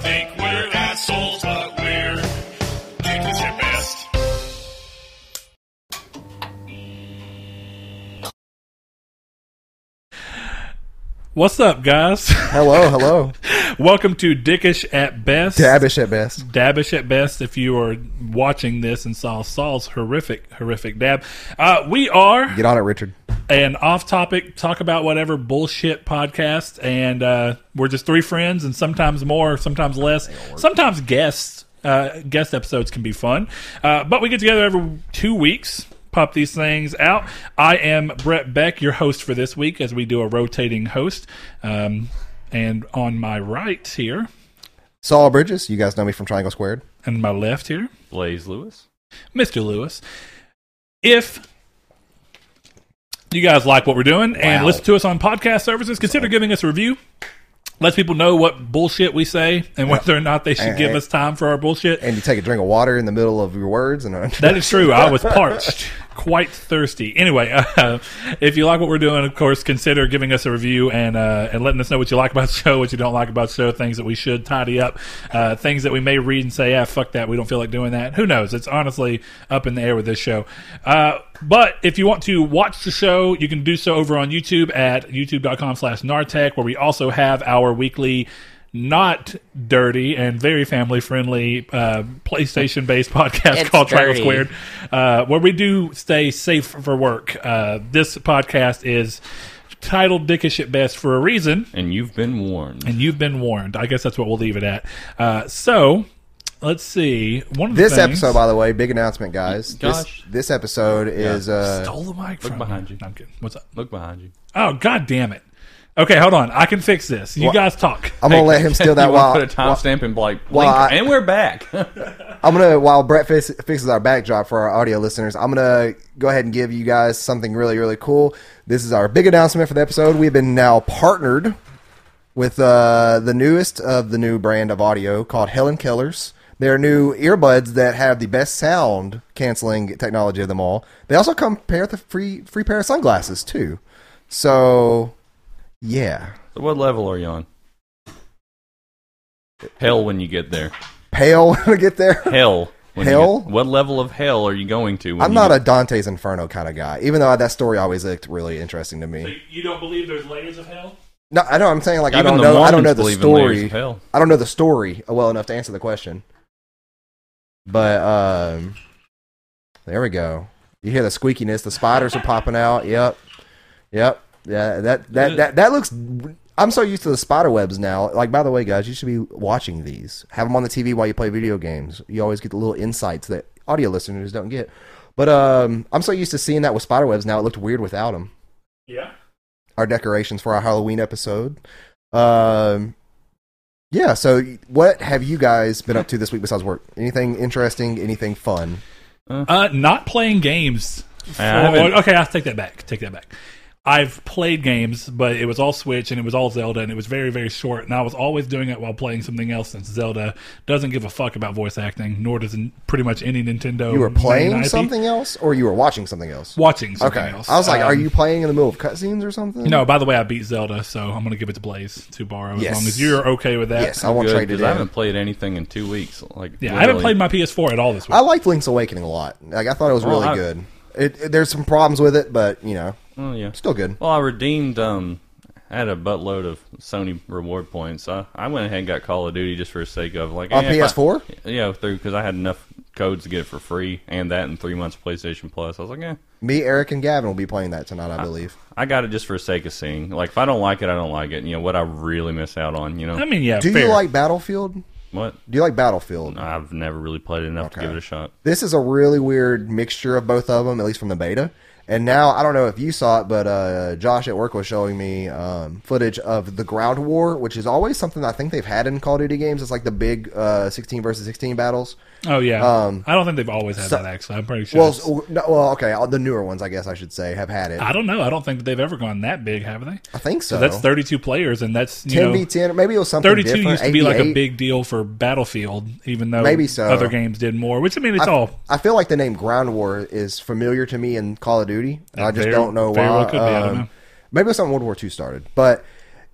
think we're assholes, but we're Jenkins at best. What's up, guys? Hello, hello. Welcome to Dickish at Best. Dabbish at best. Dabbish at best if you are watching this and saw Saul's horrific, horrific dab. Uh, we are Get on it, Richard. an off topic, talk about whatever bullshit podcast, and uh, we're just three friends and sometimes more, sometimes less, sometimes guests. Uh, guest episodes can be fun. Uh, but we get together every two weeks, pop these things out. I am Brett Beck, your host for this week, as we do a rotating host. Um, and on my right here, Saul Bridges, you guys know me from Triangle Squared. and my left here, Blaze Lewis. Mr. Lewis. If you guys like what we're doing and Wow. listen to us on podcast services, consider giving us a review. Lets people know what bullshit we say and whether or not they should And- give and- us time for our bullshit. And you take a drink of water in the middle of your words and uh, That is true. I was parched, quite thirsty. Anyway, uh, if you like what we're doing, of course, consider giving us a review and uh, and letting us know what you like about the show, what you don't like about the show, things that we should tidy up, uh, things that we may read and say, "Ah, fuck that, we don't feel like doing that." Who knows? It's honestly up in the air with this show. Uh, but if you want to watch the show, you can do so over on YouTube at youtube.com/nartech, where we also have our weekly not dirty and very family friendly uh, PlayStation based podcast It's called Triangle dirty. Squared, uh, where we do stay safe for work. Uh, this podcast is titled Dickish at Best for a reason, And you've been warned. and you've been warned. I guess that's what we'll leave it at. Uh, so let's see. One of the This things- episode, by the way, big announcement, guys. Gosh. This, this episode is uh, stole the mic from behind me. you. No, I'm kidding. What's up? Look behind you. Oh god damn it! Okay, hold on. I can fix this. You guys talk. I'm gonna let him steal that You while, wanna Put a timestamp and like, Well, blink, I- and we're back. while- I'm gonna while Brett fix, fixes our backdrop for our audio listeners. I'm gonna go ahead and give you guys something really really cool. This is our big announcement for the episode. We've been now partnered with uh, the newest of the new brand of audio called Helen Keller's. They're new earbuds that have the best sound canceling technology of them all. They also come paired with a free free pair of sunglasses too. So, yeah, so what level are you on? Hell when you get there. pale when I get there. Hell. When you Hell? get- what level of hell are you going to? When I'm you not get- a Dante's Inferno kind of guy, even though that story always looked really interesting to me. You don't believe there's layers of hell? No, I know. I'm saying like I Even don't the know. I don't Mormons know the believe in layers story. of hell. I don't know the story well enough to answer the question. But um, there we go. You hear the squeakiness. The spiders are popping out. Yep, yep. Yeah, that that that that looks. I'm so used to the spider webs now. Like, by the way, guys, you should be watching these. Have them on the TV while you play video games. You always get the little insights that audio listeners don't get. But um, I'm so used to seeing that with spider webs now. It looked weird without them Yeah. our decorations for our Halloween episode. Um, yeah. So, what have you guys been up to this week besides work? Anything interesting? Anything fun? Uh, not playing games. I haven't- For- okay, I'll take that back. Take that back. I've played games, but it was all Switch and it was all Zelda, and it was very, very short. And I was always doing it while playing something else, since Zelda doesn't give a fuck about voice acting, nor does n- pretty much any Nintendo. You were main playing IP. something else, or you were watching something else? watching something Okay. else. I was like, Um, are you playing in the middle of cutscenes or something? No, by the way, I beat Zelda, so I'm gonna give it to Blaze to borrow as Yes. long as you're okay with that. Yes, I won't Good, trade 'cause it I in. haven't played anything in two weeks. Like, yeah, I haven't literally. played my PS4 at all this week. I liked Link's Awakening a lot. Like, I thought it was Well, really I- good. It, it- there's some problems with it, but you know, Oh yeah. still good. Well, I redeemed. Um, I had a buttload of Sony reward points. I, I went ahead and got Call of Duty just for the sake of like On eh, if I- PS4? yeah, through because I had enough codes to get it for free, and that in three months of PlayStation Plus. I was like, eh, Me, Eric, and Gavin will be playing that tonight, Uh, I believe. I got it just for the sake of seeing. Like, if I don't like it, I don't like it. You know what? I really miss out on. You know I mean, yeah, Do fair. you like Battlefield? Do what? you like Battlefield? I've never really played it enough to Okay. give it a shot. this is a really weird mixture of both of them, at least from the beta. And now I don't know if you saw it, but uh, Josh at work was showing me um, footage of the ground war, which is always something I think they've had in Call of Duty games. It's like the big uh, sixteen versus sixteen battles. Oh yeah, Um, I don't think they've always had so- that. Actually, I'm pretty sure. Well, s- no, well, okay, all the newer ones, I guess I should say, have had it. I I, don't know. I don't think that they've ever gone that big, have they? think so. So that's 32 players, and that's you ten know, v ten. Maybe it was something. 32 different, used to be like a 88. big deal for Battlefield, even though Maybe so. other games did more. Which I mean, it's I, all I feel like the name Ground War is familiar to me in Call of Duty. I just very- don't know why. very well could be, I don't Um, know. Maybe it's something World War II started, but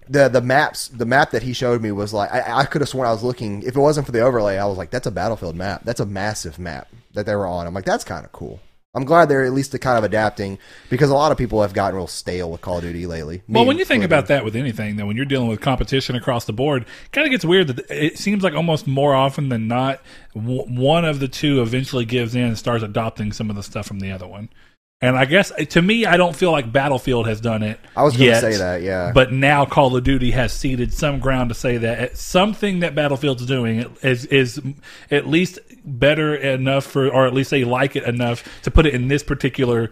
the the maps the map that he showed me was like I, I could have sworn I was looking if it wasn't for the overlay I was like that's a battlefield map that's a massive map that they were on I'm like that's kind of cool I'm glad they're at least kind of adapting because a lot of people have gotten real stale with Call of Duty lately. Me Well, when you think included. about that with anything, though, when you're dealing with competition across the board, kind of gets weird that it seems like almost more often than not, w- one of the two eventually gives in and starts adopting some of the stuff from the other one. And I guess eh, to me, I don't feel like Battlefield has done it. I was gonna yet, say that, yeah. But now Call of Duty has ceded some ground to say that eh, something that Battlefield's doing is is at least better enough for, or at least they like it enough to put it in this particular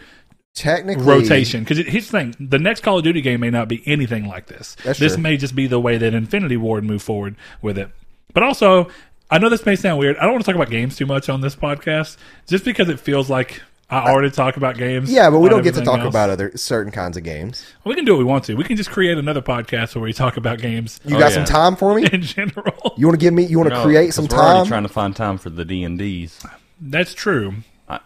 technically rotation because here's the thing the next call of duty game may not be anything like this That's this true. may just be the way that infinity ward moved forward with it but also i know this may sound weird i don't want to talk about games too much on this podcast just because it feels like i already talk about games Yeah, but we on don't get to everything talk else. about other certain kinds of games. we can do what we want to we can just create another podcast where we talk about games You Oh, got some yeah. time for me? in general You want to give me? You want to No, create some 'cause We're already time? trying to find time for the D and D's. that's true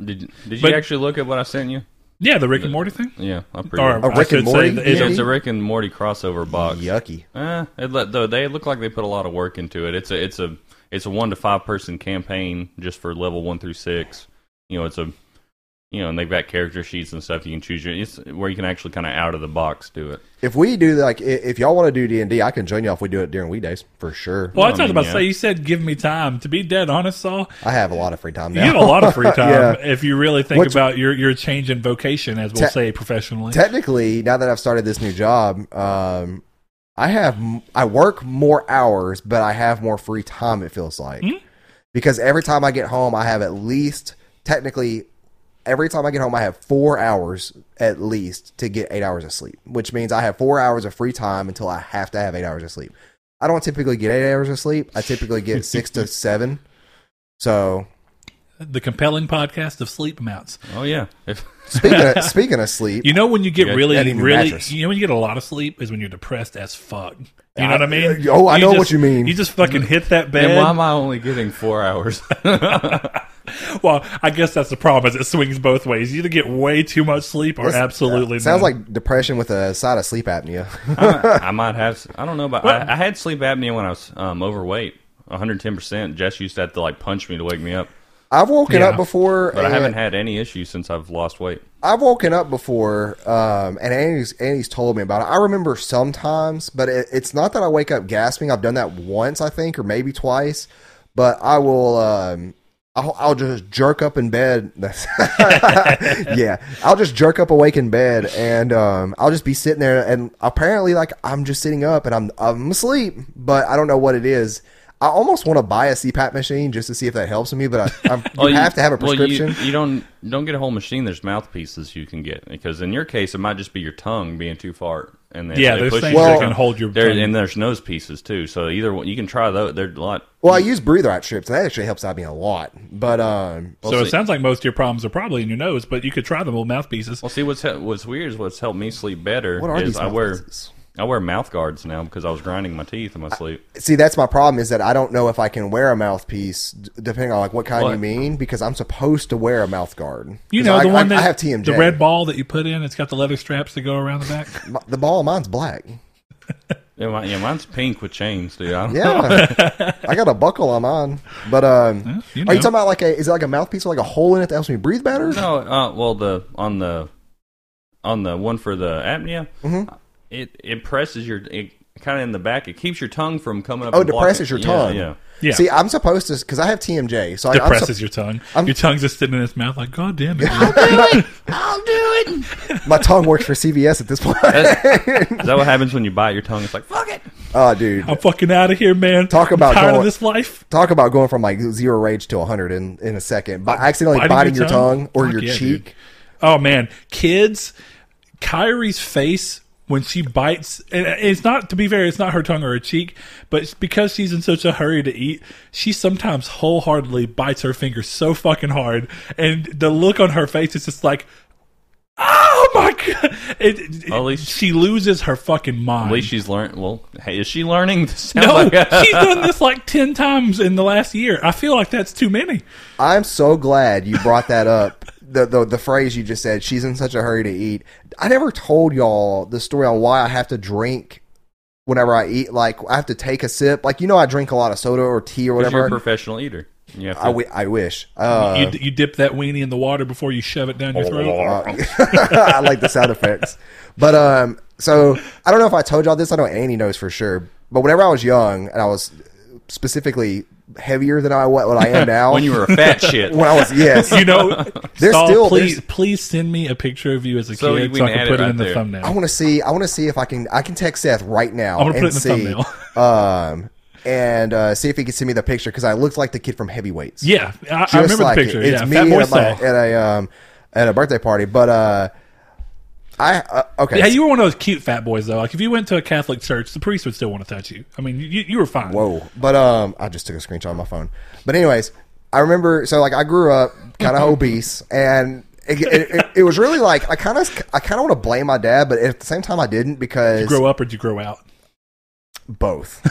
Did Did But- you actually look at what I sent you? yeah Oh, the rick and morty thing Yeah, I pretty. or Rick I should Oh, and say Morty that it's, it's- it's a Rick and Morty crossover box. Yucky. Eh, it let, though they look like they put a lot of work into it. It's a it's a it's a one to five person campaign just for level one through six. You know, it's a you know, and they've got character sheets and stuff you can choose. Your, it's where you can actually kind of out of the box do it. If we do like, i- if y'all want to do D and I can join y'all if we do it during weekdays for sure. well, I was I mean, about to yeah. say, you said give me time. To be dead honest, Saul, I have a lot of free time now. You have a lot of free time Yeah. if you really think What's- about your your change in vocation, as we'll Te- say professionally. Technically, now that I've started this new job, um, I have m- I work more hours, but I have more free time. It feels like Hmm? because every time I get home, I have at least technically every time I get home, I have four hours at least to get eight hours of sleep, which means I have four hours of free time until I have to have eight hours of sleep. I don't typically get eight hours of sleep. I typically get six to seven. So the compelling podcast of sleep amounts. Oh yeah, if, speaking of, speaking of sleep, You know when you get Yeah, really, I need a new really, mattress. you know when you get a lot of sleep is when you're depressed as fuck. You know I- what I mean? oh, I know just- what you mean. You just fucking hit that then why am bed. I only getting four hours? Well, I guess that's the problem. Is it swings both ways. You either get way too much sleep or That's- absolutely uh, sounds none. like depression with a side of sleep apnea. I, I might have. I don't know about. Well- I, I had sleep apnea when I was um, overweight, 110. percent Jess used to have to like punch me to wake me up, I've woken Yeah. up before, but I and- haven't had any issues since I've lost weight. I've woken up before, um, and Annie's, Annie's told me about it. I remember sometimes, but it, it's not that I wake up gasping. I've done that once, I think, or maybe twice. But I will, um, I'll, I'll just jerk up in bed. yeah, I'll just jerk up awake in bed, and um, I'll just be sitting there, and apparently, like I'm just sitting up and I'm I'm asleep, but I don't know what it is. I almost want to buy a CPAP machine just to see if that helps me, but I, I'm, you Well, have to have a well, you- prescription. you, don't don't get a whole machine. There's mouthpieces you can get because in your case it might just be your tongue being too far. And they, yeah, they there's push things you Well- that can hold your. there, tongue. and there's nose pieces too. So either one, you can try those. They're a lot. Well, I use breather out strips, and that actually helps out me a lot. But um, Well, so it see- sounds like most of your problems are probably in your nose, but you could try the little mouthpieces. Well, see what's he- what's weird is what's helped me sleep better what are is these? I wear mouthpieces? I wear mouth guards now because I was grinding my teeth in my sleep. See, that's my problem is that I don't know if I can wear a mouthpiece d- depending on like what kind you What? mean because I'm supposed to wear a mouth guard. You 'Cause know I, the one I, that I have TMJ. the red ball that you put in. It's got the leather straps that go around the back. My- the ball of mine's black. Yeah, my, yeah mine's pink with chains, dude. I don't, Yeah, I got a buckle on mine. But um, you are you know. talking about like a is it like a mouthpiece with like a hole in it that helps me breathe better? No, uh, well the on the on the one for the apnea, Mm-hmm. it it presses your it kind of in the back. It keeps your tongue from coming up. Oh, and blocking- depresses your yeah, tongue. Yeah, Yeah. See, I'm supposed to because I have TMJ, so I, I'm depresses sup- your tongue. I'm- your tongue's just sitting in its mouth, like God damn it. my tongue works for CVS at this point. Is that what happens when you bite your tongue? It's like fuck it. oh, dude, I'm fucking out of here, man. Talk I'm about tired going- of this life. Talk about going from like zero rage to 100 in, in a second by accidentally biting, your, tongue, or Fuck your yeah, cheek. dude. Oh man, kids, Kyrie's face when she bites. And it's not to be fair. It's not her tongue or her cheek, but it's because she's in such a hurry to eat, she sometimes wholeheartedly bites her finger so fucking hard, and the look on her face is just like. Oh my god! It, it- At least- she loses her fucking mind. At least she's learned. Well, hey, is she learning? This sounds No, like she's done this like ten times in the last year. I feel like that's too many. I'm so glad you brought that up. The, the the phrase you just said, she's in such a hurry to eat. I never told y'all the story on why I have to drink whenever I eat. Like I have to take a sip. Like you know, I drink a lot of soda or tea or You're a whatever. professional eater. You have to, I, wi- I wish. Uh, you, d- you dip that weenie in the water before you shove it down your throat. I like the sound effects. But um, so I don't know if I told y'all this. I know Annie knows for sure. But whenever I was young and I was specifically heavier than I what, what I am now, when you were a fat shit. when I was yes, You know, There's Saul, still- please there's- please send me a picture of you as a So kid we so I can can add put it it right in the there. thumbnail. I want to see. I want to see if I can. I can text Seth right now. I'm gonna put it and in the see, thumbnail. um, and uh, see if he can send me the picture because I looked like the kid from Heavyweights. yeah, I, I Just remember like the it. picture. It's yeah, me Fat Boy at, my- Saul. at a um, at a birthday party. But uh, I uh, okay. Yeah, you were one of those cute fat boys though. Like if you went to a Catholic church, the priest would still want to touch you. I mean, you, you were fine. Whoa. But um I just took a screenshot on my phone. But anyways, I remember so like I grew up kind of obese and it, it, it, it was really like I kind of I kind of want to blame my dad, but at the same time I didn't because Grow up or did you grow out? both.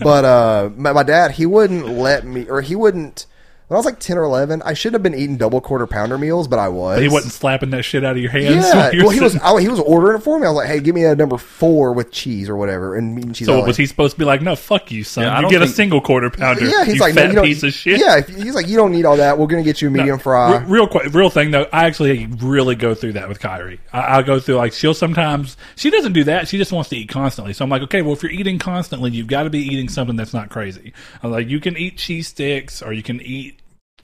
but uh, my, my dad, he wouldn't let me, or he wouldn't. When I was like ten or eleven, I should have been eating double quarter pounder meals, but I was. But he wasn't slapping that shit out of your hands. Yeah, while you were well, he was. sitting- I, he was ordering it for me. I was like, "Hey, give me a number four with cheese or whatever." And meat and cheese. So only. was he supposed to be like, "No, fuck you, son. Yeah, I you don't get a think- single quarter pounder. Yeah, he's you like, "No, fat you don't- piece of shit." Yeah, if- he's like, "You don't need all that. We're gonna get you a medium fry." Uh, Re- real quick, real thing though. I actually really go through that with Kyrie. I, I go through like she'll sometimes she doesn't do that. She just wants to eat constantly. So I'm like, okay, well if you're eating constantly, you've got to be eating something that's not crazy. I'm like, you can eat cheese sticks or you can eat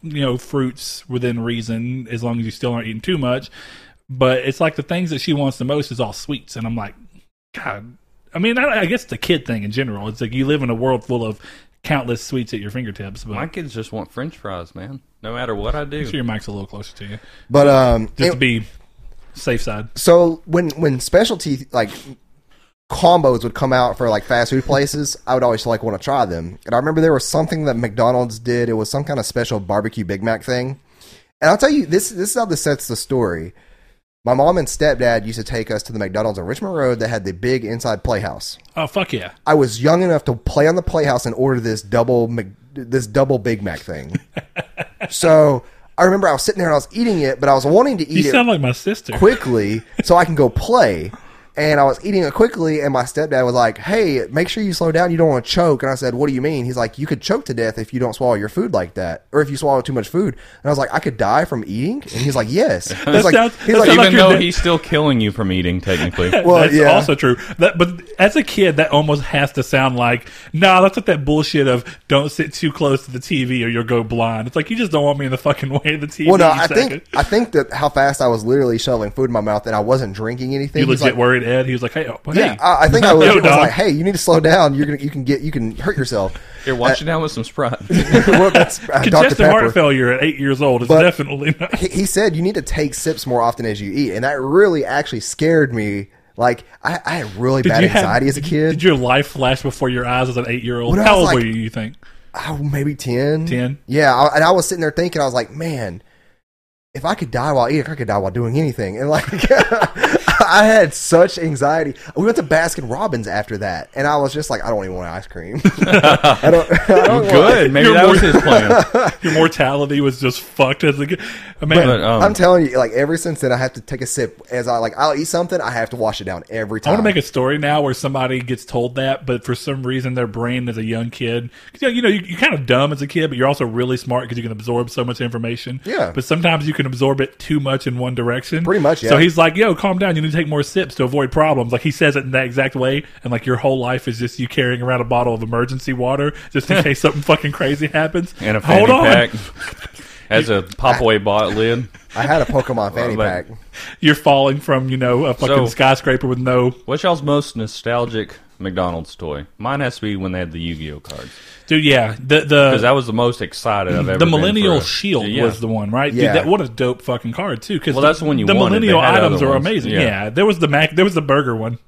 you know fruits within reason as long as you still aren't eating too much. But it's like the things that she wants the most is all sweets, and I'm like, God. I mean, I, I guess the kid thing in general. It's like you live in a world full of countless sweets at your fingertips. But My I'm kids just want French fries, man. No matter what I do. sure your mic's a little closer to you. But um, just it- to be safe side. so when when specialty like combos would come out for like fast food places, I would always like want to try them. And I remember there was something that McDonald's did. It was some kind of special barbecue Big Mac thing. And I'll tell you this this is how this sets the story. My mom and stepdad used to take us to the McDonald's on Richmond Road that had the big inside playhouse. Oh fuck yeah! I was young enough to play on the Playhouse and order this double Mc- this double Big Mac thing. so I remember I was sitting there and I was eating it, but I was wanting to You eat it sound like my sister. quickly so I can go play. And I was eating it quickly, and my stepdad was like, "Hey, make sure you slow down. You don't want to choke." And I said, "What do you mean?" He's like, "You could choke to death if you don't swallow your food like that, or if you swallow too much food." And I was like, "I could die from eating." And he's like, "Yes." He's like, sounds- he's that like, sounds Even your though dad- he's still killing you from eating, technically. well, that's yeah. also true. That, but as a kid, that almost has to sound like, nah, that's what that bullshit of don't sit too close to the TV or you'll go blind. It's like you just don't want me in the fucking way of the TV. Well, no, you I second. think I think that how fast I was literally shoveling food in my mouth and I wasn't drinking anything. you He's legit like, worried, Ed. He was like, hey, oh, hey. Yeah, I, I think I was, Yo, was dog. like, "Hey, you need to slow down. You're gonna, you can get, you can hurt yourself." Here, watch it down with some Sprite. well, that's uh, Dr. Congestive Pepper. heart failure at eight years old is But- definitely not. He, he said you need to take sips more often as you eat, and that really actually scared me. Like I, I had really bad you have- anxiety as a did you- kid. Did your life flash before your eyes as an eight year old? When I How was old like- were you, you think? oh, maybe 10. 10? Yeah. I, and I was sitting there thinking, I was like, man, if I could die while eating, I could die while doing anything. And like, I had such anxiety. We went to Baskin Robbins after that, and I was just like, I don't even want ice cream. I don't, I don't want- Good. Maybe You're that was more- his plan. Your mortality was just fucked as a kid. I mean, But, um, I'm telling you, like ever since then, I have to take a sip. As I like, I'll eat something, I have to wash it down every I time. want to make a story now where somebody gets told that, but for some reason their brain as a young kid, 'cause, you know, you know, you, you're kind of dumb as a kid, but you're also really smart because you can absorb so much information. Yeah. But sometimes you can absorb it too much in one direction. Pretty much, yeah. So he's like, yo, calm down. You need to take more sips to avoid problems. Like he says it in that exact way. And like your whole life is just you carrying around a bottle of emergency water just in case something fucking crazy happens. and a fanny Hold on. pack. Has a pop away bot lid. I had a Pokemon fanny Well, pack. like- You're falling from, you know, a fucking So- skyscraper with no. What's y'all's most nostalgic McDonald's toy? Mine has to be when they had the Yu Gi Oh cards. Dude, yeah. The, Because the, I was the most excited I've Uh, ever The been for Millennial a- Shield Yeah. was the one, right? Yeah. Dude, that, what a dope fucking card too. Because Well, that's the one you The wanted. They Millennial had items other are ones. amazing. Yeah. Yeah. there was the Mac, there was the burger one.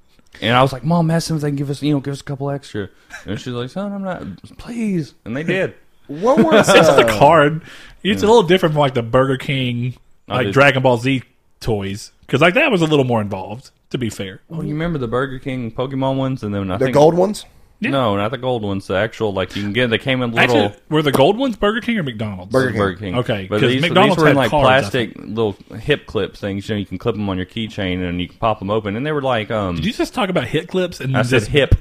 And I was like, Mom, ask them if they can give us, you know, give us a couple extra. And she's like, Son, I'm not, please. And they did. What were It's just a uh, Oh. card. It's a little different from like the Burger King, like dude. Dragon Ball Z toys, because like that was a little more involved. To be fair, Oh, you remember the Burger King Pokemon ones? And then I the think, gold ones? No, not the gold ones. The actual, like, you can get, they came in little. actually, were the gold ones Burger King or McDonald's? Burger King. Burger King. Okay, but 'cause these, McDonald's these were in had like cards, I plastic little hip clip things. You know, you can clip them on your keychain and you can pop them open. And they were like, um, Did you just talk about hit clips and I said just hip.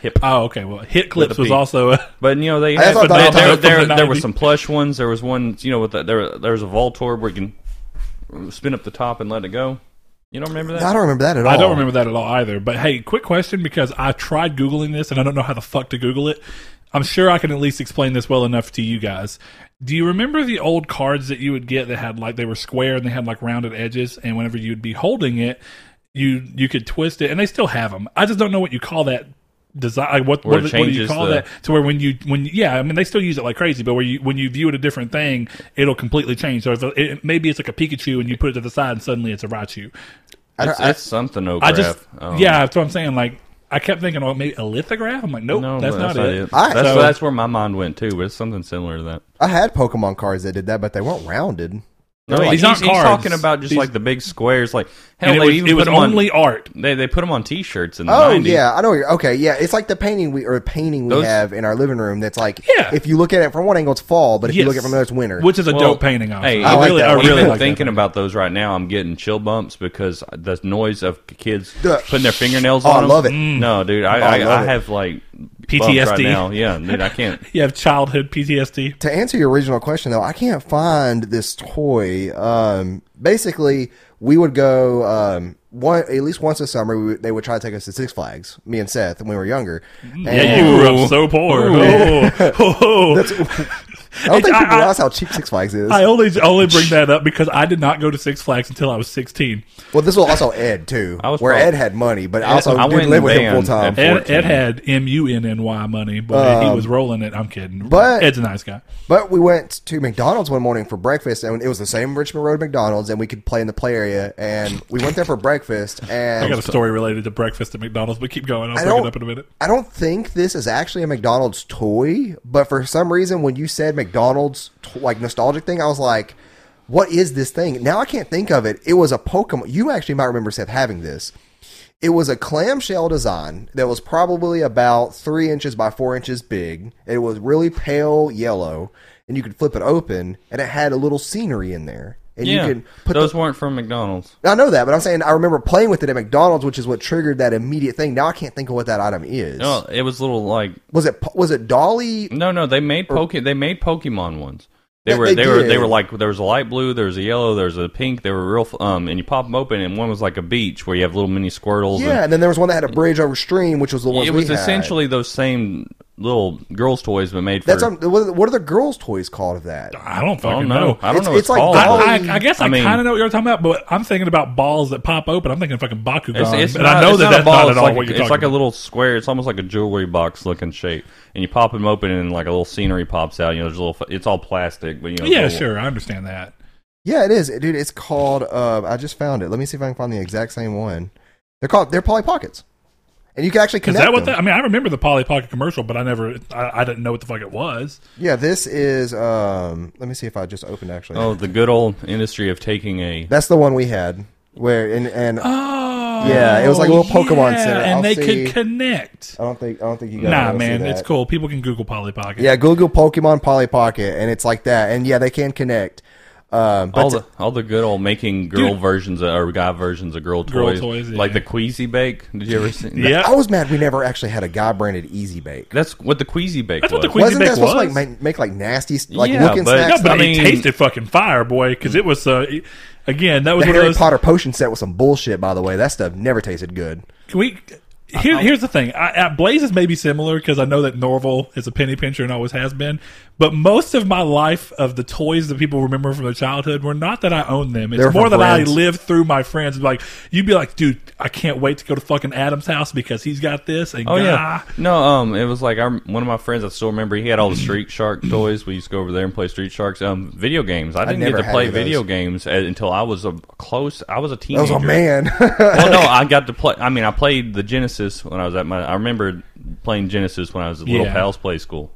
Hip. Oh, okay. Well, Hit Clips a was P. also a, But you know they I had, thought that they- was there, from the there, there were 90s. some plush ones. There was one, you know, with the, there there was a Voltorb where you can spin up the top and let it go. You don't remember that? I don't remember that at all. I don't remember that at all either. But hey, quick question because I tried Googling this and I don't know how the fuck to Google it. I'm sure I can at least explain this well enough to you guys. Do you remember the old cards that you would get that had like they were square and they had like rounded edges and whenever you'd be holding it, you you could twist it and they still have them. I just don't know what you call that design like what Where what, it what do you changes call the- that to where when you when you- yeah I mean they still use it like crazy but where you when you view it a different thing it'll completely change so if it, it, maybe it's like a Pikachu and you put it to the side and suddenly it's a Raichu It's, I- it's something. Oh I crap! just Um, yeah, that's what I'm saying. Like I kept thinking, oh, maybe a lithograph. I'm like, nope, No, that's, not, it. I- that's, So- that's where my mind went too. But it's something similar to that. I had Pokemon cards that did that, but they weren't rounded. No, These he's, aren't he's cards. talking about just These- like the big squares. Like And hell, it they was, even it was put 'em on- only art. they they put them on T-shirts in the Oh 90s. yeah, I know. what You're, okay, yeah, it's like the painting we or painting we Those- have in our living room. That's like, Yeah. if you look at it from one angle, it's fall, but if you Yes. look at it from another, it's winter. which is a Well, dope painting. Also. hey, I, I like really, that I one. really Even like thinking thinking. That. about those right now, I'm getting chill bumps because the noise of kids Duh. putting their fingernails Oh, I on 'em. love it. No, dude, I, Oh, I I, love I, it. have like bumps right PTSD. now. Yeah, dude, I can't. You have childhood PTSD. to answer your original question though, I can't find this toy. Um, basically, we would go um, one at least once a summer. We, would- they would try to take us to Six Flags. Me and Seth when we were younger. Mm-hmm. Yeah, you grew up so poor. Oh, oh. I don't think I- people I- realize how cheap Six Flags is. I only only bring that up because I did not go to Six Flags until I was 16. well, this was also Ed too, I was where probably- Ed had money, but I also I went did in live with him band full time. at- Ed, 14. Ed had M U N N Y money, but he was rolling it. I'm kidding. Um, but- Ed's a nice guy. But we went to McDonald's one morning for breakfast, and it was the same Richmond Road McDonald's, and we could play in the play area. And we went there for breakfast, and I got a story related to breakfast at McDonald's, but keep going. I'll I bring don't- it up in a minute. I don't think this is actually a McDonald's toy, but for some reason, when you said McDonald's to- like nostalgic thing, I was like, "What is this thing?" Now I can't think of it. It was a Pokemon. You actually might remember Seth having this. It was a clamshell design that was probably about three inches by four inches big. It was really pale yellow, and you could flip it open, and it had a little scenery in there, and Yeah, you could put the those weren't from McDonald's. I know that, but I'm saying I remember playing with it at McDonald's, which is what triggered that immediate thing. Now I can't think of what that item is. No, it was little like Was it was it Dolly? no, no. They made poke. They made Pokemon ones. They Yeah, were they they, were did. they were like there was a light blue, there was a yellow, there was a pink. They were real f- um, and you pop them open, and one was like a beach where you have little mini squirtles. Yeah, and and then there was one that had a bridge over stream, which was the one it was essentially those same little girls' toys, but made for. that's what, what are the girls' toys called of that? I don't I fucking don't know. know. I don't It's- know. What it's it's, like called. Dolly- I, I guess I, Oh, I mean- kind of know what you're talking about, but I'm thinking about balls that pop open. I'm thinking fucking Bakugan, It's, it's and not, I know it's that not that's a ball. not at it's all like, what you're it's talking like a about. little square. It's almost like a jewelry box looking shape, and you pop them open, and like a little scenery pops out. You know, there's a little. It's all plastic, but you know. yeah, it's a little- sure, I understand that. Yeah, it is, dude. It's called. Uh, I just found it. Let me see if I can find the exact same one. They're called. They're Polly Pockets, and you can actually Is connect. that what? them. That, I mean, I remember the Polly Pocket commercial, but I never, I, I didn't know what the fuck it was. yeah, this is. Um, let me see if I just opened actually. Oh, the good old industry of taking a. That's the one we had. Where and and I Oh, Yeah, it was like a little Pokemon Center. and I'll they see. could connect. don't think I don't think you guys. Nah, wanna see man, that. it's cool. People can Google Polly Pocket. Yeah, Google Pokemon Polly Pocket, and it's like that. And yeah, they can connect. Um, but all the all the good old making girl Dude. versions of, or guy versions of girl Girl toys, toys, yeah. like the Queasy Bake. Did you ever see? Yeah. I was mad we never actually had a guy branded Easy Bake. that's what the Queasy Bake That's was. what the Queasy Wasn't that Bake supposed to like was. make, make like nasty like Yeah, looking but- Yeah, snacks? but I it mean- tasted fucking fire, boy. Because it was, uh, it- again, that was the one of Harry those- Potter potion set was some bullshit, by the way. That stuff never tasted good. Can we? Here, here's the thing. I, I, Blazes may be similar because I know that Norval is a penny pincher and always has been. But most of my life of the toys that people remember from their childhood were not that I owned them. It's They were more from that friends. I lived through my friends. Like you'd be like, dude, I can't wait to go to fucking Adam's house because he's got this and Oh yeah, God. no. Um, it was like our one of my friends. I still remember he had all the Street Shark toys. We used to go over there and play Street Sharks. Um, video games. I didn't never get had to play any of those. video games uh, until I was a close. I was a That teenager. was a man. well, no, I got to play. I mean, I played the Genesis when I was at my. I remember playing Genesis when I was at Little Yeah. Pals Play School,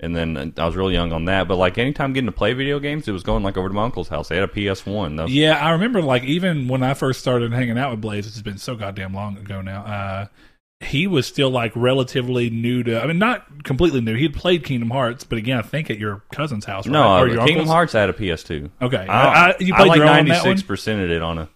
and then uh, I was really young on that. But like anytime getting to play video games, it was going like over to my uncle's house. They had a PS One. That was- Yeah, I remember like even when I first started hanging out with Blaze, which has been so goddamn long ago now. Uh, he was still like relatively new to. I mean, not completely new. He'd played Kingdom Hearts, but again, I think at your cousin's house. No, right? uh, or your Kingdom uncle's? Hearts had a PS Two. Okay, I, I, you played like your own on that one. percented it on a.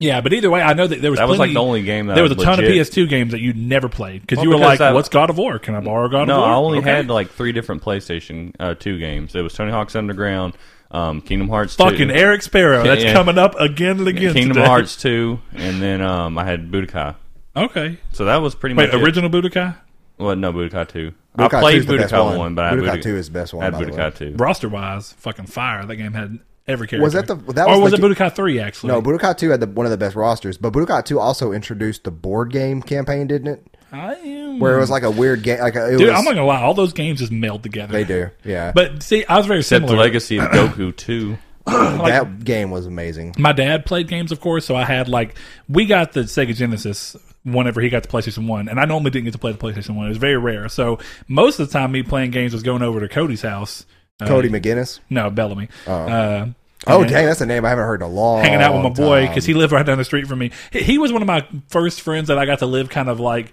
Yeah, but either way, I know that there was That was like plenty- the only game that there I was a ton of legit- PS2 games that you never played because Well, you were like, because I- "What's God of War? Can I borrow God No, of War?" I only Okay. had like three different PlayStation uh, two games. It was Tony Hawk's Underground, um, Kingdom Hearts, 2, fucking Eric Sparrow. That's Yeah. coming up again and again. Kingdom today. Hearts two, and then um, I had Budokai. Okay, So that was pretty wait, much it. original Budokai Well, no, Budokai two. Budokai I 2 played is the best Budokai one. one. but I Budokai had Budokai 2 is the best one, I had by the way. Budokai two. roster wise, fucking fire. That game had every character. Was that the- that or was was the- it Budokai three? Actually, No, Budokai 2 had the, one of the best rosters, but Budokai 2 also introduced the board game campaign, didn't it? I am. Where it was like a weird game. Like a, it Hmm. Dude, was, I'm not gonna lie. All those games just meld together. they do, yeah. But see, I was very Except the similar. Legacy of Goku two. like- that game was amazing. my dad played games, of course, so I had like we got the Sega Genesis whenever he got the PlayStation One, and I normally didn't get to play the PlayStation One. It was very rare. So most of the time, me playing games was going over to Cody's house. Uh, Cody McGinnis. no, Bellamy. Uh, Oh, and dang, that's a name I haven't heard in a long Hanging out with my boy time. because he lived right down the street from me. He, he was one of my first friends that I got to live kind of like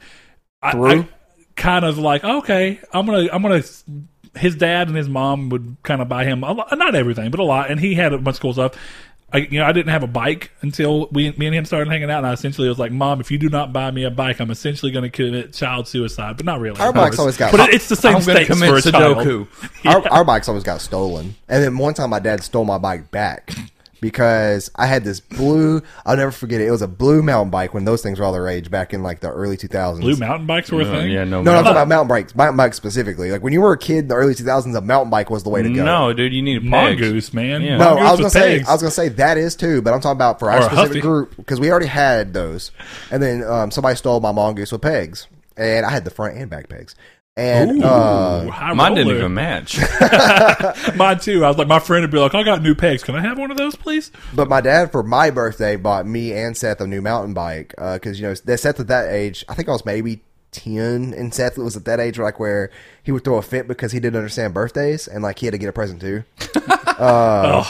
I, Through? I- kind of like okay, I'm gonna I'm gonna. His dad and his mom would kind of buy him a lot, not everything, but a lot, and he had a bunch of cool stuff. I, you know, I didn't have a bike until we, me and him started hanging out, and I essentially was like, "Mom, if you do not buy me a bike, I'm essentially going to commit child suicide." But not really. Our of course. bike's always got- But it, it's the same I'm gonna stakes for a commit child. Sudoku. our, our bikes always got stolen. And then one time my dad stole my bike back because I had this blue, I'll never forget it. It was a blue mountain bike when those things were all the rage back in like the early 2000s. Blue mountain bikes were a Uh, thing. yeah, no, no, no, I'm no, talking about mountain bikes, mountain bikes specifically. Like when you were a kid in the early 2000s, a mountain bike was the way to go. dude, you need a peg. mongoose, man. Yeah. No, Mongoose I was gonna with say pegs. I was gonna say that is too, but I'm talking about for our Or a specific Huffy. group because we already had those, and then um, somebody stole my mongoose with pegs, and I had the front and back pegs, and Ooh, uh, high Mine didn't roller. even match. Mine too. I was like, my friend would be like, I got new pegs. Can I have one of those, please? But my dad, for my birthday, bought me and Seth a new mountain bike because you know that Seth at that age, I think I was maybe ten, and Seth was at that age like where he would throw a fit because he didn't understand birthdays and like he had to get a present too. uh,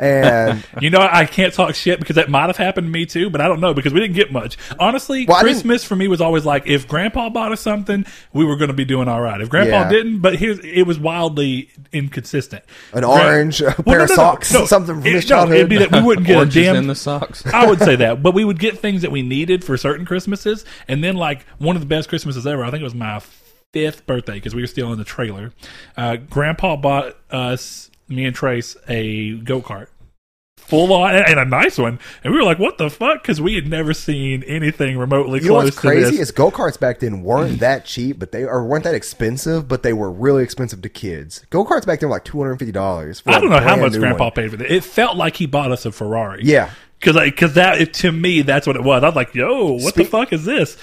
and You know, I can't talk shit because that might have happened to me too, but I don't know because we didn't get much. Honestly, Well, I didn't- Christmas for me was always like, if Grandpa bought us something, we were going to be doing all right. If Grandpa Yeah. didn't, but here's it was wildly inconsistent. An Gra- orange, a pair of socks, something from it- his no, it'd childhood. be that we wouldn't get a Oranges damn in the socks. I would say that, but we would get things that we needed for certain Christmases, and then like one of the best Christmases ever. I think it was my fifth birthday because we were still in the trailer. Uh, Grandpa bought us, me and Trace, a go kart, full on and, and a nice one, and we were like, "What the fuck?" Because we had never seen anything remotely you know close what's to crazy this. is go karts back then weren't that cheap, but they or weren't that expensive, but they were really expensive to kids. Go karts back then were like two hundred and fifty dollars. I don't know how much Grandpa paid for that. It felt like he bought us a Ferrari. Yeah. Because cause that, it, to me, that's what it was. I was like, yo, what the Spe- fuck is this?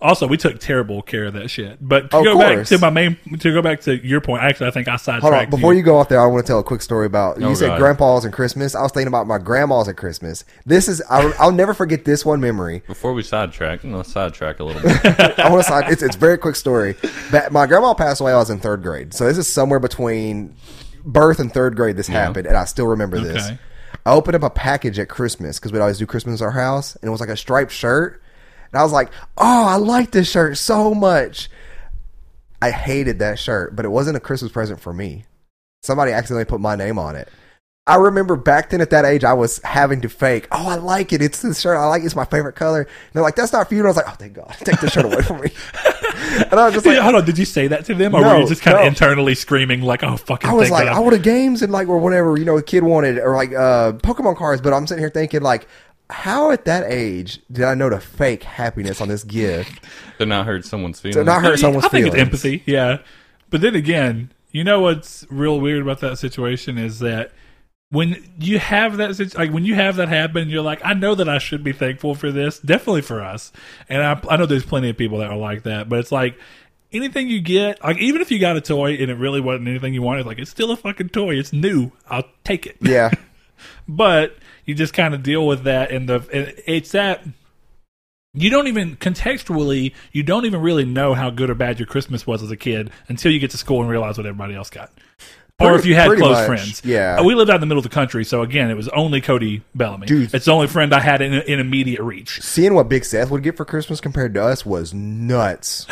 Also, we took terrible care of that shit. But to Of go back course. to my main, to go back to your point, actually, I think I sidetracked. Hold on, before you go off there, I want to tell a quick story about you Oh, said God. grandpas and Christmas. I was thinking about my grandmas at Christmas. This is I, I'll never forget this one memory. Before we sidetrack, let's sidetrack a little bit. I want to side. It's it's a very quick story. But my grandma passed away. I was in third grade, so this is somewhere between birth and third grade. This happened, and I still remember this. Okay. I opened up a package at Christmas because we'd always do Christmas at our house, and it was like a striped shirt. And I was like, "Oh, I like this shirt so much." I hated that shirt, but it wasn't a Christmas present for me. Somebody accidentally put my name on it. I remember back then at that age, I was having to fake, oh, I like it. It's this shirt. I like it. It's my favorite color. And they're like, that's not for you. And I was like, oh, thank God. Take the shirt away from me. and I was just Did- like, hold on, did you say that to them? Or No, were you just kind of no. internally screaming, like, oh, fucking I was thank like, God. I wanted games and like, or whatever, you know, a kid wanted, or like uh, Pokemon cards. But I'm sitting here thinking, like, how at that age did I know to fake happiness on this gift? They're not hurt someone's feelings. Did I hurt someone's I think feelings? it's empathy, yeah. But then again, you know what's real weird about that situation is that when you have that situ- like when you have that happen, you're like, I know that I should be thankful for this, definitely for us. And I, I know there's plenty of people that are like that, but it's like anything you get, like even if you got a toy and it really wasn't anything you wanted, like it's still a fucking toy. It's new. I'll take it Yeah. but you just kind of deal with that and the and it's that you don't even contextually you don't even really know how good or bad your christmas was as a kid until you get to school and realize what everybody else got or Pretty- if you had pretty close much, friends yeah. Uh, we lived out in the middle of the country so again it was only cody bellamy Dude. it's the only friend i had in, in immediate reach Seeing what Big Seth would get for Christmas compared to us was nuts.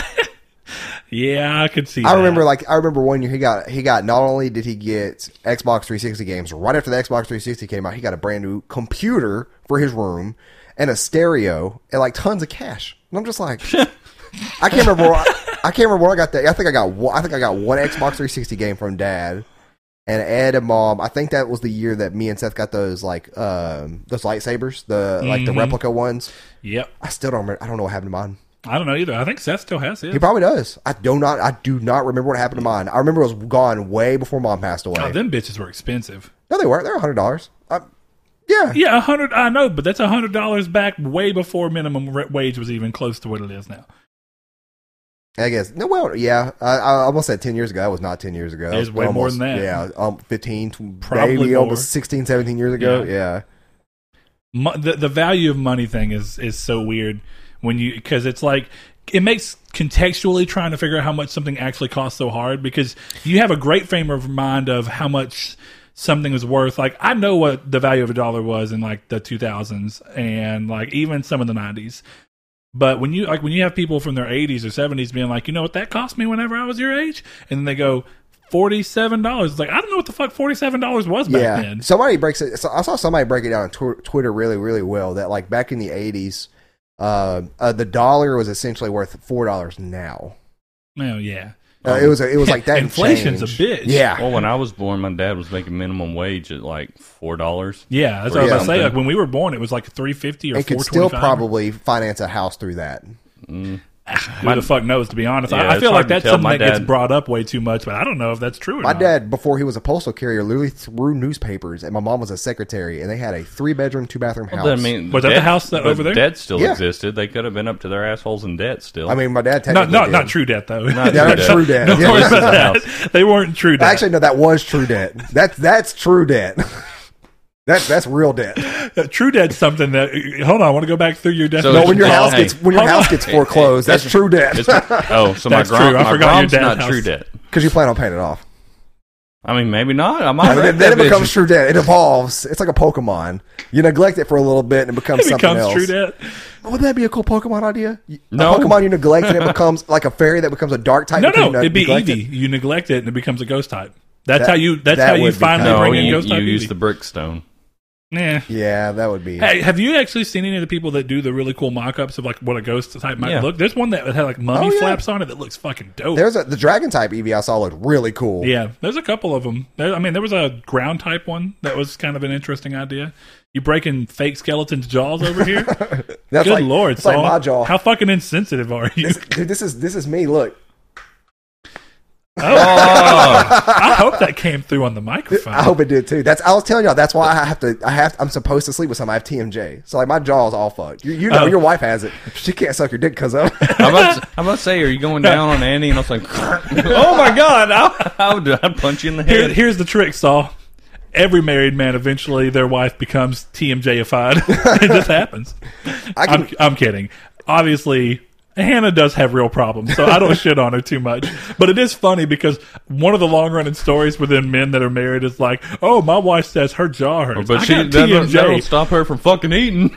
yeah i could see I that. remember like I remember one year he got he got not only did he get Xbox 360 games right after the Xbox 360 came out he got a brand new computer for his room and a stereo and like tons of cash. And I'm just like, I can't remember. Where I, I can't remember where I got that. I think I got. one- I think I got one Xbox 360 game from Dad. And Ed and Mom, I think that was the year that me and Seth got those like um, those lightsabers, the like the replica ones. Yep. I still don't remember. I don't know what happened to mine. I don't know either. I think Seth still has it. He probably does. I do not. I do not remember what happened to mine. I remember it was gone way before mom passed away. Oh, them bitches were expensive. no, they weren't. They're hundred dollars. Uh, Yeah, Yeah, a hundred. I know, but that's a hundred dollars back way before minimum re- wage was even close to what it is now. I guess. No, well, yeah. I, I almost said ten years ago. That was not ten years ago. That It was way more almost- than that. Yeah, um, 15, tw- Probably maybe more. almost 16, 17 years ago. Yeah. Yeah. Mo- the the value of money thing is is so weird when you because it's like it makes contextually trying to figure out how much something actually costs so hard because you have a great frame of mind of how much something was worth like i know what the value of a dollar was in like the 2000s and like even some of the 90s but when you like when you have people from their 80s or 70s being like, you know what that cost me whenever I was your age, and then they go forty seven dollars. It's like I don't know what the fuck forty seven dollars was back yeah. then. Somebody breaks it. So I saw somebody break it down on tw- Twitter really, really well. That like back in the eighties, uh, uh, the dollar was essentially worth four dollars now. Well, Oh, yeah, Uh, it was it was like that. and Inflation's change. a bitch. Yeah, Well, when I was born, my dad was making minimum wage at like four dollars. yeah. That's what I was Yeah. about to say. Like when we were born, it was like three fifty or and four could twenty still five. probably finance a house through that. Who the fuck knows? To be honest, Yeah, I, I it's feel hard like to that's tell. something My that gets dad- brought up way too much, but I don't know if that's true or My not. dad, before he was a postal carrier, literally threw newspapers, and my mom was a secretary, and they had a three bedroom, two bathroom house. I mean, Was that the debt- house that but over there? Debt still Yeah. existed. They could have been up to their assholes in debt still. I mean, my dad not technically not did. not true debt though. Not Yeah, True not debt. true debt. Don't Yeah. worry Yeah. about that. They weren't true debt. Actually, no, that was true debt. That's that's true debt. that's that's real debt. Uh, true debt's something that. Hold on, I want to go back through your definition. No, when your Well, house hey, gets when your hold house on. gets foreclosed, that's true debt It's- oh, so my That's true. grand, I my forgot your grand's dad's not house. true debt. because you plan on paying it off. I mean, maybe not. I might. And then, wreck then it that bitch. becomes true debt. It evolves. It's like a Pokemon. You neglect it for a little bit and it becomes it something becomes else. true debt. Wouldn't that be a cool Pokemon idea? You- a No. Pokemon you neglect and it becomes like a fairy that becomes a dark type. No, because no, you ne- it'd be neglect it. Eevee. You neglect it and it becomes a ghost type. That's That- how you. That's that how you would be finally kinda- No, bring in you, ghost you type use Eevee. the brick stone. Nah. Yeah, that would be. Hey, have you actually seen any of the people that do the really cool mock-ups of like what a ghost type might Yeah. look? There's one that had like mummy Oh, yeah. flaps on it that looks fucking dope. There's a the dragon type Eevee I saw looked really cool. yeah, there's a couple of them. There, I mean, there was a ground type one that was kind of an interesting idea. You breaking fake skeletons' jaws over here? that's Good like, lord, it's like Saul. my jaw. How fucking insensitive are you? Dude, this is this is me. Look, Oh, I hope that came through on the microphone. I hope it did too. That's I was telling y'all. That's why I have to. I have. I'm supposed to sleep with some. I have TMJ, so like my jaw's all fucked. You, you know, Oh. your wife has it. She can't suck your dick because of. I'm, about to, I'm about to say, are you going down on Andy? And I was like, oh my god, I, I would I'd punch you in the Here, head. here's the trick, Saul. Every married man eventually their wife becomes TMJified. it just happens. I I'm, can. I'm kidding. Obviously, Hannah does have real problems, so I don't shit on her too much. But it is funny because one of the long running stories within men that are married is like, "Oh, my wife says her jaw hurts, But I she got doesn't, TMJ." that'll stop her from fucking eating.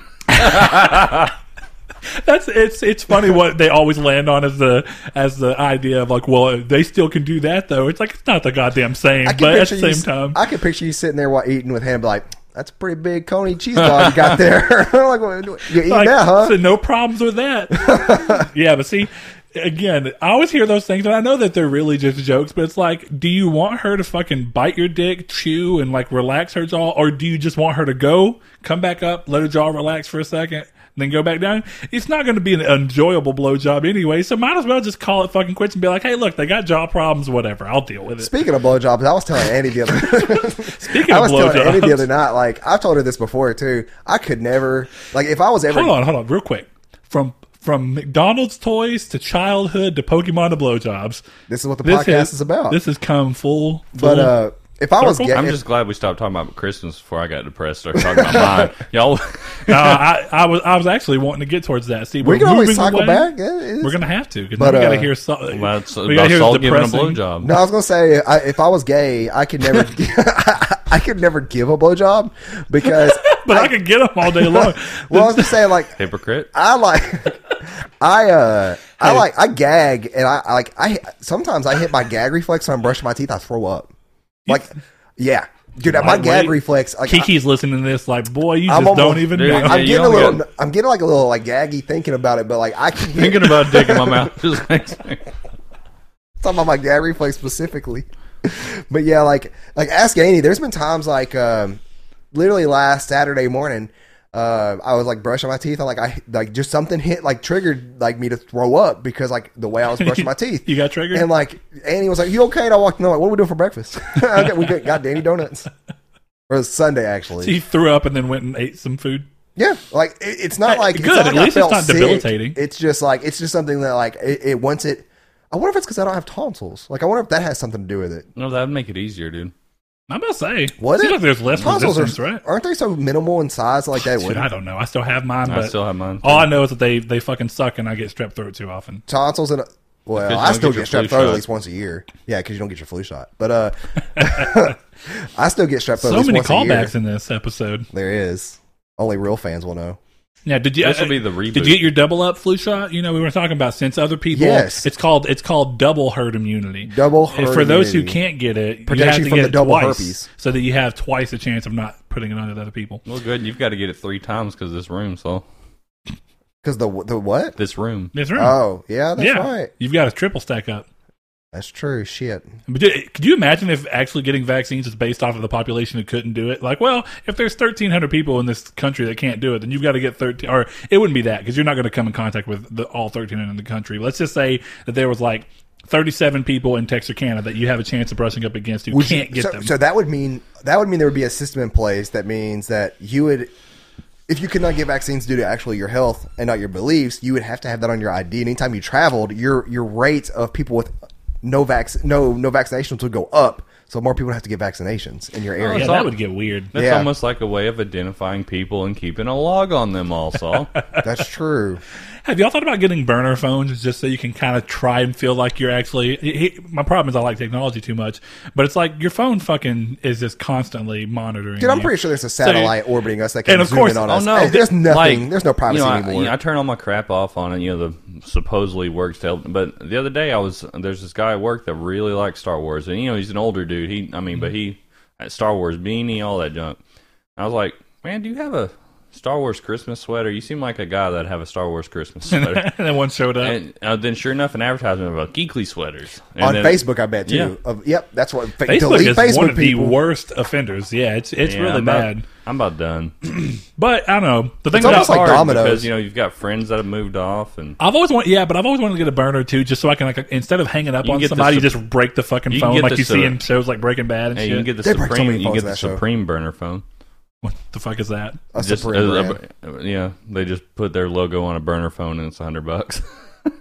That's it's it's funny what they always land on as the as the idea of like, well, they still can do that though. It's like it's not the goddamn same, I can but at picture the you, same time, I can picture you sitting there while eating with him, be like, "That's a pretty big coney cheese dog you got there." like, well, you eating Like, that, huh? So no problems with that. yeah, but see, again, I always hear those things, and I know that they're really just jokes. But it's like, do you want her to fucking bite your dick, chew, and like relax her jaw, or do you just want her to go, come back up, let her jaw relax for a second, and then go back down? It's not going to be an enjoyable blowjob anyway, so might as well just call it fucking quits and be like, hey, look, they got jaw problems, whatever. I'll deal with it. Speaking of blowjobs, I was telling Andy the other. Speaking I of was telling Andy the blowjobs, other night. Like, I've told her this before too. I could never. Like, if I was ever hold on, hold on, real quick, from. From McDonald's toys to childhood to Pokemon to blowjobs. This is what the This podcast has- is about. This has come full. but full- uh, if I was Circle? getting, I'm just glad we stopped talking about Christmas before I got depressed. Started talking about mine. Y'all, No, Uh, I, I was I was actually wanting to get towards that. See, we we're can always moving cycle away. back. Yeah, it is- We're gonna have to because we But, gotta uh, hear something. about, about we gotta hear Saul giving a depressing- blowjob. No, I was gonna say I, if I was gay, I could never, I could never give a blowjob because. but I, can get them all day long. Well, I was just saying, like Hypocrite. I like, I uh, I like, I gag, and I, I like, I sometimes I hit my gag reflex when I'm brushing my teeth, I throw up, like, yeah. dude. My gag lightweight. reflex. Like, I, Kiki's listening to this, like, boy, you just I'm almost- don't even Dude, know. Yeah, I'm you getting a only little. got- I'm getting like a little like gaggy thinking about it, but like I can get Thinking about dick in my mouth just makes me. talking about my gag reflex specifically. but yeah, like like ask Annie. There's been times like um, literally last Saturday morning, uh, I was like brushing my teeth. I like I like just something hit like triggered like me to throw up because like the way I was brushing my teeth. You got triggered? And like Annie was like, "You okay?" And I walked in. I'm like, "What are we doing for breakfast?" okay, we got, got Danny donuts. Or it was Sunday actually. He threw up and then went and ate some food. Yeah, like it, it's not Hey, like it's good, not at like I least it's felt not sick. debilitating. It's just like it's just something that like it, it once it. I wonder if it's because I don't have tonsils. Like I wonder if that has something to do with it. No, that'd make it easier, dude. I must say, Was seems it? like there's less Tonsils resistance, are right? aren't they so minimal in size? Like they Dude, would I don't know. I still have mine, I but still have mine. all I know is that they, they fucking suck and I get strep throat too often. tonsils and uh, well, Because you I don't still get get strep your flu throat at shot. least once a year. Yeah, because you don't get your flu shot. But uh, I still get strep throat. at So least many once a year. callbacks in this episode. There is only real fans will know. Yeah, did you? uh, This will be the reboot. Did you get your double up flu shot? You know, we were talking about since other people. Yes. It's called it's called double herd immunity. Double herd for those who immunity. can't get it, you Protects have you to from get the it double twice, herpes. so that you have twice the chance of not putting it on to other people. Well, good. You've got to get it three times because this room, so Because the the what? this room. That's right. Oh yeah, that's yeah, right. you've got a triple stack up. That's true. Shit. But did- could you imagine if actually getting vaccines is based off of the population who couldn't do it? Like, well, if there's 1,300 people in this country that can't do it, then you've got to get 13, or it wouldn't be that because you're not going to come in contact with the, all 1,300 in the country. Let's just say that there was like 37 people in Texarkana that you have a chance of brushing up against who Would you- can't get so, them. So that would mean that would mean there would be a system in place that means that you would, if you could not get vaccines due to actually your health and not your beliefs, you would have to have that on your ID. And anytime you traveled, your your rate of people with no vac no no vaccinations would go up. So more people would have to get vaccinations in your yeah, area. it's that all- would get weird. That's Yeah. almost like a way of identifying people and keeping a log on them. Also, That's true. Have y'all thought about getting burner phones just so you can kind of try and feel like you're actually? he- he- my problem is I like technology too much, but it's like your phone fucking is just constantly monitoring. Dude, I'm you. pretty sure there's a satellite orbiting us that can and of zoom course- in on oh, us. no. Hey, there's nothing. Like, there's no privacy you know, I- anymore. you know, I, turn all my crap off on it. You know, the supposedly works to help. But the other day, I was there's this guy at work that really likes Star Wars, and you know, he's an older dude. He, I mean, but he uh, Star Wars beanie, all that junk. I was like, man, do you have a Star Wars Christmas sweater? You seem like a guy that'd have a Star Wars Christmas sweater. and then one showed up. and uh, then, sure enough, an advertisement about Geekly sweaters And on then- Facebook, I bet too. Yeah. Of, yep, that's what fa- Facebook delete is Facebook one of people. the worst offenders. Yeah, it's it's Yeah, really I'm about- bad. I'm about done. But I don't know. The thing It's about almost like Hard dominoes. because you know you've got friends that have moved off, and I've always wanted, yeah, but I've always wanted to get a burner too, just so I can like instead of hanging up You can on get the somebody, sup- just break the fucking you can phone get like the you see sup- in shows like Breaking Bad and hey, shit. you can get the They break so supreme. many you can phones get in the that show. supreme burner phone. what the fuck is that? A Just, Supreme uh, brand. uh, yeah, they just put their logo on a burner phone and it's hundred bucks.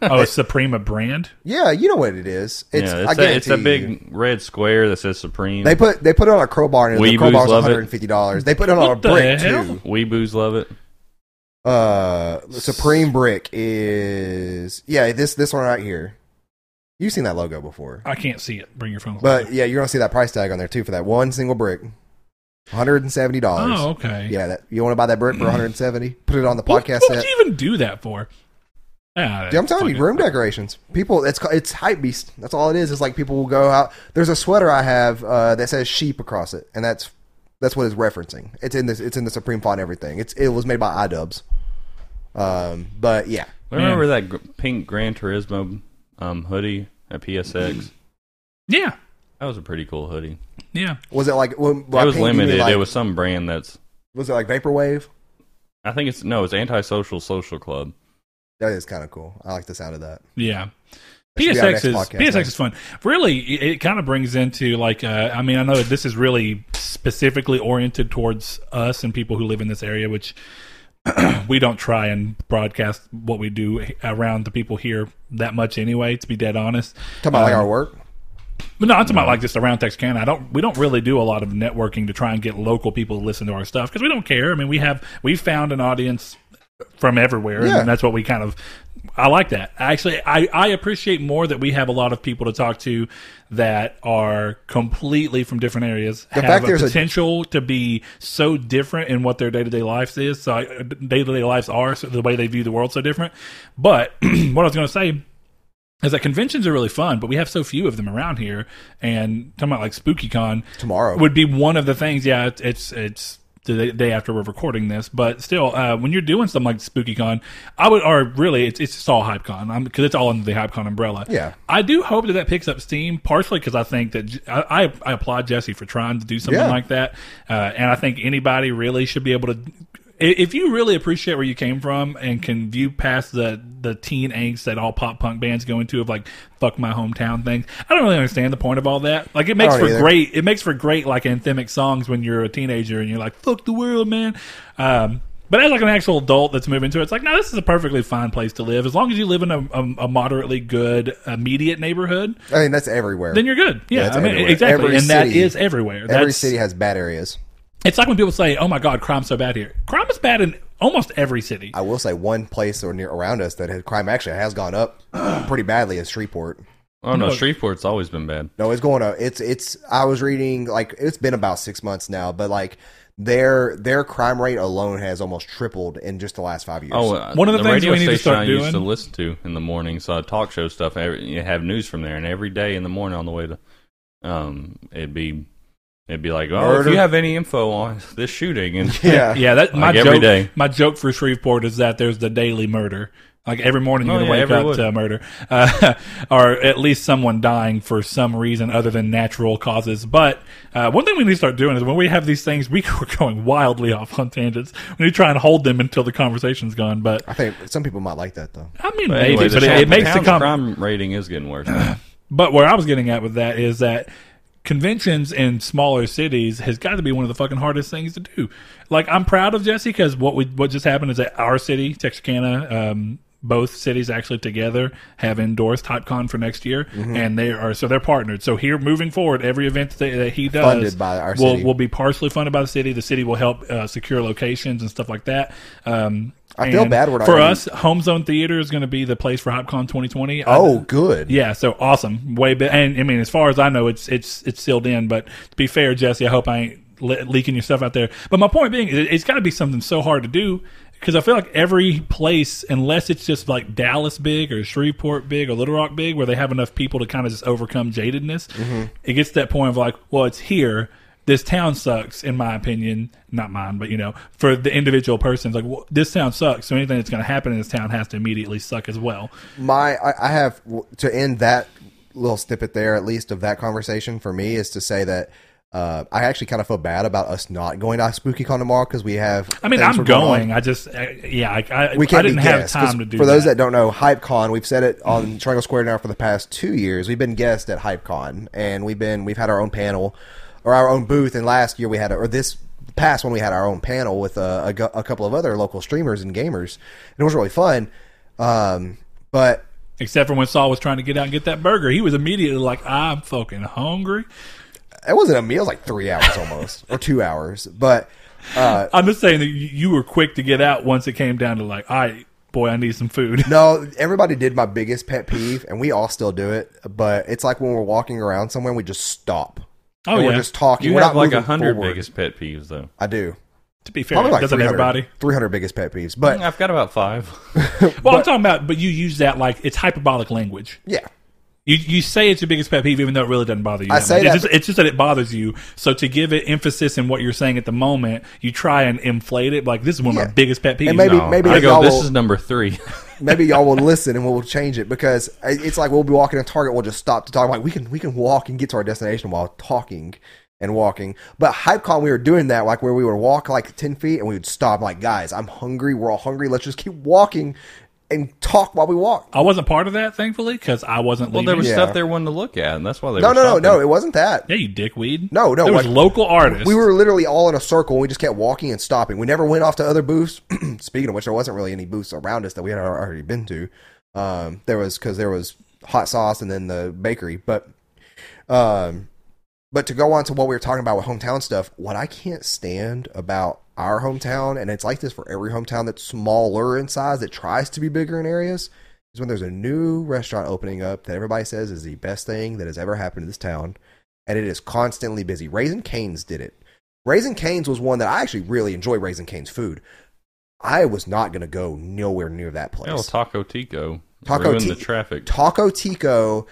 Oh, it's Supreme a brand. Yeah, you know what it is. It's, yeah, I it's, a, guarantee it's a big you. red square that says Supreme. They put they put it on a crowbar and the Weeboos crowbar was one love it. hundred and fifty dollars. They put it on a What the brick hell? too. Weeboos love it. Uh, Supreme brick is yeah this this one right here. You've seen that logo before, I can't see it. Bring your phone. but yeah, you're gonna see that price tag on there too for that one single brick, one hundred and seventy dollars. oh, okay. Yeah, that you want to buy that brick for one hundred and seventy? Put it on the What, podcast what set. would you even do that for? Ah, Dude, I'm telling you, fuck room decorations. People, it's ca- it's hype beast. That's all it is. It's like people will go out. There's a sweater I have uh, that says sheep across it, and that's that's what it's referencing. It's in this. It's in the Supreme font. and Everything. It's it was made by iDubbbz. Um, but yeah, Man. Remember that gr- pink Gran Turismo um, hoodie at PSX? it. Yeah, That was a pretty cool hoodie. yeah. was it like when, it was pink, you mean limited. like- it was some brand that's. was it like vaporwave? I think it's no, it's antisocial social club. That is kind of cool. I like the sound of that. Yeah. That should be our next PSX is podcast, PSX huh? is fun. Really, it, it kind of brings into like uh, I mean I know that this is really specifically oriented towards us and people who live in this area, which we don't try and broadcast what we do around the people here that much anyway. To be dead honest, Talking about like Um, our work. but no, I'm talking about like just around Texarkana. I don't. We don't really do a lot of networking to try and get local people to listen to our stuff because we don't care. I mean, we have we found an audience from everywhere, Yeah. and that's what we kind of. I like that. Actually, I, I appreciate more that we have a lot of people to talk to that are completely from different areas. have fact a there's a- potential to be so different in what their day to day lives is. So uh, day to day lives are so the way they view the world so different. But what I was going to say is that conventions are really fun, but we have so few of them around here. And talking about like SpookyCon Tomorrow. would be one of the things. Yeah, it's it's. it's the day- day after we're recording this, but still, uh, when you're doing something like SpookyCon, I would, or really, it's, it's just all HypeCon because it's all under the HypeCon umbrella. Yeah. I do hope that that picks up steam, partially because I think that J- I, I- I applaud Jesse for trying to do something Yeah. like that, uh, and I think anybody really should be able to. i- If you really appreciate where you came from and can view past the the teen angst that all pop punk bands go into of like fuck my hometown things, I don't really understand the point of all that. Like it makes don't for either. great it makes for great like anthemic songs when you're a teenager and you're like fuck the world, man. Um, but as like an actual adult that's moving to it, it's like, no, this is a perfectly fine place to live. As long as you live in a, a, a moderately good immediate neighborhood, I mean, that's everywhere. then you're good. Yeah, it's I mean, everywhere. exactly. Every and that city- is everywhere. Every That's- city has bad areas. It's like when people say, oh my God, crime's so bad here. Crime is bad in almost every city. I will say one place or near around us that had crime actually has gone up pretty badly is Shreveport. Oh no, No. Shreveport's always been bad. No, it's going to it's it's I was reading like it's been about six months now, but like their their crime rate alone has almost tripled in just the last five years. Oh, uh, One of the things radio we need to station start I used doing- to listen to in the morning, so I talk show stuff. Every, you have news from there, and every day in the morning on the way to, um, it'd be, it'd be like, oh, Murder. if you have any info on this shooting, and yeah. uh, yeah, that my Like joke. every day. My joke for Shreveport is that there's the daily murder. Like every morning, you're Oh, gonna wake yeah, every up wood. to a murder, uh, or at least someone dying for some reason other than natural causes. But uh, one thing we need to start doing is when we have these things, we are going wildly off on tangents. We need to try and hold them until the conversation's gone. But I think some people might like that though. I mean, But maybe, anyway, but it, it makes the town's com- crime rating is getting worse. But where I was getting at with that is that conventions in smaller cities has got to be one of the fucking hardest things to do. Like I'm proud of Jesse because what we what just happened is that our city, Texarkana, um, both cities actually together have endorsed HypeCon for next year, Mm-hmm. and they are so they're partnered. So here moving forward, every event that, that he does Funded by our will city. will be partially funded by the city. The city will help uh, secure locations and stuff like that. Um, I feel and bad we're not for gonna- us. Home Zone Theater is going to be the place for HypeCon 2020. I- Oh, good. yeah, so awesome. Way be- and I mean, as far as I know, it's it's it's sealed in. But to be fair, Jesse, I hope I ain't le- leaking your stuff out there. But my point being, it, it's got to be something so hard to do because I feel like every place, unless it's just like Dallas big or Shreveport big or Little Rock big, where they have enough people to kind of just overcome jadedness, it gets to that point of like, well, it's here. This town sucks, in my opinion. Not mine, but you know, for the individual person, it's like well, this town sucks. So anything that's going to happen in this town has to immediately suck as well. my I, I have to end that little snippet there at least of that conversation for me is to say that uh, I actually kind of feel bad about us not going to SpookyCon tomorrow because we have. I mean, things I'm we're on. going. I just, I, yeah, I, I, We I can't didn't be have guests, 'cause time to do For those that. that don't know, HypeCon, we've said it on Triangle Square now for the past two years. We've been guests at HypeCon, and we've been we've had our own panel or our own booth. And last year we had, a, or this past one, we had our own panel with a, a, gu- a couple of other local streamers and gamers, and it was really fun. Um, but Except for when Saul was trying to get out and get that burger, he was immediately like, "I'm fucking hungry." it wasn't a meal; it was like three hours almost, or two hours. But uh, I'm just saying that you, you were quick to get out once it came down to like, "I boy, I need some food." no, everybody did my biggest pet peeve, and we all still do it. But it's like when we're walking around somewhere, and we just stop. oh and yeah. we're just talking. you we're have not like a moving hundred forward. biggest pet peeves though. I do. to be fair, Probably like doesn't 300, everybody? 300 biggest pet peeves. But Mm-hmm. I've got about five. Well, I'm talking about, but you use that like it's hyperbolic language. yeah, You you say it's your biggest pet peeve, even though it really doesn't bother you. I that say much. that- It's, just, it's just that it bothers you. So to give it emphasis in what you're saying at the moment, you try and inflate it. Like this is one of Yeah. my biggest pet peeves. And maybe- No, maybe I if go. y'all This will- is number three. maybe y'all will listen and we'll change it because it- it's like we'll be walking in Target, we'll just stop to talk. Like we can we can walk and get to our destination while talking and walking. But HypeCon, we were doing that like where we would walk like ten feet and we would stop. Like guys, I'm hungry. We're all hungry. Let's just keep walking and talk while we walk. I wasn't part of that, thankfully, because I wasn't. Well, leaving. there was Yeah. stuff they wanted to look at, and that's why they. No, were no, no, shopping. no. It wasn't that. Yeah, you dickweed. No, no, There was like- local artists. We were literally all in a circle and we just kept walking and stopping. We never went off to other booths. Speaking of which, there wasn't really any booths around us that we had already been to. Um, there was because there was hot sauce and then the bakery, but um, but to go on to what we were talking about with hometown stuff, what I can't stand about our hometown, and it's like this for every hometown that's smaller in size that tries to be bigger in areas, is when there's a new restaurant opening up that everybody says is the best thing that has ever happened to this town, and it is constantly busy. Raisin Canes did it. Raisin Canes was one that I actually really enjoy. Raisin Canes food. I was not going to go nowhere near that place. Hell, Taco Tico. Taco ruin Ti- the traffic. Taco Tico.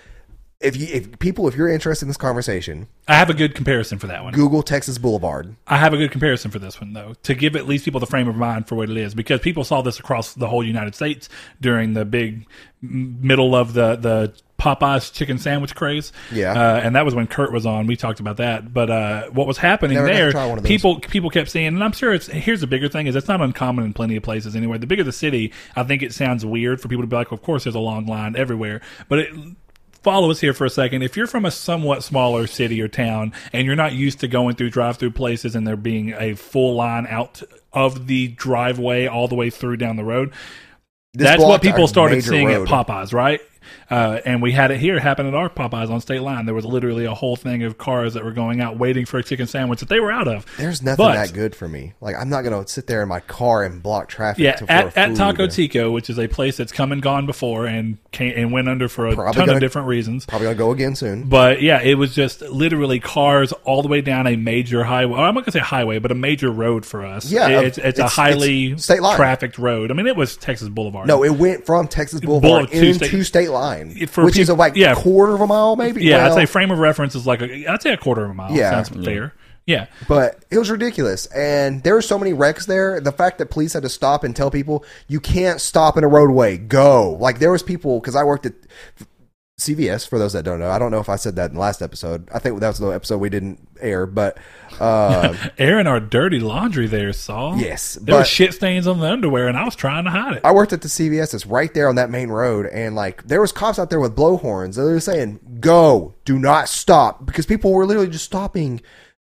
If you if people if you're interested in this conversation, I have a good comparison for that one. Google Texas Boulevard. I have a good comparison for this one though, to give at least people the frame of mind for what it is, because people saw this across the whole United States during the big m- middle of the the Popeyes chicken sandwich craze. Yeah. uh, and that was when Kurt was on. We talked about that, but uh, what was happening Never got to there? try one of those. People people kept saying, and I'm sure it's here's the bigger thing is it's not uncommon in plenty of places anyway. The bigger the city, I think it sounds weird for people to be like, of course, there's a long line everywhere, but it. Follow us here for a second. If you're from a somewhat smaller city or town and you're not used to going through drive-through places and there being a full line out of the driveway all the way through down the road, This that's what blocked people our started major seeing at road. Popeyes, right? Uh, and we had it here happen at our Popeyes on state line. There was literally a whole thing of cars that were going out waiting for a chicken sandwich that they were out of. There's nothing But- that good for me. Like I'm not gonna sit there in my car and block traffic. Yeah, to, for at, at food. Taco Tico, which is a place that's come and gone before and came, and went under for a Probably ton gonna- of different reasons. Probably gonna go again soon. But yeah, it was just literally cars all the way down a major highway. I'm not gonna say highway, but a major road for us. Yeah, It- uh, it's, it's, a it's- highly it's state line. trafficked road. I mean, it was Texas Boulevard. No, it went from Texas Boulevard to into state- state, line, It- for which is peop- a, like yeah. quarter of a mile, maybe. yeah, Well, I'd say frame of reference is like a, I'd say a quarter of a mile. Yeah. sounds fair. Yeah, But it was ridiculous, and there were so many wrecks there. The fact that police had to stop and tell people you can't stop in a roadway, go. Like there was people because I worked at CVS. For those that don't know, I don't know if I said that in the last episode. I think that was the episode we didn't air, but uh, airing our dirty laundry there, Saul. Yes, there were but- shit stains on the underwear, and I was trying to hide it. I worked at the CVS. It's right there on that main road, and like there was cops out there with blowhorns. They were saying, "Go, do not stop," because people were literally just stopping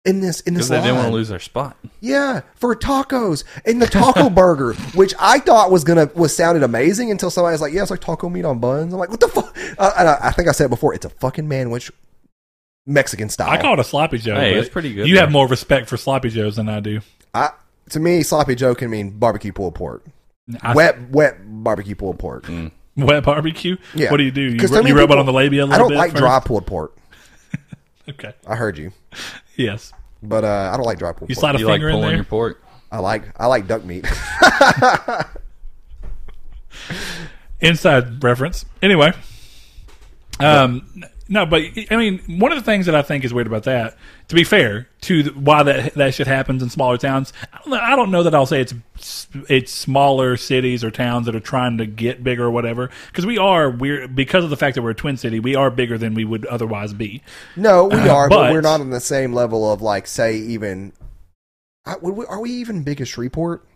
in this in this Because they line. didn't want to lose their spot. Yeah, for tacos and the taco burger, which I thought was gonna was sounded amazing until somebody was like, "Yeah, it's like taco meat on buns." I'm like, "What the fuck?" Uh, and I, I think I said it before. It's a fucking manwich, Mexican style. I call it a sloppy joe. Hey, but it's pretty good, You have though. more respect for sloppy joes than I do. I, to me, sloppy joe can mean barbecue pulled pork, I, wet, wet wet barbecue pulled pork. Mm. barbecue. Yeah, What do you do? You, 'Cause ru- so many you rub it people- on the labia. A little I don't bit like first? dry pulled pork. Okay. I heard you, Yes. but uh, I don't like dry pulled. You pork. slide a You like finger in pulling there. your pork? I like I like duck meat. inside reference. Anyway, um, no, but I mean, one of the things that I think is weird about that, to be fair, to th- why that that shit happens in smaller towns, I don't know, I don't know that I'll say it's it's smaller cities or towns that are trying to get bigger or whatever, because we are weird because of the fact that we're a twin city, we are bigger than we would otherwise be. No, we are, but, but- we're not on the same level of like say even. I, would we, are we even big as Shreveport?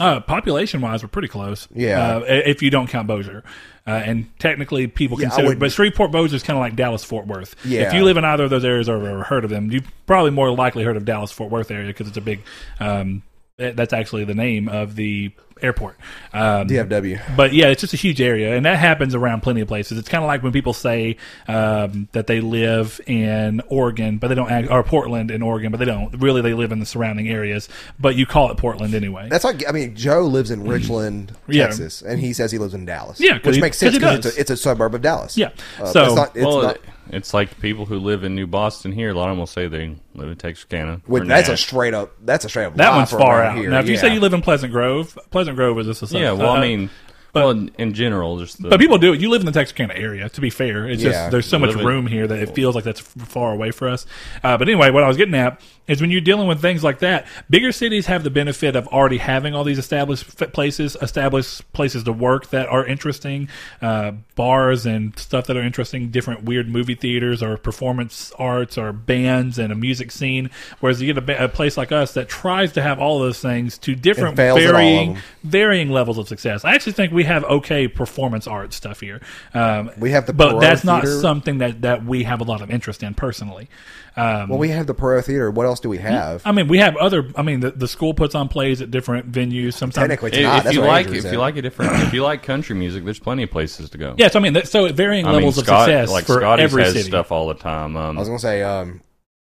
Uh, population wise, we're pretty close. Yeah. Uh, i- if you don't count Bossier. Uh, and technically, people Yeah, I consider, wouldn't- but Shreveport Bossier is kind of like Dallas Fort Worth. Yeah. If you live in either of those areas or have ever heard of them, you've probably more likely heard of Dallas Fort Worth area because it's a big, um, eh, that's actually the name of the airport. Um, DFW. but yeah, it's just a huge area, and that happens around plenty of places. It's kind of like when people say um, that they live in Oregon, but they don't, act, or Portland in Oregon, but they don't. Really, they live in the surrounding areas, but you call it Portland anyway. That's like I mean, Joe lives in Richland, Yeah. Texas, and he says he lives in Dallas. Yeah, 'cause which he- makes 'cause sense he because does. it's, a- it's a suburb of Dallas. Yeah. Uh, So- it's not, it's well, not- it- it's like people who live in New Boston here. A lot of them will say they live in Texarkana. with- or that's a Nash. straight up. That's a straight up. That lie one's for far around out. Here. Now, if you Yeah. say you live in Pleasant Grove, Pleasant Grove is just a sub- yeah. Well, uh, I mean, well, in, in general, just the, but people do it. You live in the Texarkana area. To be fair, it's Yeah. just there's so much Living- room here that it feels like that's f- far away for us. Uh, but anyway, what I was getting at is when you're dealing with things like that, bigger cities have the benefit of already having all these established f- places, established places to work that are interesting, uh, bars and stuff that are interesting, different weird movie theaters or performance arts or bands and a music scene. Whereas you get a, ba- a place like us that tries to have all those things to different fails at all of varying them. varying levels of success. I actually think we have okay performance art stuff here. Um, We have the but Perot that's not Theater. something that that we have a lot of interest in personally. Um, well, we have the Perot Theater. What else do we have? I mean, we have other. I mean, the, the school puts on plays at different venues. Sometimes Technically, it's if, not. if That's you what like, Andrew's if at. you like a different, if you like country music, there's plenty of places to go. yes. I mean, that, so at varying I mean, levels Scott- of success like for Scotty's every has city. stuff all the time. Um, I was gonna say, um,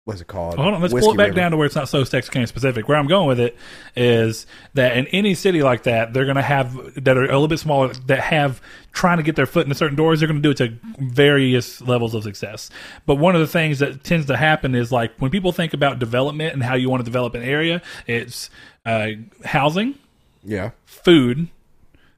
what's it called? Hold on, let's pull Whiskey it back River. down to where it's not so Texarkana specific. Where I'm going with it is that in any city like that, they're going to have that are a little bit smaller that have trying to get their foot into certain doors. They're going to do it to various levels of success. But one of the things that tends to happen is like when people think about development and how you want to develop an area, it's uh, housing, Yeah, food,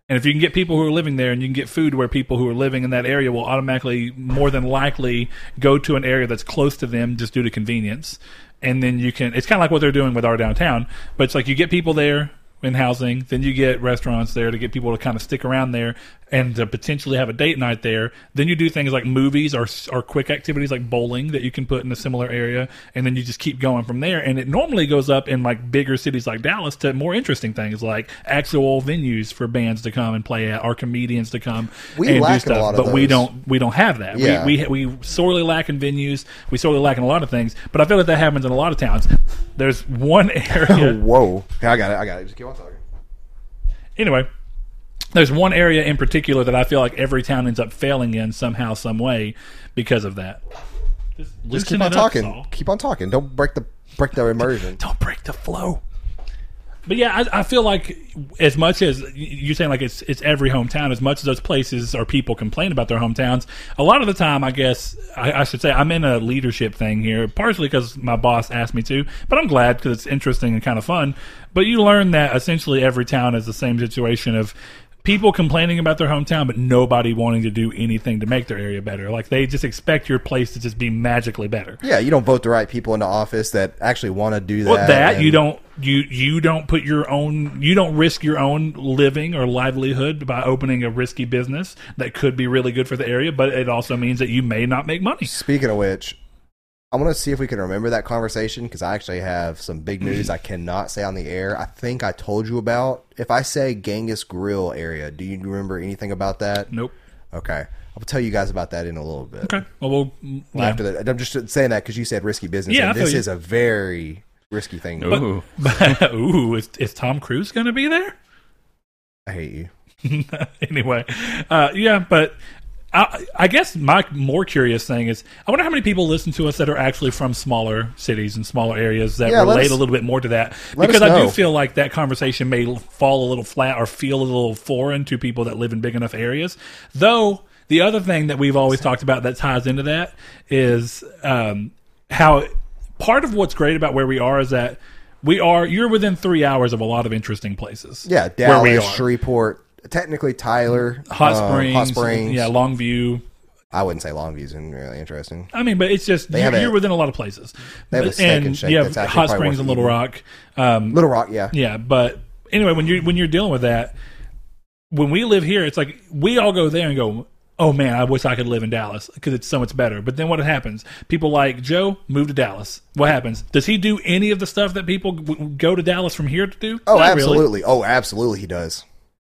And if you can get people who are living there and you can get food where people who are living in that area will automatically, more than likely, go to an area that's close to them just due to convenience. And then you can, it's kind of like what they're doing with our downtown, but it's like you get people there in housing, then you get restaurants there to get people to kind of stick around there and to potentially have a date night there. Then you do things like movies or or quick activities like bowling that you can put in a similar area, and then you just keep going from there. And it normally goes up in like bigger cities like Dallas to more interesting things like actual venues for bands to come and play at, or comedians to come We and lack do a stuff. lot of but we those. don't we don't have that. Yeah. We, we we sorely lack in venues. We sorely lack in a lot of things. But I feel like that happens in a lot of towns. There's one area. Whoa. Okay, I got it. I got it. Just keep on talking. anyway, there's one area in particular that I feel like every town ends up failing in somehow, some way, because of that. Just, Just keep on talking. Keep on talking. Don't break the break the immersion. Don't break the flow. But yeah, I, I feel like as much as y- you're saying, like it's it's every hometown. As much as those places or people complain about their hometowns, a lot of the time, I guess I, I should say I'm in a leadership thing here, partially because my boss asked me to, but I'm glad because it's interesting and kind of fun. But you learn that essentially every town is the same situation of people complaining about their hometown, but nobody wanting to do anything to make their area better. Like they just expect your place to just be magically better. Yeah, you don't vote the right people into office that actually want to do that. Well, that you and- don't you you don't put your own you don't risk your own living or livelihood by opening a risky business that could be really good for the area, but it also means that you may not make money. Speaking of which, I want to see if we can remember that conversation because I actually have some big news I cannot say on the air. I think I told you about. If I say Genghis Grill area, do you remember anything about that? Nope. Okay, I'll tell you guys about that in a little bit. Mm. Okay. Well, we'll yeah. After that, I'm just saying that because you said risky business. Yeah, and I feel this you. is a very risky thing. to do. Ooh. Ooh, is, is Tom Cruise going to be there? I hate you. anyway, uh, yeah, but I, I guess my more curious thing is I wonder how many people listen to us that are actually from smaller cities and smaller areas that Yeah, let relate us- a little bit more to that. let Because us I do know. feel like that conversation may l- fall a little flat or feel a little foreign to people that live in big enough areas. Though the other thing that we've always talked about that ties into that is um, how part of what's great about where we are is that. We are you're within three hours of a lot of interesting places. Yeah, where we Dallas, are. Shreveport, technically Tyler, Hot um, Springs, Hot Springs. yeah, Longview. I wouldn't say Longview's isn't really interesting. I mean, but it's just have you're, a- you're within a lot of places. they have a steak and shake you that's have actually Hot probably Springs worth and Little eating. Rock. Um, Little Rock, yeah. yeah, but anyway, when you when you're dealing with that, when we live here, it's like we all go there and go, "Oh man, I wish I could live in Dallas because it's so much better." But then what happens? People like Joe move to Dallas. What happens? Does he do any of the stuff that people w- go to Dallas from here to do? Oh, Not really. absolutely. Oh, absolutely, he does.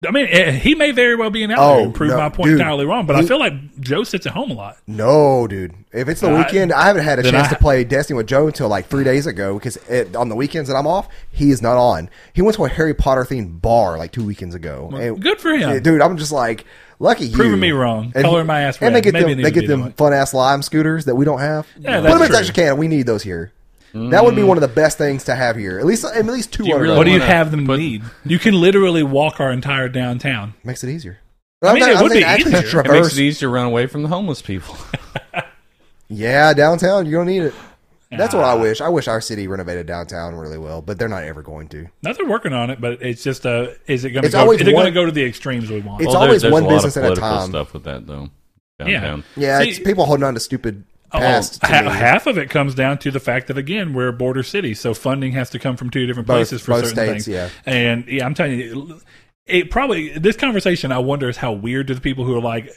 I mean, eh, he may very well be an out Oh, there and prove no, my point dude. entirely wrong. But I He- feel like Joe sits at home a lot. No, dude. If it's the I- weekend, I haven't had a then chance I- to play Destiny with Joe until like three days ago because it, on the weekends that I'm off, he is not on. He went to a Harry Potter themed bar like two weekends ago. And- Good for him. Yeah, dude. I'm just like lucky you Proving me wrong. Coloring my ass And they red. get Maybe I them, need they to get be them doing it. fun ass lime scooters that we don't have. Yeah, Put them that's in Texas true. Can. We need those here. That would be one of the best things to have here. At least at least two. you hundred really of What do them. you wanna have them need? You can literally walk our entire downtown. makes it easier. mean, it would be actually easier. It makes It makes traverse. it easier to run away from the homeless people. Yeah, downtown. You don't need it. That's what I wish. I wish our city renovated downtown really well, but they're not ever going to. Now they're working on it, but it's just uh, is it going to It's go? always Is it going to one- go to the extremes we want? It's Well, there- always there's one a lot of business at a political time. Stuff with that though. yeah, Downtown. Yeah, See, it's people holding on to stupid oh, past. to ha- me. half of it comes down to the fact that again we're a border city, so funding has to come from two different Both- places for both certain states, things. yeah. and yeah, I'm telling you, it probably this conversation. I wonder is how weird to the people who are like.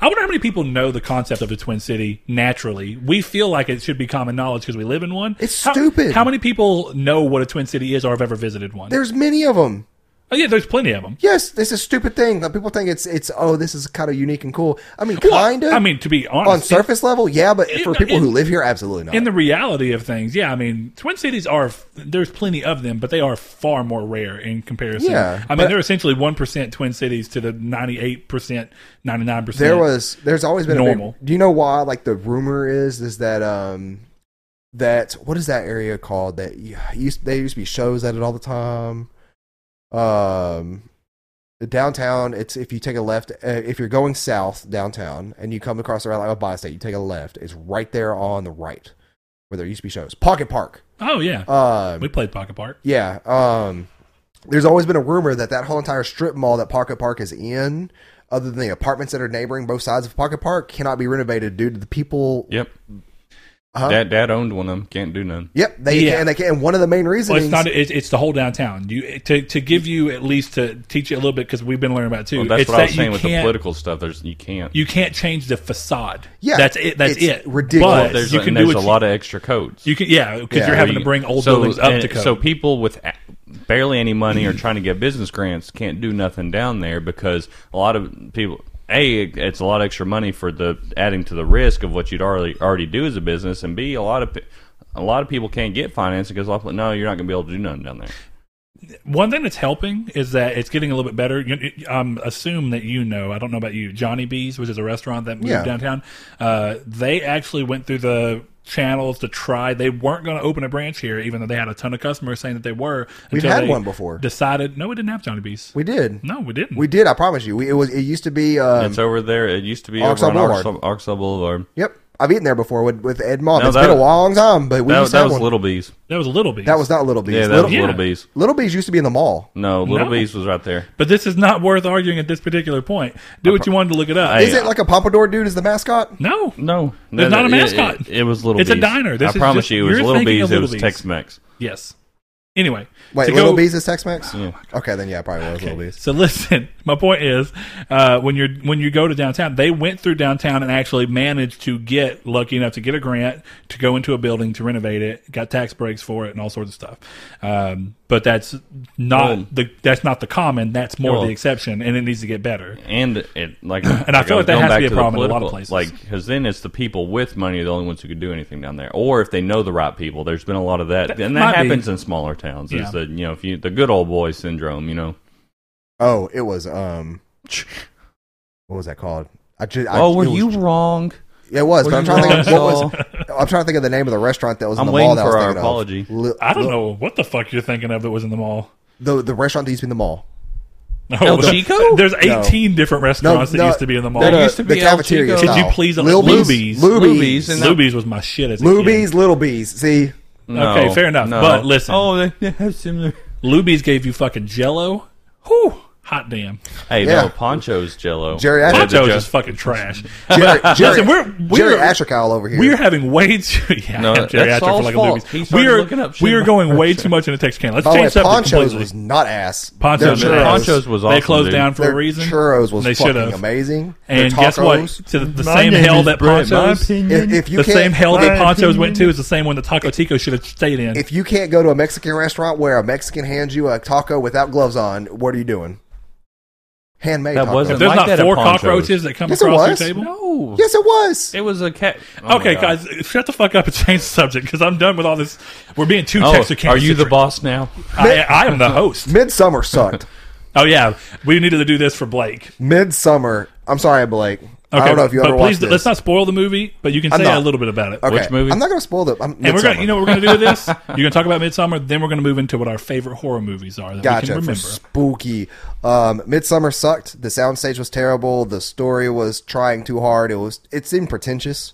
I wonder how many people know the concept of the Twin City naturally. We feel like it should be common knowledge because we live in one. It's How- stupid. How many people know what a Twin City is or have ever visited one? There's many of them. oh, yeah, there's plenty of them. Yes, this is a stupid thing. Like, People think it's it's oh this is kind of unique and cool. I mean, Well, kind of. I mean, to be honest, on surface level, yeah, but for people in- who live here, absolutely not. in the reality of things, yeah, I mean, Twin Cities are there's plenty of them, but they are far more rare in comparison. Yeah, I mean, but- they're essentially one percent Twin Cities to the ninety eight percent, ninety nine percent. there was there's always been A Normal. big, do you know why? Like the rumor is is that um that what is that area called that you, used they used to be shows at it all the time. Um, the downtown. It's if you take a left, uh, if you're going south downtown and you come across around like Ohio State, you take a left. It's right there on the right where there used to be shows. Pocket Park. oh yeah, Um, we played Pocket Park. yeah. Um, there's always been a rumor that that whole entire strip mall that Parker Park is in, other than the apartments that are neighboring both sides of Parker Park, cannot be renovated due to the people. Yep. Uh-huh. Dad, dad owned one of them. Can't do none. Yep, they Yeah. can. They can. And one of the main reasons. Well, it's not. It, it's the whole downtown. You to to give you at least to teach you a little bit because we've been learning about it too. Well, that's it's what I was saying you with the can't- political stuff. There's you can't. You can't change the facade. Yeah, that's it. That's it's it. ridiculous. But there's you a, can do and there's what a you- lot of extra codes. You can, yeah, because Yeah. you're having to You- bring old so- buildings up and- to code. So people with a- barely any money or trying to get business grants can't do nothing down there because a lot of people. A, it's a lot of extra money for the adding to the risk of what you'd already already do as a business, and B, a lot of pe- a lot of people can't get financing because a lot of people, no, you're not going to be able to do nothing down there. One thing that's helping is that it's getting a little bit better. You, you- um, assume that you know. I don't know about you. Johnny B's, which is a restaurant that moved Yeah. downtown, uh, they actually went through the channels to try. They weren't going to open a branch here, even though they had a ton of customers saying that they were. We've until had they one before. Decided no, we didn't have Johnny B's. we did. no, we didn't. We did. I promise you. We, it was. It used to be. Um, it's over there. It used to be Arkansas over on Boulevard. Arkansas, Arkansas Boulevard. yep. I've eaten there before with, with Ed Mom. No, It's that- been a long time, but we That, used to that have was one. Little Bees. that was a little bit. That was not Little Bees. Yeah, that Little, was Little Yeah. Bees. Little Bees used to be in the mall. No, Little No. Bees was right there. But this is not worth arguing at this particular point. Do what you wanted to look it up. I- Is it like a Pompadour dude is the mascot? no. No, There's no, not a it- mascot. It, it was Little. It's a Bees. diner. This I is promise just- you, it was you're Little thinking Bees. of It Little was Bees. Tex-Mex. Yes. Anyway. Wait, to Little go- Bees is Tex Mex. Yeah. Okay, then yeah, it probably was Little Okay, Bees. So listen, my point is, uh, when you're when you go to downtown, they went through downtown and actually managed to get lucky enough to get a grant to go into a building to renovate it, got tax breaks for it, and all sorts of stuff. Um, but that's not Well- the that's not the common. That's more Well- the exception, and it needs to get better. and it like And I feel like that going has to back be a the problem in a lot of political- places. like because then it's the people with money are the only ones who could do anything down there or if they know the right people there's been a lot of that, That and might that be. happens in smaller towns Yeah. is the you know if you the good old boy syndrome you know Oh, it was um, what was that called? I just, I, oh were it was- you wrong Yeah, it was. were But I'm you trying to think of, wrong, what was. Saul? I'm trying to think of the name of the restaurant that was in I'm the waiting mall. That I was for our thinking of. apology. Li- I don't li- know what the fuck you're thinking of that was in the mall. the the restaurant that used to be in the mall. No, El the- Chico? There's No. 18 different restaurants that no, used to be in the mall. There Uh, used to the be El cafeteria. Chico. Could you style. please- Little Lubies. Bees? Lubies. Lubies and- Luby's was my shit as a Little kid. Bees, Little Bees. See, No, Okay, fair enough, no. but listen. oh they, they have similar Luby's gave you fucking Jello. Whew, hot damn. hey Yeah. no poncho's jello Jerry Ash- Yeah, the Ponchos Jell- is fucking trash. Jerry, Jerry, Listen, we're- Jerry we're- Asherkyle over here. We are having way too. Yeah, No, I'm Jerry that's Atcher for Saul's like a fault. Luby's. He started We are looking up we shit are going way too much into Texas can. Let's By the way, change subject Ponchos completely. was not ass. Ponchos, Their was- churros- Ponchos was they awesome, closed dude. down for their a reason. Churros was they fucking should've. amazing. Their And guess what? tacos. To the same hell that Ponchos, the If, if you can't, same hell that Right. Ponchos went to is the same one that Taco Tico should have stayed in. If you can't go to a Mexican restaurant where a Mexican hands you a taco without gloves on, what are you doing? Handmade. That tacos. wasn't- There's like not that at four Ponchos. cockroaches that come Yes, it across was. your table. no Yes, it was. it was a cat oh my Okay, God. guys, shut the fuck up and change the subject because I'm done with all this. We're being too Oh, Texarkana. are you the centric. boss now? I, I am the host. Midsummer sucked. Oh yeah, we needed to do this for Blake. Midsummer. I'm sorry, Blake. I don't know if you but ever please, watched this. let's not spoil the movie. But you can I'm say not. a little bit about it. okay. Which movie? I'm not going to spoil it. I'm, And we're gonna, Midsommar. you know, what we're gonna do with this. You're gonna talk about Midsummer. Then we're gonna move into what our favorite horror movies are that we Gotcha. can for remember. spooky. Um, Midsummer sucked. The soundstage was terrible. The story was trying too hard. It was. It seemed pretentious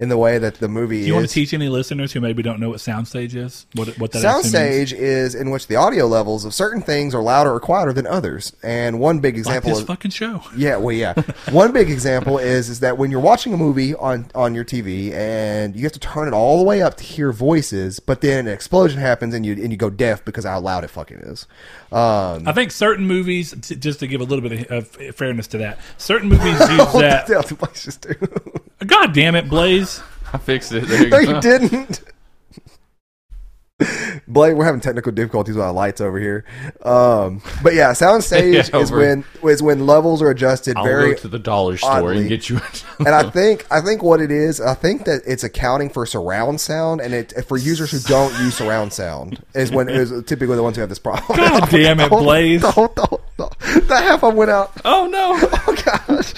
in the way that the movie Do you want is. to teach any listeners who maybe don't know what soundstage is? What what that actually means? Soundstage is in which the audio levels of certain things are louder or quieter than others. And one big Like example this is fucking show. Yeah, well, yeah. One big example is is that when you're watching a movie on on your TV and you have to turn it all the way up to hear voices, but then an explosion happens and you and you go deaf because of how loud it fucking is. Um, I think certain movies, t- just to give a little bit of, of fairness to that, certain movies use that. That's what I just do. God damn it, Blaze! I fixed it. There you no, go. you didn't. Blake, we're having technical difficulties with our lights over here. Um, but yeah, soundstage Yeah, is over- when is when levels are adjusted I'll very go to the dollar store oddly. and get you. and I think I think what it is, I think that it's accounting for surround sound, and it for users who don't use surround sound is when is typically the ones who have this problem. God damn it, Blaze. The, whole- the, whole- the, the half I went out. oh no! Oh gosh.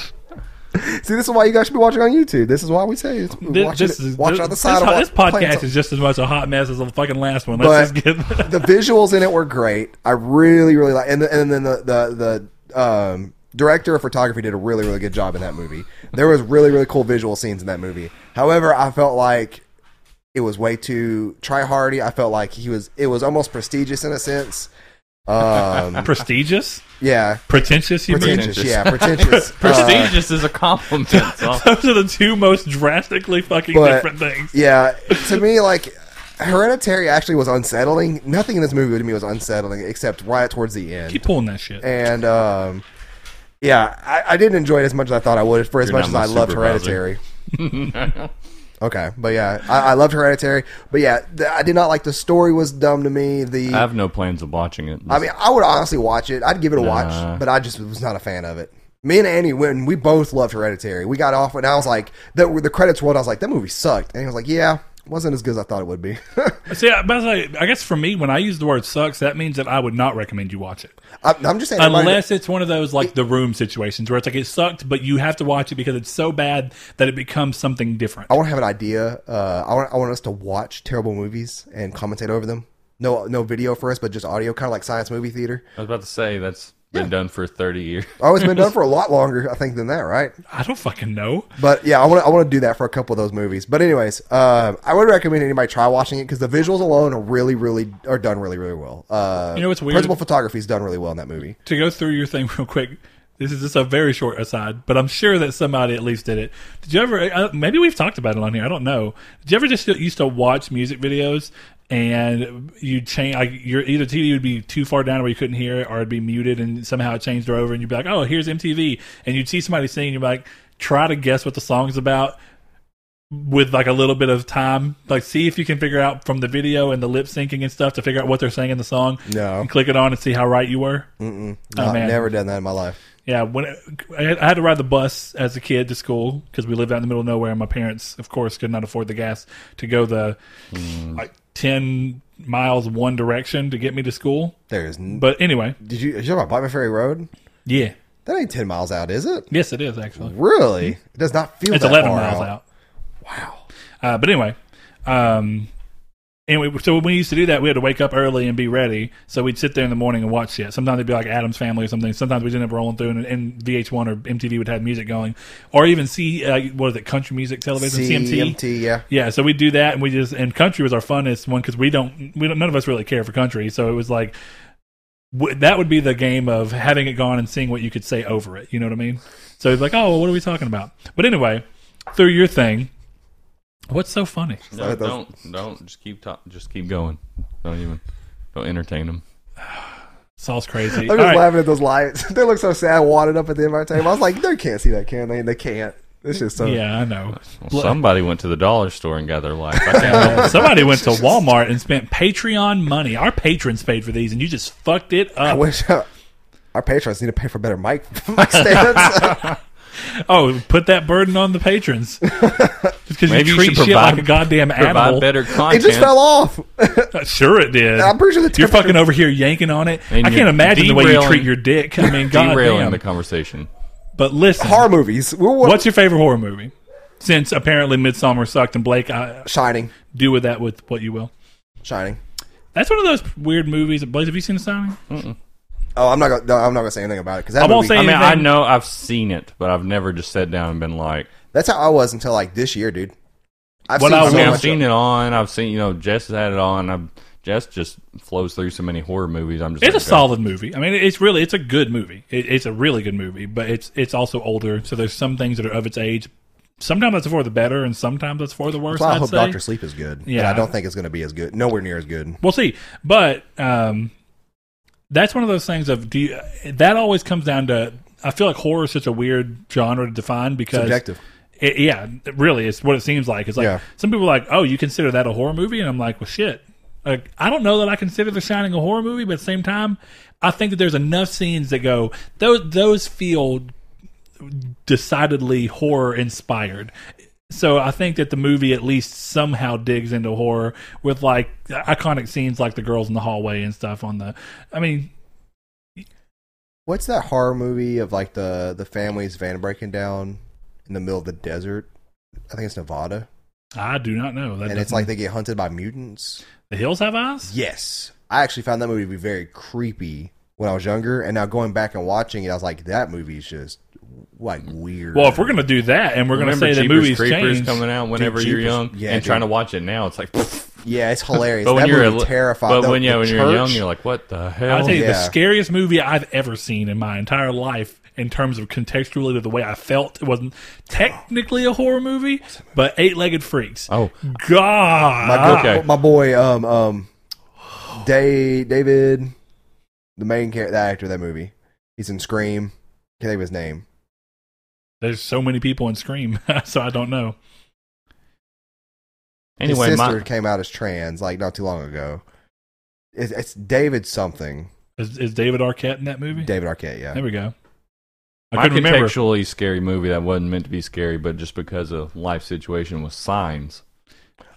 See, this is why you guys should be watching on YouTube. This is why we say it's Thi- watch, it, watch this, on the side this, of ho- wa- this playing podcast some- is just as much a hot mess as the fucking last one. Let's But- just get the visuals in it were great. I really, really like, and the, and then the the the um, director of photography did a really, really good job in that movie. There was really, really cool visual scenes in that movie. However, I felt like it was way too try hardy. I felt like he was it was almost prestigious in a sense. Um, Prestigious, yeah, pretentious. You mean? pretentious. Yeah, pretentious. Uh, Prestigious is a compliment. so- Those are the two most drastically fucking But- different things. yeah, to me, like Hereditary actually was unsettling. Nothing in this movie to me was unsettling except right towards the end. Keep pulling that shit. and um, yeah, I, I didn't enjoy it as much as I thought I would. For as You're much as not my I loved supervisor. Hereditary. okay, but yeah, I, I loved Hereditary, but yeah, the, I did not like the story was dumb to me. The I i have no plans of watching it. mean, I would honestly watch it. I'd give it a Nah. watch, but I just was not a fan of it. Me and Annie when we both loved Hereditary. We got off, and I was like, the, the credits rolled. I was like, that movie sucked, and he was like, yeah, wasn't as good as I thought it would be. See, I, but I, I guess for me, when I use the word sucks, that means that I would not recommend you watch it. I, I'm just saying, everybody- Unless it's one of those like the room situations where it's like it sucked, but you have to watch it because it's so bad that it becomes something different. I want to have an idea. Uh, I want I want us to watch terrible movies and commentate over them. No no video for us, but just audio, kind of like science movie theater. I was about to say that's been done for 30 years. Oh, it's been done for a lot longer, I think, than that, right? I don't fucking know. But yeah, I want to I want to do that for a couple of those movies. But anyways, uh, I would recommend anybody try watching it because the visuals alone are really really are done really really well. Uh, You know what's weird? Principal photography is done really well in that movie. to go through your thing real quick. This is just a very short aside, but I'm sure that somebody at least did it. Did you ever? Uh, maybe we've talked about it on here. I don't know. Did you ever just used to watch music videos and you change? Like your either TV would be too far down where you couldn't hear it, or it'd be muted, and somehow it changed over, and you'd be like, "Oh, here's MTV," and you'd see somebody singing, you'd be like, "Try to guess what the song's about." with like a little bit of time, like see if you can figure out from the video and the lip syncing and stuff to figure out what they're saying in the song. No. and click it on and see how right you were. Oh, Not- man. never done that in my life. Yeah, when I I had to ride the bus as a kid to school because we lived out in the middle of nowhere, and my parents, of course, could not afford the gas to go the like ten miles one direction to get me to school. There is. n- But anyway, Did you? Did you know about Blackman Ferry Road? yeah, That ain't ten miles out, is it? yes, it is actually. Really? It does not feel. Hmm? It's that eleven far miles out. out. Wow. Uh, but anyway, um, anyway, so when we used to do that, we had to wake up early and be ready. So we'd sit there in the morning and watch it. Sometimes it'd be like Adam's Family or something. Sometimes we'd end up rolling through, and, and VH1 or MTV would have music going, or even see uh, what is it, country music television, CMT. CMT, yeah. Yeah, so we do that, and we just and country was our funnest one because we don't we don't none of us really care for country, so it was like. W- that would be the game of having it gone and seeing what you could say over it. You know what I mean? So it's like, oh, what are we talking about? But anyway, through your thing, what's so funny? No, don't, don't. Just keep talk, Just keep going. Don't even. Don't entertain them. Saul's crazy. I'm All just right. laughing at those lights. they look so sad, wadded up at the end of our table. I was like, they can't see that, can they? They can't. It's just so. Yeah, I know. Well, somebody went to the dollar store and got their life. I can't Well, Somebody went to Walmart and spent Patreon money. Our patrons paid for these, and you just fucked it I up. wish uh, our patrons need to pay for better mic, mic stands. Oh, put that burden on the patrons. Just because Maybe you you treat should shit provide- like a goddamn provide animal. better it content. just fell off. Sure, it did. I'm pretty sure the you're temperature- fucking over here yanking on it. And I you're can't imagine the way you derailing- treat your dick. I mean, derailing goddamn. the conversation. But listen, Horror movies. We're what? what's your favorite horror movie? Since apparently Midsummer sucked, and Blake, I Shining. do with that with what you will. Shining. That's one of those weird movies. Blake, have you seen The Signing? Oh, I'm not. Gonna, no, I'm not gonna say anything about it because that I won't movie- say- I mean, Anything- I know I've seen it, but I've never just sat down and been like, that's how I was until like this year, dude. I've What seen I Oh, I so mean, I've much- seen it on. I've seen, you know, Jess has had it on. I've, Jess just flows through so many horror movies. I'm just. It's a like, solid movie. I mean, it's really it's a good movie. It, it's a really good movie, but it's it's also older. So there's some things that are of its age. Sometimes that's for the better, and sometimes that's for the worse. Well, I I'd hope say. Doctor Sleep is good. Yeah, Yeah. I don't think it's gonna be as good. Nowhere near as good. we'll see. But um, that's one of those things of do you, that always comes down to. I feel like horror is such a weird genre to define because Subjective. It, yeah, it really, it's what it seems like. It's like Yeah. some people are like, "Oh, you consider that a horror movie?" And I'm like, "Well, shit." Like, I don't know that I consider The Shining a horror movie, but at the same time, I think that there's enough scenes that go those those feel decidedly horror inspired. So I think that the movie at least somehow digs into horror with like iconic scenes like the girls in the hallway and stuff on the I mean What's that horror movie of like the the family's van breaking down in the middle of the desert? I think it's Nevada, I do not know that and it's doesn't- like they get hunted by mutants. the hills have eyes. Yes, I actually found that movie to be very creepy when I was younger, and now going back and watching it, I was like, that movie's just like weird. Well, if we're gonna do that and we're gonna Remember say the Jeepers movies Creepers changed, coming out whenever you're Jeepers- young yeah, and dude. trying to watch it now, it's like Yeah, it's hilarious. But when that you're a movie li- terrified. But The- when, yeah, the when you're young, church- you're like, what the I'll hell? tell you the yeah. scariest movie I've ever seen in my entire life in terms of contextually to the way I felt. It wasn't technically a horror movie, but Eight Legged Freaks. Oh. God. Uh, my, good- Ah. okay. my boy, um, um, Day, David, the main character, that actor, of that movie. He's in Scream. Can't think of his name. There's so many people in Scream, so I don't know. Anyway, his sister my, came out as trans like not too long ago. It's, it's David something. Is, is David Arquette in that movie? David Arquette. Yeah. There we go. I my couldn't remember. contextually scary movie that wasn't meant to be scary, but just because of life situation was signs.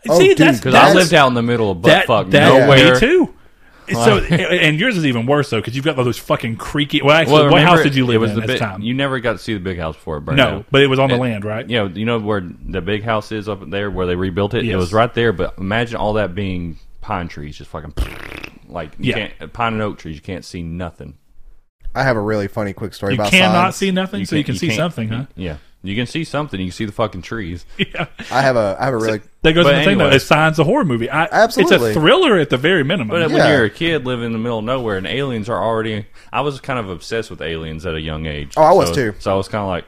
Oh, See, dude, that's, Because I that's- lived out in the middle of butt that, fuck that nowhere. me too. So Like- and yours is even worse though because you've got all those fucking creaky. Well, actually, Well, what remember, house did you it live was in the at big- the time? You never got to see the big house before it burned no, down. but it was on the It- land, right? you know, you know where the big house is up there where they rebuilt it. It Yes. was right there, but imagine all that being pine trees, just fucking like you Yeah. can't uh, pine and oak trees. You can't see nothing. I have a really funny quick story You about cannot signs. see nothing, so you can't- can see can't- something, huh? Yeah, you can see something. You can see the fucking trees. Yeah. I have a I have a really That goes But to the thing though. anyway. It signs a horror movie. I, Absolutely. it's a thriller at the very minimum. But yeah. when Yeah. you're a kid living in the middle of nowhere and aliens are already, I was kind of obsessed with aliens at a young age. Oh, I was So- too. So I was kind of like,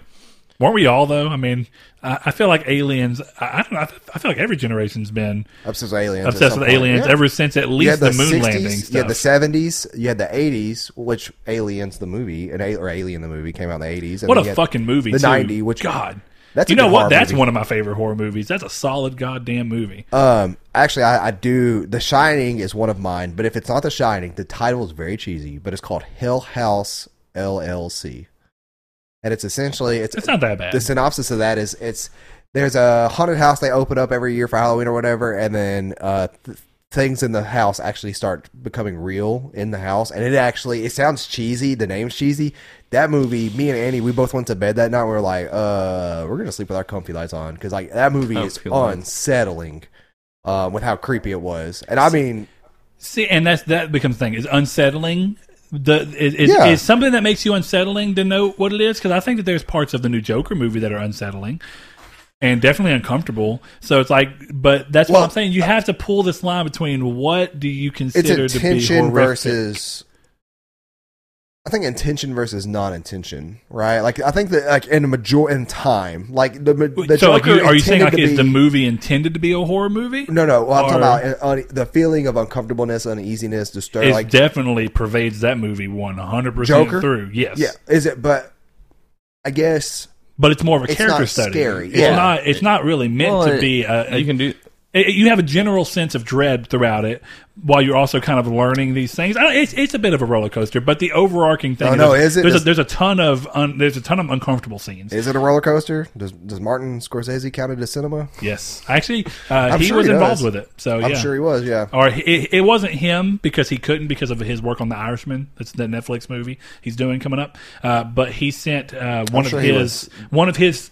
weren't we all though? I mean, I, I feel like aliens. I, I don't know. I, I feel like every generation's been obsessed with aliens. at obsessed some with point. aliens Yeah. ever since at You least had the, moon 60s, landing You had stuff. the seventies. You had the eighties, which Aliens the movie and or Alien the movie came out in the eighties. what a fucking movie! The too. 90, which- God. That's a you know good what? horror That's movie. one of my favorite horror movies. That's a solid goddamn movie. Um, actually, I, I do. The Shining is one of mine, but if it's not The Shining, the title is very cheesy. But it's called Hell House LLC, and it's essentially it's It's not that bad. the synopsis of that is it's there's a haunted house they open up every year for Halloween or whatever, and then uh, th- things in the house actually start becoming real in the house, and it actually it sounds cheesy. The name's cheesy. That movie, me and Annie, we both went to bed that night. We were like, uh, we're gonna sleep with our comfy lights on because like that movie is Comfy lights. unsettling. Um, with how creepy it was, and I mean, See, and that's that becomes the thing is unsettling. The is, is, Yeah. is something that makes you unsettling to know what it is because I think that there's parts of the new Joker movie that are unsettling and definitely uncomfortable. So it's like, but that's Well, uh, what I'm saying. You have to pull this line between what do you it's consider to be intention horrific. versus I think intention versus non-intention, right? Like I think that like in a major in time, like the ma- the so, like, Joker you, are you saying like intended to is the be- movie intended to be a horror movie? no, no. Well, I'm talking or- about uh, un- the feeling of uncomfortableness, uneasiness, disturb. It Like definitely pervades that movie 100 Joker? percent through. Yes, yeah, is it? But I guess but it's more of a It's character not study. scary. It's Yeah. not. It's not really meant Well, to it- be. A, a- you can do. it, you have a general sense of dread throughout it while you're also kind of learning these things I don't- it's, it's a bit of a roller coaster but the overarching thing Oh, no, there's- is it? there's, a, Does- there's a ton of un, there's a ton of uncomfortable scenes is it a roller coaster? Does does Martin Scorsese count it as cinema? yes actually uh, he sure was he involved does. with it so I'm yeah sure he was. Yeah, or he- it, it wasn't him because he couldn't because of his work on The Irishman. That's that Netflix movie he's doing coming up. Uh, but he sent uh, one of sure he his one of his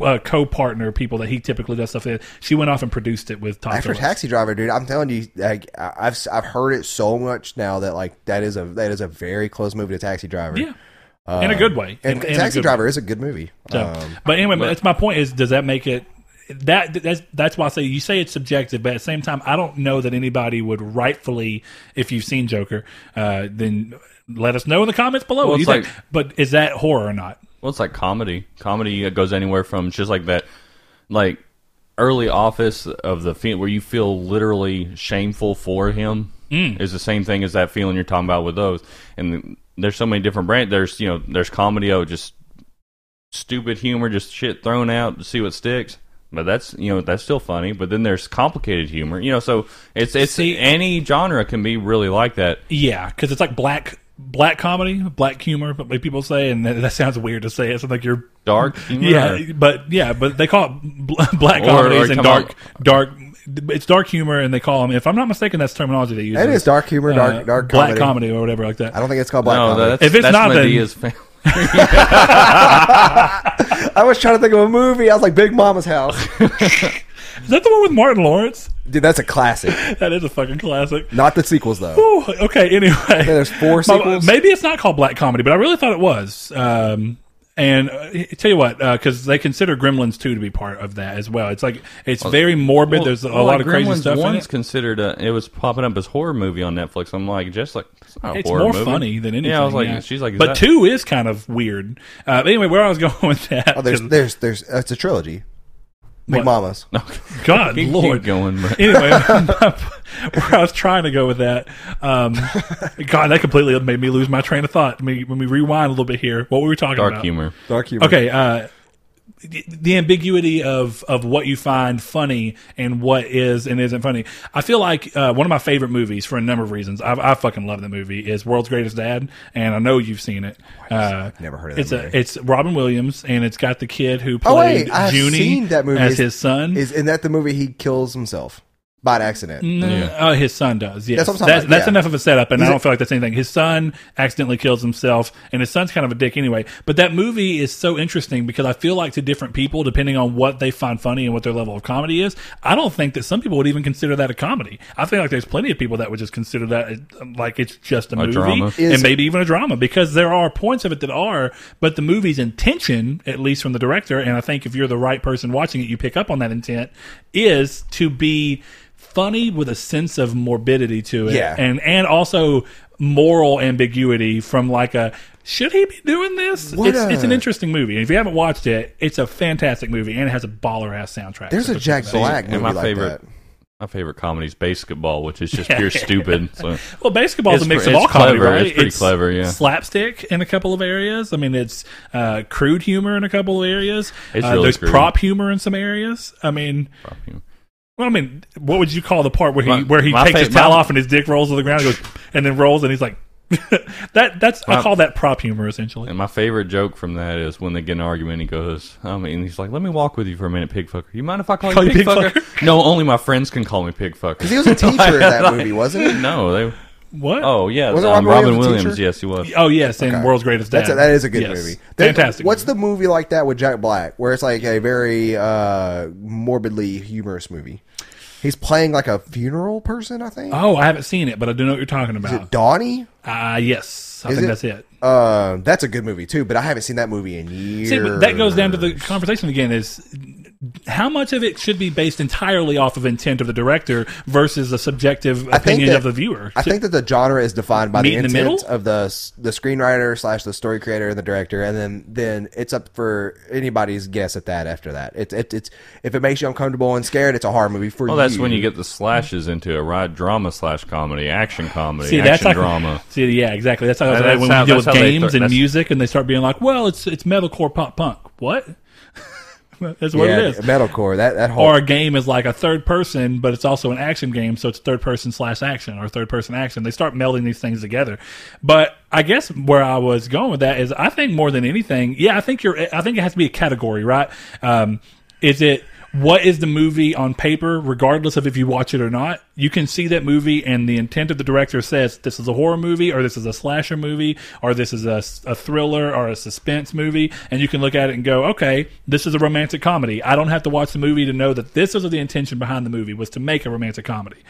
uh, co-partner people that he typically does stuff with. She went off and produced it with Todd After Phillips. Taxi Driver, dude, I'm telling you, like I- I've s- I've heard it so much now that like that is a that is a very close movie to Taxi Driver. Yeah. in a good way. Um, And In- in a Taxi good Driver is a good movie. So, Um, but anyway, that's my point. Is does that make it that that's that's why I say you say it's subjective, but at the same time, I don't know that anybody would rightfully, if you've seen Joker, uh, then let us know in the comments below. Well, what you it's think. like- but is that horror or not? Well, it's like comedy. Comedy goes anywhere from just like that, like early office of the fe- where you feel literally shameful for him Mm. is the same thing as that feeling you're talking about with those. And there's so many different brands. There's you know there's comedy of just stupid humor, just shit thrown out to see what sticks. But that's you know that's still funny. But then there's complicated humor. You know, so it's it's See- any genre can be really like that. Yeah, because it's like black black comedy, black humor, but like people say, and that, that sounds weird to say. It's like you're Dark humor. yeah, or- but yeah, but they call it bl- black Or- comedies or and come dark on. dark. It's dark humor, and they call them. If I'm not mistaken, that's terminology they use. uh, It is dark humor, dark- dark black comedy. comedy or whatever like that. I don't think it's called Black no, Comedy. that's, If it's that's not, then- Medea's family. I was trying to think of a movie. I was like Big Mama's House. Is that the one with Martin Lawrence? Dude, that's a classic. That is a fucking classic. Not the sequels though. Ooh, okay, anyway. there's four My- sequels? maybe it's not called black comedy, but I really thought it was. Um, And uh, I tell you what, because they consider Gremlins two to be part of that as well. It's like it's very morbid. Well, There's a well, lot like of crazy Gremlins stuff in One's it. considered a, it was popping up as horror movie on Netflix. I'm like, just like it's not a It's horror more movie. funny than anything. Yeah, I was like, she's like, is but that- two is kind of weird. Uh, but anyway, where I was going with that? Oh, there's, 'cause- there's, there's. It's a trilogy. What? Big Mamas. God, Keep- keep Lord, going, bro. anyway, where I was trying to go with that, um, God, that completely made me lose my train of thought. When we, when we rewind a little bit here, what were we talking dark about? humor. Dark humor. Okay, uh, the, the ambiguity of of what you find funny and what is and isn't funny. I feel like uh, one of my favorite movies for a number of reasons. I, I fucking love that movie. Is World's Greatest Dad, and I know you've seen it. Uh, never heard of that it's movie. A, it's Robin Williams, and it's got the kid who Oh played wait, I've Junie seen that movie. as Is- his son. Is isn't that the movie he kills himself by an accident? No, oh, his son does. Yes, that's, That's what I'm talking that's, about, yeah. enough of a setup, and I He's don't a- feel like that's anything. His son accidentally kills himself, and his son's kind of a dick anyway. But that movie is so interesting because I feel like to different people, depending on what they find funny and what their level of comedy is, I don't think that some people would even consider that a comedy. I feel like there's plenty of people that would just consider that uh, like it's just a, movie drama. and Is- maybe even a drama because there are points of it that are, but the movie's intention, at least from the director, and I think if you're the right person watching it, you pick up on that intent, is to be funny with a sense of morbidity to it, Yeah. and and also moral ambiguity from like a should he be doing this? What It's, it's an a- interesting movie, and if you haven't watched it, it's a fantastic movie, and it has a baller ass soundtrack. There's So a it's Jack amazing. Black And movie my like favorite- that. My favorite comedy is Basketball, which is just pure stupid. So. Well, basketball's It's a mix pr- of it's all comedy, clever. right? It's pretty clever, yeah. Slapstick in a couple of areas. I mean, it's uh, crude humor in a couple of areas. It's Uh, really there's crude. prop humor in some areas. I mean, well, I mean, what would you call the part where he My- where he my takes his fa- towel my- off and his dick rolls to the ground and, goes, and then rolls and he's like, that that's I My- call that prop humor essentially. And my favorite joke from that is when they get in an argument, he goes, I mean, he's like, let me walk with you for a minute, pig fucker. You mind if I call, Call you you pig, pig fucker? No, only my friends can call me pig fucker. Because he was a teacher in that movie, wasn't he? no, they. What? Oh, yeah. Wasn't um, Robin Williams Robin a Williams, teacher? yes, he was. oh yes, and Okay. World's Greatest Dad. That's a, that is a good Yes. movie. There's- Fantastic. What's movie. the movie like that with Jack Black, where it's like a very uh, morbidly humorous movie? He's playing like a funeral person, I think. Oh, I haven't seen it, but I do know what you're talking Is it about. Donnie? Ah, yes, I Is think it- that's it. Uh, that's a good movie too, but I haven't seen that movie in years. See, but that goes down to the conversation again is how much of it should be based entirely off of intent of the director versus the subjective I think opinion that- of the viewer. I think that the genre is defined by Meet the in the intent middle? of the s- the screenwriter slash the story creator and the director, and then then it's up for anybody's guess at that. After that, it's it, it's if it makes you uncomfortable and scared, it's a horror movie for Well, you. that's when you get the slashes into a right drama slash comedy, action comedy, See, that's action like, drama. See, yeah, exactly. That's how that's That's when how- we deal with that's how they games start- and that's- music, and they start being like, "Well, it's it's metalcore pop punk." What? that's what yeah, it is. metalcore. That that whole Or a game is like a third person, but it's also an action game, so it's third person slash action or third person action. They start melding these things together. But I guess where I was going with that is, I think more than anything, yeah, I think you're. I think it has to be a category, right? Um, is it what is the movie on paper, regardless of if you watch it or not? You can see that movie, and the intent of the director says this is a horror movie, or this is a slasher movie, or this is a, a thriller, or a suspense movie. And you can look at it and go, okay, this is a romantic comedy. I don't have to watch the movie to know that this was the intention behind the movie, was to make a romantic comedy.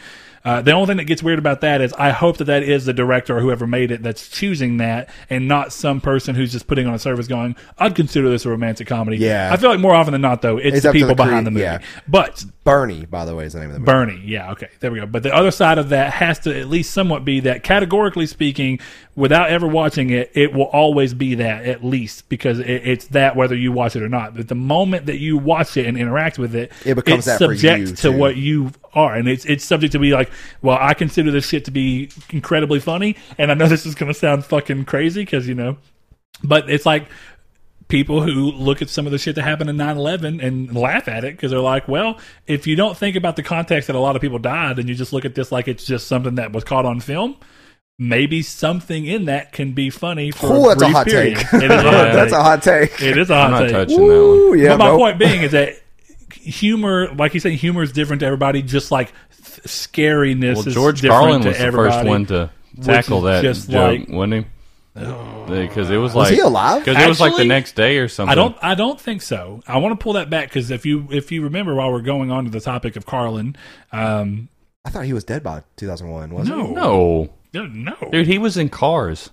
Uh, the only thing that gets weird about that is I hope that that is the director or whoever made it that's choosing that and not some person who's just putting on a service going, I'd consider this a romantic comedy. Yeah. I feel like more often than not, though, it's, It's the up to people the behind cre- the movie. yeah. But Bernie, by the way, is the name of the movie. Bernie, yeah, okay, there we go. But the other side of that has to at least somewhat be that, categorically speaking, without ever watching it, it will always be that, at least, because it, it's that whether you watch it or not. But the moment that you watch it and interact with it, It becomes it's that for subject you, to too. what you are. And it's, it's subject to be like, well, I consider this shit to be incredibly funny. And I know this is going to sound fucking crazy because, you know, but it's like people who look at some of the shit that happened in 9-11 and laugh at it because they're like well if you don't think about the context that a lot of people died and you just look at this like it's just something that was caught on film maybe something in that can be funny for Ooh, a that's a brief hot period take. It is a hot That's a hot take. take. it is a hot I'm not take touching that Ooh, one. yeah, but my nope. point being is that humor, like you say, humor is different to everybody. Just like th- scariness Well, is George different Carlin to was the everybody. first one to tackle is that just joke, like- Oh. wasn't he? Because it was like Was he alive? Because it was like the Actually, next day or something. I don't. I don't think so. I want to pull that back because if you if you remember while we're going on to the topic of Carlin, um, I thought he was dead by 2001. Wasn't no, No, no, no. dude, he was in Cars.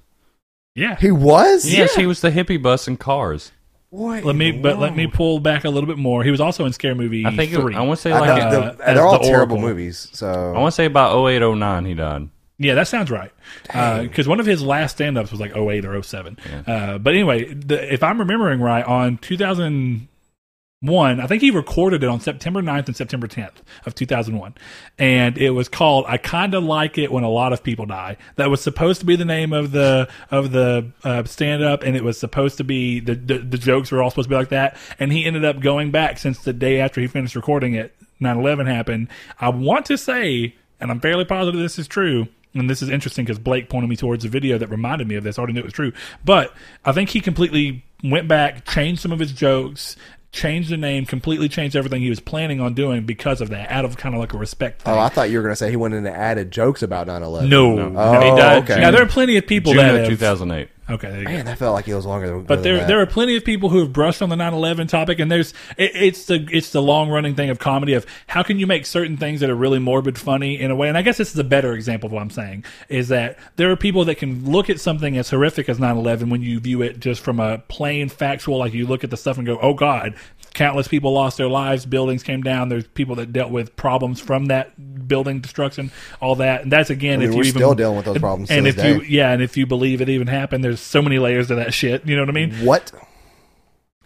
yeah, he? He was. Yes, he was the hippie bus in Cars. What? Let in me, the but let me world? pull back a little bit more. He was also in Scare Movie. I think it- E three. I want to say I like know, uh, the- as they're all the terrible Oracle. movies. I So want to say about 08, 09 he died. Yeah, that sounds right. Because one of his last stand ups was like 08 or 07. Uh, but anyway, the, if I'm remembering right, on 2001, I think he recorded it on September 9th and September 10th of 2001. And it was called I Kinda Like It When a Lot of People Die. That was supposed to be the name of the of the uh, stand up. And it was supposed to be the, the, the jokes were all supposed to be like that. And he ended up going back since the day after he finished recording it, 9 11 happened. I want to say and I'm fairly positive this is true. And this is interesting because Blake pointed me towards a video that reminded me of this. I already knew it was true, but I think he completely went back, changed some of his jokes, changed the name, completely changed everything he was planning on doing because of that, out of kind of like a respect. Thing. oh, I thought you were going to say he went in and added jokes about 9-11. no, Oh, he died okay. June, now there are plenty of people June that of have- 2008. Okay, there you go. man, that felt like it was longer than. But there, there are plenty of people who have brushed on the 9/11 topic, and there's it, it's the it's the long running thing of comedy of how can you make certain things that are really morbid funny in a way. And I guess this is a better example of what I'm saying is that there are people that can look at something as horrific as 9/11 when you view it just from a plain factual, like you look at the stuff and go, oh god. Countless people lost their lives. Buildings came down. There's people that dealt with problems from that building destruction, all that. And that's again, I mean, if you we're even, still dealing with those problems to And this if you, day. yeah, and if you believe it even happened, there's so many layers to that shit. You know what I Mm-hmm. mean? what?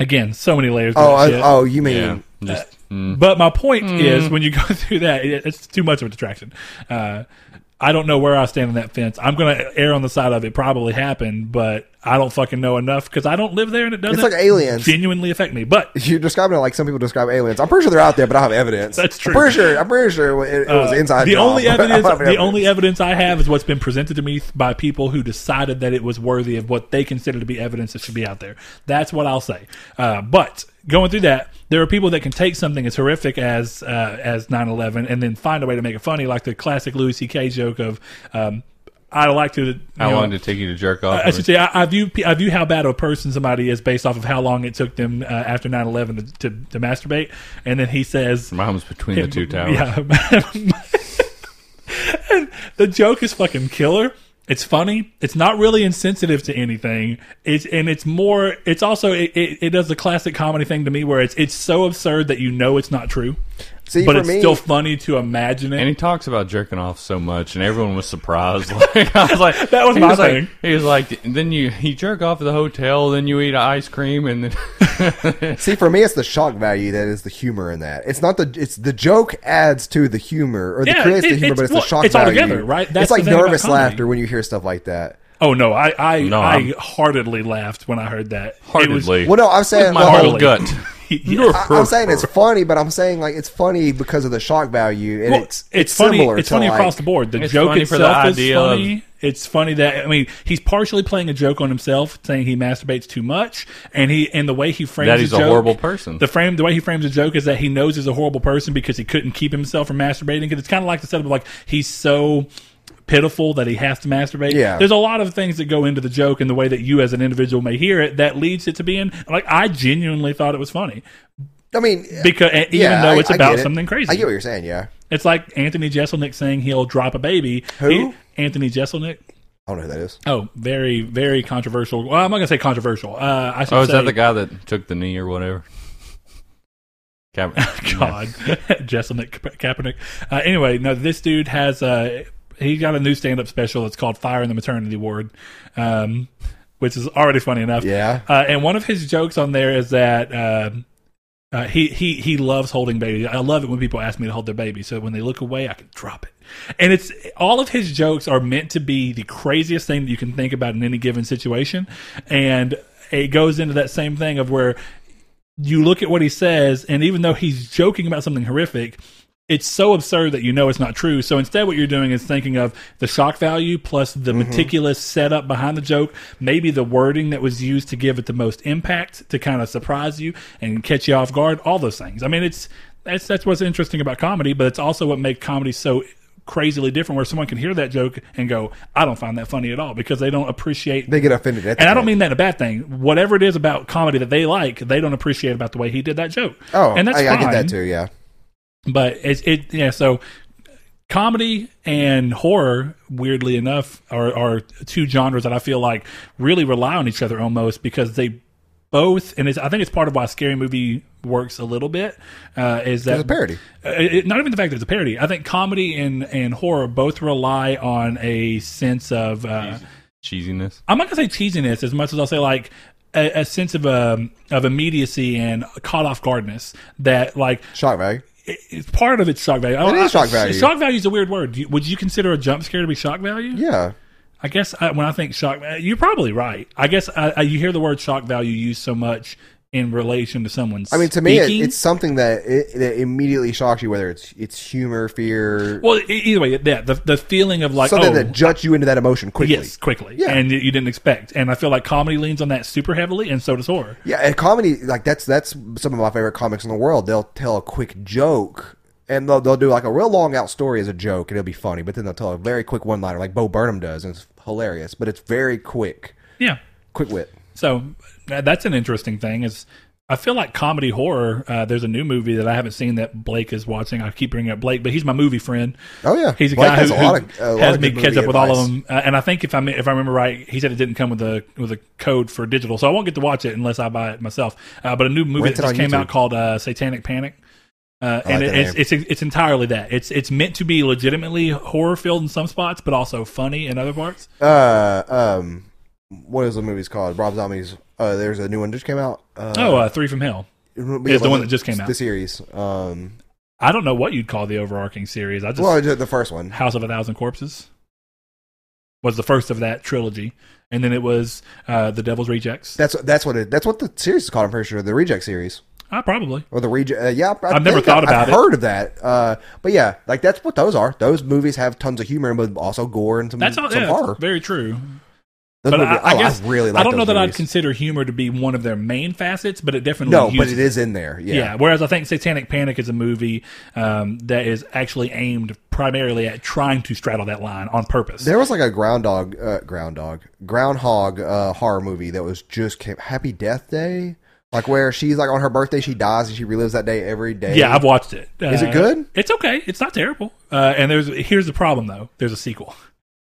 Again, so many layers. To Oh, that I, shit. oh, you mean Yeah. Just, mm. But my point is, when you go through that, it, it's too much of a distraction. Uh, I don't know where I stand on that fence. I'm going to err on the side of it. Probably happened, but I don't fucking know enough because I don't live there and it doesn't It's like aliens. genuinely affect me. But you're describing it like some people describe aliens. I'm pretty sure they're out there, but I don't have evidence. That's true. I'm pretty sure. I'm pretty sure it, it was uh, inside. the job. only I don't evidence, have the only evidence I have is what's been presented to me by people who decided that it was worthy of what they consider to be evidence that should be out there. That's what I'll say. Uh, but going through that, there are people that can take something as horrific as uh, as 11 and then find a way to make it funny, like the classic Louis C.K. joke of. Um, I like to. you How know, long did it take you to jerk off? I should say I, I view pe- I view how bad of a person somebody is based off of how long it took them uh, after 9-11 to, to, to masturbate, and then he says, Mine was between the two towers. yeah. And the joke is fucking killer. It's funny. It's not really insensitive to anything. It's and it's more. It's also it, it, it does the classic comedy thing to me where it's it's so absurd that you know it's not true, See, but for it's me, still funny to imagine it. And he talks about jerking off so much, and everyone was surprised. Like I was like, That was he my like- thing. he was like, then you you jerk off at the hotel, then you eat ice cream, and then see, for me, it's the shock value that is the humor in that. It's not the. It's the joke adds to the humor or the Yeah, creates it- the humor, it's- but it's well, the shock it's all value. together, right? That's it's the like thing about nervous comedy. laughter when you hear stuff like that. oh no, I I, No, I I'm- heartedly laughed when I heard that. It was- heartedly Well, no, I'm saying my well, heart whole gut. Yeah. I, I'm saying it's funny, but I'm saying like it's funny because of the shock value, and Well, it's, it's, it's funny. similar. It's to, funny like, across the board. The It's joke funny for the itself is idea of- funny. it's funny that I mean he's partially playing a joke on himself, saying he masturbates too much, and he and the way he frames That he's the a joke- horrible person. The frame, the way he frames the joke is that he knows he's a horrible person because he couldn't keep himself from masturbating. Because it's kind of like the setup of like he's so pitiful that he has to masturbate. Yeah. there's a lot of things that go into the joke and the way that you as an individual may hear it that leads it to being like I genuinely thought it was funny I mean, because and even yeah, though I- it's I about get it. something crazy. I get what you're saying. Yeah, It's like Anthony Jeselnik saying he'll drop a baby. Who? He- Anthony Jeselnik. I don't know who that is. Oh, very, very controversial. Well, I'm not gonna say controversial. Uh, I should Oh, is say, that the guy that took the knee or whatever? Cameron. Oh, God, Jeselnik Ka- Kaepernick. Uh, anyway, no, this dude has uh, he got a new stand-up special. It's called "Fire in the Maternity Ward," um, which is already funny enough. Yeah. Uh, and one of his jokes on there is that um uh, he he he loves holding babies. I love it when people ask me to hold their baby. So when they look away, I can drop it. And it's all of his jokes are meant to be the craziest thing that you can think about in any given situation. And it goes into that same thing of where you look at what he says, and even though he's joking about something horrific, it's so absurd that you know it's not true. So instead, what you're doing is thinking of the shock value plus the meticulous setup behind the joke, maybe the wording that was used to give it the most impact to kind of surprise you and catch you off guard, all those things. I mean, it's that's that's what's interesting about comedy, but it's also what makes comedy so crazily different where someone can hear that joke and go i don't find that funny at all because they don't appreciate They get offended. At and I don't that. mean that in a bad thing. Whatever it is about comedy that they like, they don't appreciate about the way he did that joke. Oh, and that's I, fine. I get that too. Yeah, But it's it yeah. So comedy and horror, weirdly enough, are are two genres that I feel like really rely on each other almost because they both, and it's, I think it's part of why Scary Movie works a little bit. Uh, is that It's a parody. uh, it, not even the fact that it's a parody. I think comedy and, and horror both rely on a sense of uh, cheesiness. I'm not gonna say cheesiness as much as I'll say like a, a sense of um, of immediacy and caught off guardness that like Shock value. it, it's part of its shock value. It is shock value. Shock value is a weird word. Do you, would you consider a jump scare to be shock value? Yeah. I guess I, when I think shock, uh, you're probably right. I guess I, I, you hear the word shock value used so much in relation to someone's. I mean, to me, it, speaking. it's something that it, that immediately shocks you, whether it's it's humor, fear, well, e- either way, yeah, the the feeling of like something oh, that juts you into that emotion quickly. Yes, quickly. Yeah. And you, you didn't expect. And I feel like comedy leans on that super heavily, and so does horror. Yeah, and comedy like that's that's some of my favorite comics in the world. They'll tell a quick joke. And they'll, they'll do like a real long out story as a joke, and it'll be funny. But then they'll tell a very quick one liner, like Bo Burnham does, and it's hilarious. But it's very quick, Yeah. quick wit. So uh, that's an interesting thing. Is I feel like comedy horror. Uh, there's a new movie that I haven't seen that Blake is watching. I keep bringing up Blake, but he's my movie friend. Oh, yeah. he's a Blake guy has who, a lot who of- a lot has of me good catch up movie with all advice. of them. Uh, and I think if I if I remember right, he said it didn't come with a with a code for digital, so I won't get to watch it unless I buy it myself. Uh, but a new movie Rent that it just on came out YouTube. called uh, Satanic Panic. Uh, and like it, that it's, it's it's entirely that it's it's meant to be legitimately horror filled in some spots, but also funny in other parts. Uh, um, what is the movie's called? Rob Zombie's. Uh, there's a new one just came out. Uh, oh, uh, Three from Hell. yeah, the one that just came The out. series. Um, I don't know what you'd call the overarching series. I just well, ju- the first one. House of a Thousand Corpses was the first of that trilogy, and then it was uh, The Devil's Rejects. That's that's what it, that's what the series is called. I'm pretty sure the Reject series Ah, probably. or the Reject. Uh, yeah, I I've never think thought I- about I've it. Heard of that? Uh, but yeah, like that's what those are. Those movies have tons of humor, but also gore and some, That's all. some yeah, horror. very true. Those but movies- I, I oh, guess really like. I don't know those that I'd movies. consider humor to be one of their main facets, but it definitely No, but uses it is in there. Yeah. Yeah. Whereas I think Satanic Panic is a movie um, that is actually aimed primarily at trying to straddle that line on purpose. There was like a groundhog, uh, groundhog, groundhog uh, horror movie that was just came, Happy Death Day, like where she's like on her birthday she dies and she relives that day every day. yeah, I've watched it. Is it Uh, good? It's okay. It's not terrible. Uh, and there's here's the problem though. There's a sequel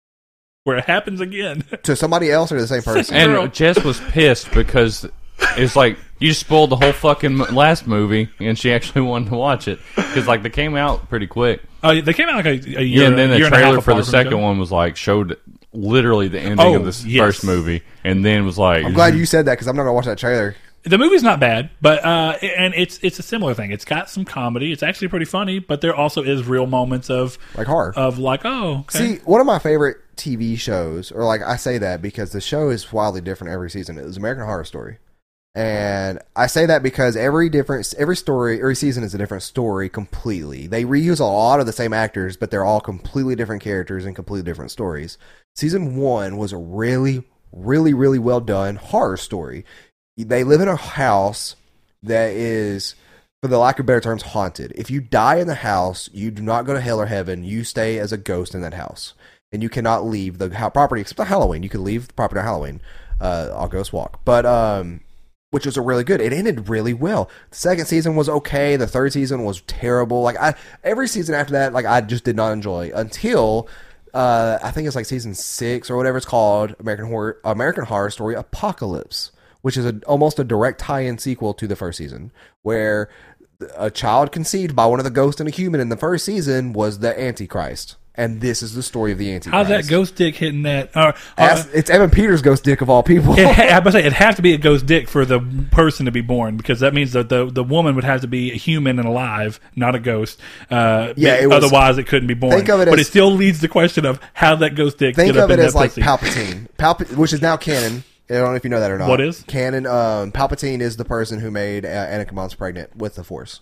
where it happens again. to somebody else or the same person. And Girl. Jess was pissed because it's like you just spoiled the whole fucking mo- last movie, and she actually wanted to watch it because like they came out pretty quick. Uh, they came out like a, a year. Yeah, and then the year a trailer half for apart the from each second other. one was like showed literally the ending Oh, of this yes. first movie, and then was like, I'm glad you said that because I'm not gonna watch that trailer. The movie's not bad, but uh, and it's it's a similar thing. It's got some comedy. It's actually pretty funny, but there also is real moments of Like horror. of like oh okay. See, one of my favorite TV shows, or like I say that because the show is wildly different every season. It was American Horror Story, and I say that because every different every story every season is a different story completely. They reuse a lot of the same actors, but they're all completely different characters and completely different stories. Season one was a really, really, really well done horror story. They live in a house that is for the lack of better terms, haunted. If you die in the house, you do not go to hell or heaven. You stay as a ghost in that house, and you cannot leave the ho- property except on Halloween. You can leave the property on Halloween. Uh, all ghost walk, but um, which was a really good. It ended really well. The second season was okay. The third season was terrible. Like I, every season after that, like I just did not enjoy until. Uh, I think it's like season six or whatever it's called, American Horror American Horror Story Apocalypse, which is a, almost a direct tie-in sequel to the first season, where a child conceived by one of the ghosts and a human in the first season was the Antichrist, and this is the story of the Antichrist. How's that ghost dick hitting that? Uh, uh, Ask- it's Evan Peters' ghost dick of all people. it ha- I must say it has to be a ghost dick for the person to be born because that means that the the woman would have to be a human and alive, not a ghost. Uh, Yeah, be- it was- otherwise it couldn't be born. Think of it but as- it still leads the question of how that ghost dick. Think get up of it in as that like pussy. Palpatine, Palp- which is now canon. I don't know if you know that or not. What is? canon? Um, Palpatine is the person who made uh, Anakin Mons pregnant with the Force.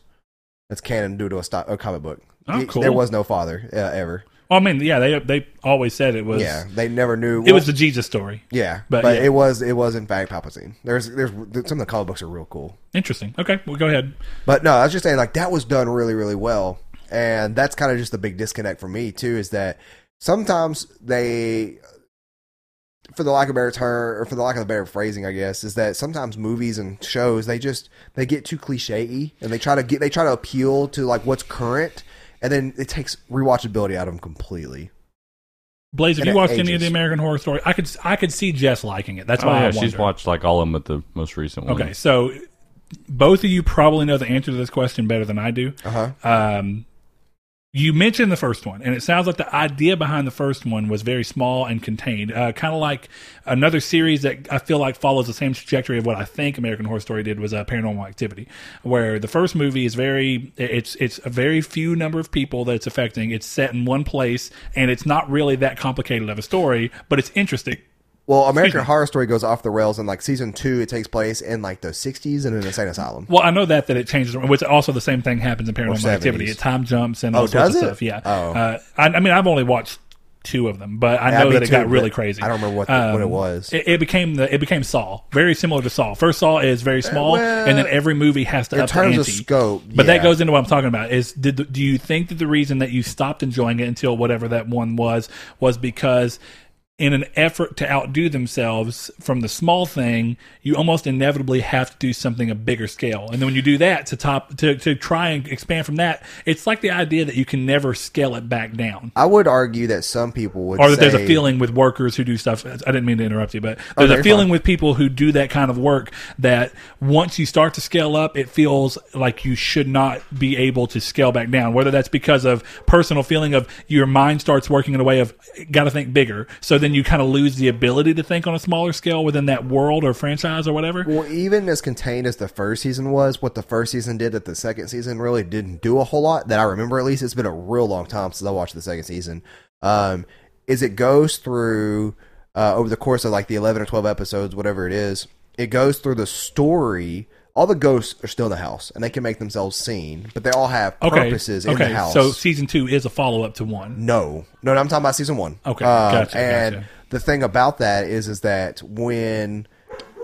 That's canon due to a, sto- a comic book. Oh, He- cool. There was no father uh, ever. Well, Oh, I mean, yeah, they they always said it was. Yeah, they never knew. It was the Jesus story. yeah, but, but yeah. it was it was in fact Palpatine. There's there's some of the comic books are real cool. Interesting. Okay, well, go ahead. But no, I was just saying like that was done really, really well, and that's kind of just the big disconnect for me too is that sometimes they, for the lack of better term or for the lack of better phrasing, I guess, is that sometimes movies and shows they just they get too cliche and they try to get they try to appeal to like what's current, and then it takes rewatchability out of them completely. Blaze, have And you it watched any of ages. the American Horror Story? I could I could see Jess liking it. That's Oh, why I yeah, wonder. she's watched like all of them, but the most recent one. Okay, so both of you probably know the answer to this question better than I do. Uh-huh. Um, you mentioned the first one, and it sounds like the idea behind the first one was very small and contained, uh, kind of like another series that I feel like follows the same trajectory of what I think American Horror Story did was uh, Paranormal Activity, where the first movie is very it's it's a very few number of people that it's affecting. It's set in one place, and it's not really that complicated of a story, but it's interesting. Well, American Horror Story goes off the rails in like season two. It takes place in like the '60s in an insane asylum. Well, I know that that it changes, which also the same thing happens in Paranormal Or 70s. Activity. It time jumps and all Oh, sorts does of it? stuff. Yeah. Oh. Uh, I, I mean, I've only watched two of them, but I Yeah, know me that it too, got really but crazy. Um, I don't remember what the- what it was. It, it became the it became Saw, very similar to Saw. First Saw is very small, Eh, well, and then every movie has to in up the terms of ante. scope, But yeah. that goes into what I'm talking about. Is did the, do you think that the reason that you stopped enjoying it until whatever that one was was because in an effort to outdo themselves from the small thing, you almost inevitably have to do something a bigger scale. And then when you do that to top to, to try and expand from that, it's like the idea that you can never scale it back down. I would argue that some people would Or that there's a say- feeling with workers who do stuff. I didn't mean to interrupt you, but there's no, a you're feeling fine. with people who do that kind of work that once you start to scale up, it feels like you should not be able to scale back down. Whether that's because of personal feeling of your mind starts working in a way of got to think bigger, so then you kind of lose the ability to think on a smaller scale within that world or franchise or whatever. Well, even as contained as the first season was, what the first season did that the second season really didn't do a whole lot that I remember at least. It's been a real long time since I watched the second season. Um, is it goes through uh, over the course of like the eleven or twelve episodes, whatever it is. It goes through the story. All the ghosts are still in the house, and they can make themselves seen, but they all have purposes in the house. So season two is a follow up to one. No, no, no, I'm talking about season one. Okay, Um, gotcha, And gotcha. the thing about that is, is that when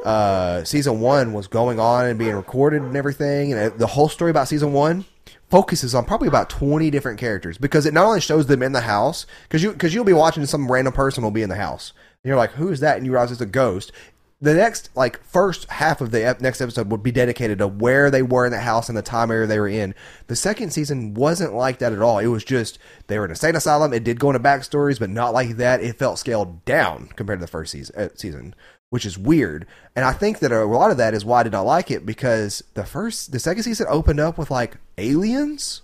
uh, season one was going on and being recorded and everything, and it- the whole story about season one focuses on probably about 20 different characters because it not only shows them in the house because you because you'll be watching some random person will be in the house and you're like who is that and you realize it's a ghost the next like first half of the ep- next episode would be dedicated to where they were in the house and the time area they were in. The second season wasn't like that at all. It was just they were in a state asylum. It did go into backstories, but not like that. It felt scaled down compared to the first season, uh, season, which is weird. And I think that a lot of that is why I did not like it because the first, the second season opened up with like aliens.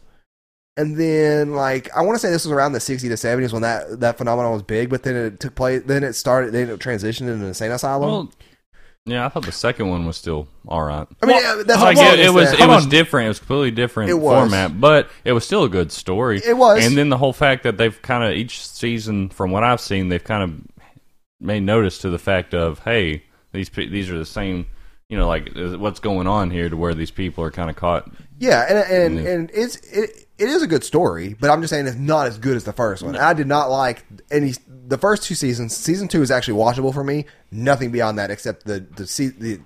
And then, like, I want to say this was around the 60s to 70s when that, that phenomenon was big, but then it took place, then it started, then it transitioned into an insane asylum. Well, yeah, I thought the second one was still all right. I mean, Well, yeah, that's Like, what I'm it, it saying. was, it Hold was on. different. It was completely different It was. format, but it was still a good story. It was. And then the whole fact that they've kind of each season, from what I've seen, they've kind of made notice to the fact of hey, these pe- these are the same. You know, like uh, what's going on here, to where these people are kind of caught. yeah, and and, Yeah. and it's it, it is a good story, but I'm just saying it's not as good as the first one. I did not like any the first two seasons. Season two is actually watchable for me. Nothing beyond that except the the se- the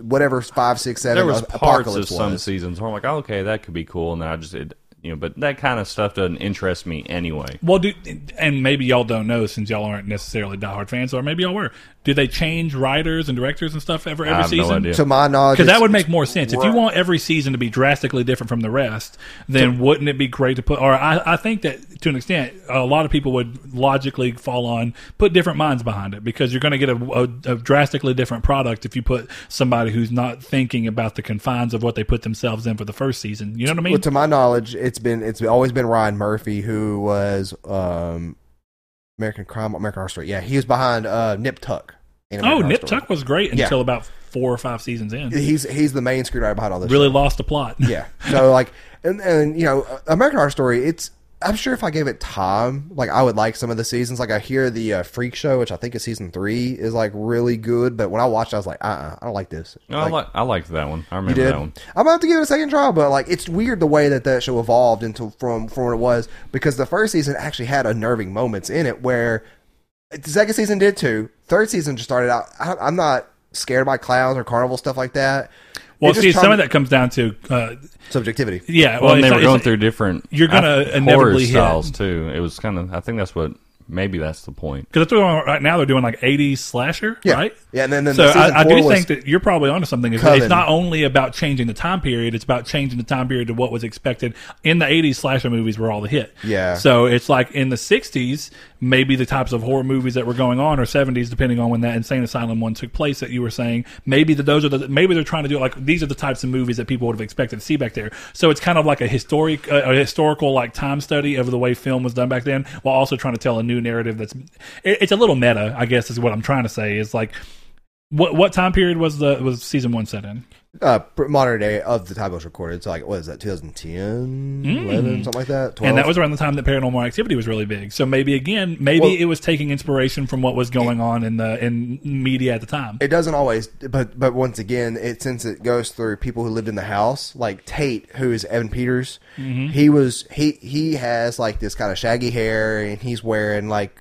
whatever five six seven There was ap- parts of apocalypse some was. seasons where I'm like, oh, okay, that could be cool, and then I just, it, you know, but that kind of stuff doesn't interest me anyway. Well, do and maybe y'all don't know since y'all aren't necessarily diehard fans, or maybe y'all were. Do they change writers and directors and stuff ever every I have no season? idea. To my knowledge, Because it's- that would make more sense. If you want every season to be drastically different from the rest, then wouldn't it be great to put? Or I, I think that to an extent, a lot of people would logically fall on put different minds behind it because you're going to get a, a- a drastically different product if you put somebody who's not thinking about the confines of what they put themselves in for the first season. You know what I mean? Well, to my knowledge, it's been it's always been Ryan Murphy who was um, American Crime, American Horror Story. Yeah, he was behind uh, Nip Tuck. in American oh, Horror Nip Story. Tuck was great Yeah. until about four or five seasons in. He's he's the main screenwriter behind all this. Really lost the plot. Yeah. So like, and and you know, uh, American Horror Story. It's I'm sure if I gave it time, like I would like some of the seasons. Like I hear the uh, Freak Show, which I think is season three, is like really good. But when I watched, it, I was like, uh, uh I don't like this. No, Like, I, li- I liked that one. I you remember did. that one. I'm gonna have to give it a second try, but like it's weird the way that that show evolved into from from what it was because the first season actually had unnerving moments in it where the second season did too. Third season just started out. I, I'm not scared by clowns or carnival stuff like that. Well, It just see, some turned- of that comes down to uh, subjectivity. yeah. Well, and it's they were like- going it's through different you're gonna I- horror inevitably hit. styles too. It was kind of I think that's what Maybe that's the point. Because right now they're doing like 80s slasher, Yeah. right? Yeah, and then, then So the season I, I four do was- think that you're probably onto something. It's, Coven. it's not only about changing the time period; it's about changing the time period to what was expected in the '80s. Slasher movies were all the hit. Yeah. So it's like in the '60s, maybe the types of horror movies that were going on, or '70s, depending on when that insane asylum one took place that you were saying. Maybe that those are the maybe they're trying to do it like these are the types of movies that people would have expected to see back there. So it's kind of like a historic, uh, a historical like time study of the way film was done back then, while also trying to tell a new narrative. That's it, it's a little meta, I guess, is what I'm trying to say. Is like. What what time period was the was season one set in? uh, pr- modern day of the time it was recorded. So like, what is that? 2010, 11, something like that. 12? Hmm. And that was around the time that Paranormal Activity was really big. So maybe again, maybe Well- it was taking inspiration from what was going on in the in media at the time. It doesn't always, but but once again, it since it goes through people who lived in the house, like Tate, who is Evan Peters. Mm-hmm. He was he he has like this kind of shaggy hair, and he's wearing like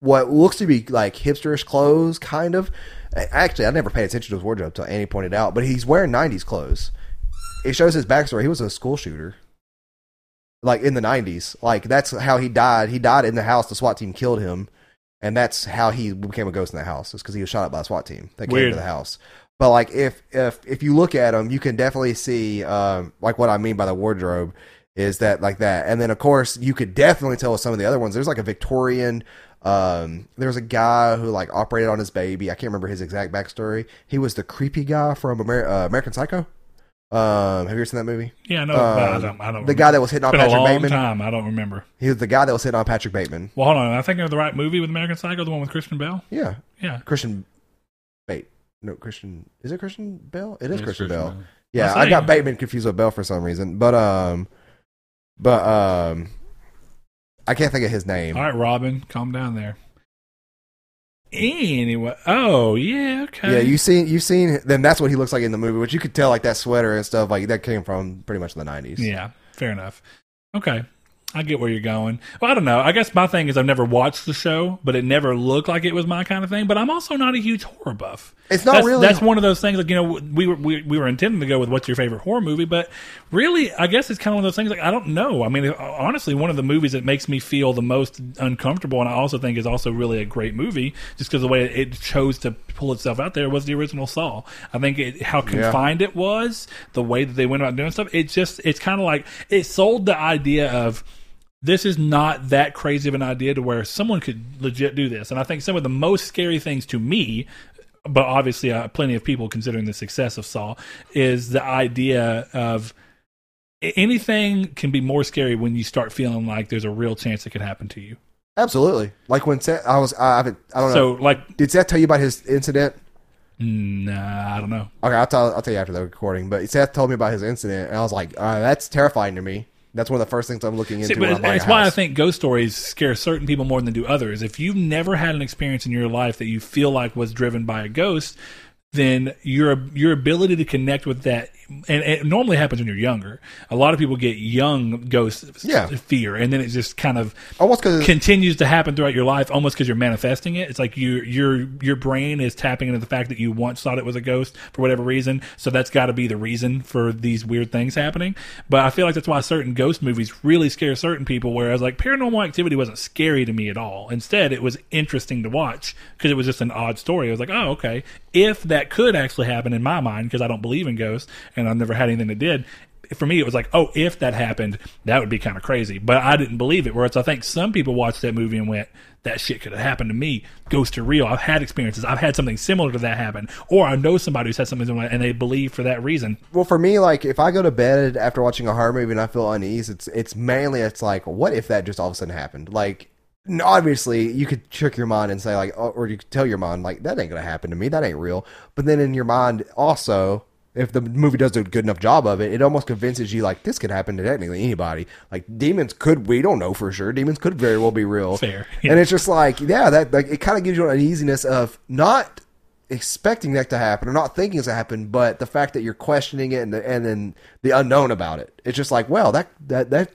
what looks to be like hipsterish clothes, kind of. A- Actually, I never paid attention to his wardrobe until Annie pointed out, but he's wearing '90s clothes. It shows his backstory. He was a school shooter, like in the '90s. Like that's how he died. He died in the house. The SWAT team killed him and that's how he became a ghost in the house is because he was shot at by a SWAT team that came Weird. to the house. But like if if if you look at him, you can definitely see um, like what I mean by the wardrobe is that like that, and then of course you could definitely tell with some of the other ones. There's like a Victorian. Um, there was a guy who like operated on his baby. I can't remember his exact backstory. He was the creepy guy from Amer- uh, American Psycho. Um, have you ever seen that movie? Yeah, I know. Um, I don't. I don't the guy that was hitting on it's been a Patrick long Bateman. time. I don't remember. He was the guy that was hitting on Patrick Bateman. Well, hold on. I think of the right movie with American Psycho, the one with Christian Bell. Yeah, Yeah. Christian. Wait, no, Christian. Is it Christian Bell? It is It's Christian, Christian Bell. Bell. Yeah, That's I got it. Bateman confused with Bell for some reason, but um, but um, I can't think of his name. All right, Robin, calm down there. Anyway, oh yeah, okay. Yeah, you seen you seen then that's what he looks like in the movie, which you could tell like that sweater and stuff like that came from pretty much the nineties. Yeah, fair enough. Okay. I get where you're going. Well, I don't know. I guess my thing is I've never watched the show, but it never looked like it was my kind of thing. But I'm also not a huge horror buff. It's not that's, really- That's one of those things. Like you know, we were we, we were intending to go with what's your favorite horror movie, but really, I guess it's kind of one of those things. Like I don't know. I mean, honestly, one of the movies that makes me feel the most uncomfortable, and I also think is also really a great movie, just because the way it chose to pull itself out there was the original Saw. I think it, how confined it was, the way that they went about doing stuff. It just it's kind of like it sold the idea of this is not that crazy of an idea to where someone could legit do this. And I think some of the most scary things to me, but obviously uh, plenty of people considering the success of Saw, is the idea of a- anything can be more scary when you start feeling like there's a real chance it could happen to you. Absolutely. Like when Seth, I was I, I haven't- I don't So, know. like, Did Seth tell you about his incident? nah, I don't know. Okay, I'll tell I'll tell you after the recording. But Seth told me about his incident, and I was like, uh, that's terrifying to me. That's one of the first things I'm looking into. See, but when it's, I'm buying a it's why I house. think ghost stories scare certain people more than they do others. If you've never had an experience in your life that you feel like was driven by a ghost, then your your ability to connect with that, and it normally happens when you're younger. A lot of people get young ghost s- Yeah. fear, and then it just kind of almost because continues to happen throughout your life almost because you're manifesting it it's like your your your brain is tapping into the fact that you once thought it was a ghost for whatever reason so that's got to be the reason for these weird things happening but i feel like that's why certain ghost movies really scare certain people whereas like paranormal activity wasn't scary to me at all instead it was interesting to watch because it was just an odd story i was like oh okay if that could actually happen in my mind because i don't believe in ghosts and i've never had anything that did for me, it was like, oh, if that happened, that would be kind of crazy. But I didn't believe it. Whereas I think some people watched that movie and went, that shit could have happened to me. Ghosts are real. I've had experiences. I've had something similar to that happen. Or I know somebody who's had something similar and they believe for that reason. well for me like if i go to bed after watching a horror movie and i feel unease it's it's mainly it's like what if that just all of a sudden happened like n- obviously you could trick your mind and say like oh, or you could tell your mind like that ain't gonna happen to me that ain't real but then in your mind also if the movie does a good enough job of it, it almost convinces you like this could happen to technically anybody. Like demons could, we don't know for sure. Demons could very well be real. Fair. And it's just like, yeah, that like it kind of gives you an uneasiness of not expecting that to happen or not thinking it's to happen, but the fact that you're questioning it and the, and then the unknown about it. It's just like, well, that that that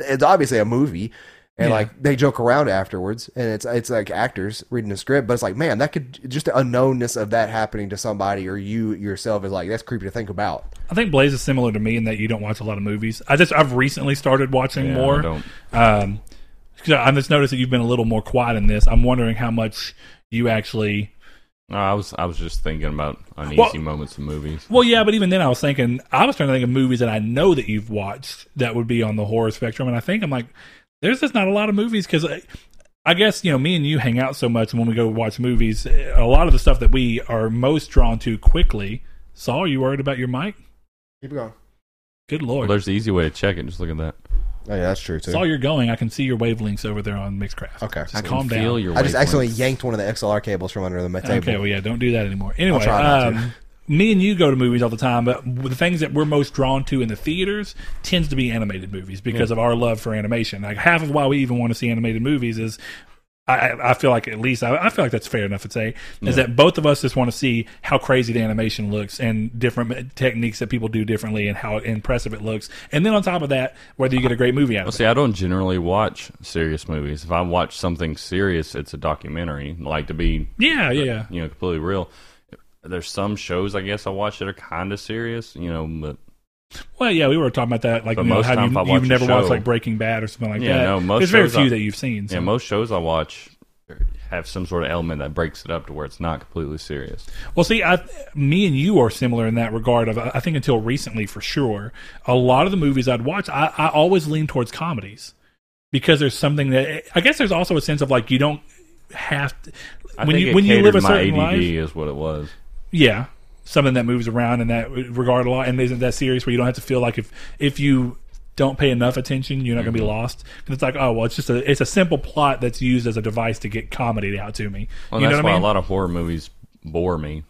it's obviously a movie. And Yeah. like they joke around afterwards, and it's it's like actors reading a script, but it's like man, that could just the unknownness of that happening to somebody or you yourself is like that's creepy to think about. I think Blaze is similar to me in that you don't watch a lot of movies. I just, I've recently started watching Yeah, I more. don't. Um, 'Cause I I just noticed that you've been a little more quiet in this. I'm wondering how much you actually. No, I was I was just thinking about uneasy Well- moments in movies. Well, yeah, but even then, I was thinking. I was trying to think of movies that I know that you've watched that would be on the horror spectrum, and I think I'm like, there's just not a lot of movies because. I, I guess you know me and you hang out so much, and when we go watch movies, a lot of the stuff that we are most drawn to quickly. Saul, you worried about your mic? Keep it going. Good Well, lord! there's the easy way to check it. Just look at that. Oh yeah, that's true too. Saul, you're going. I can see your wavelengths over there on Mixcraft. Okay. just I can calm feel down. your. I just accidentally wavelengths. yanked one of the XLR cables from under the table. Okay, well, yeah, don't do that anymore. Anyway, try not to. um, me and you go to movies all the time, but the things that we're most drawn to in the theaters tends to be animated movies because of our love for animation. Like half of why we even want to see animated movies is. I- I, I feel like at least I, I feel like that's fair enough to say is that both of us just want to see how crazy the animation looks and different techniques that people do differently and how impressive it looks and then on top of that whether you get a great movie out Well, of it. see, I don't generally watch serious movies. If I watch something serious, it's a documentary. Like to be, Yeah, yeah, Oh, yeah. you know, completely real. There's some shows I guess I watch that are kind of serious, you know, but Well, yeah, we were talking about that. Like, But you know, most how times you, I watch you've a never watched show. like Breaking Bad or something like Yeah, that. no, most There's very shows few I- that you've seen. So. yeah, most shows I watch have some sort of element that breaks it up to where it's not completely serious. Well, see, I, me and you are similar in that regard. Of I think until recently, for sure, a lot of the movies I'd watch, I, I always lean towards comedies because there's something that I guess there's also a sense of like you don't have to, I when think you it when you live a catered certain my ADD life, is what it was. yeah, something that moves around in that regard a lot, and isn't that serious where you don't have to feel like if if you don't pay enough attention, you're not Mm-hmm. going to be lost. 'Cause it's like, oh well, it's just a it's a simple plot that's used as a device to get comedy out to me. Well, you know that's what why I mean? a lot of horror movies bore me.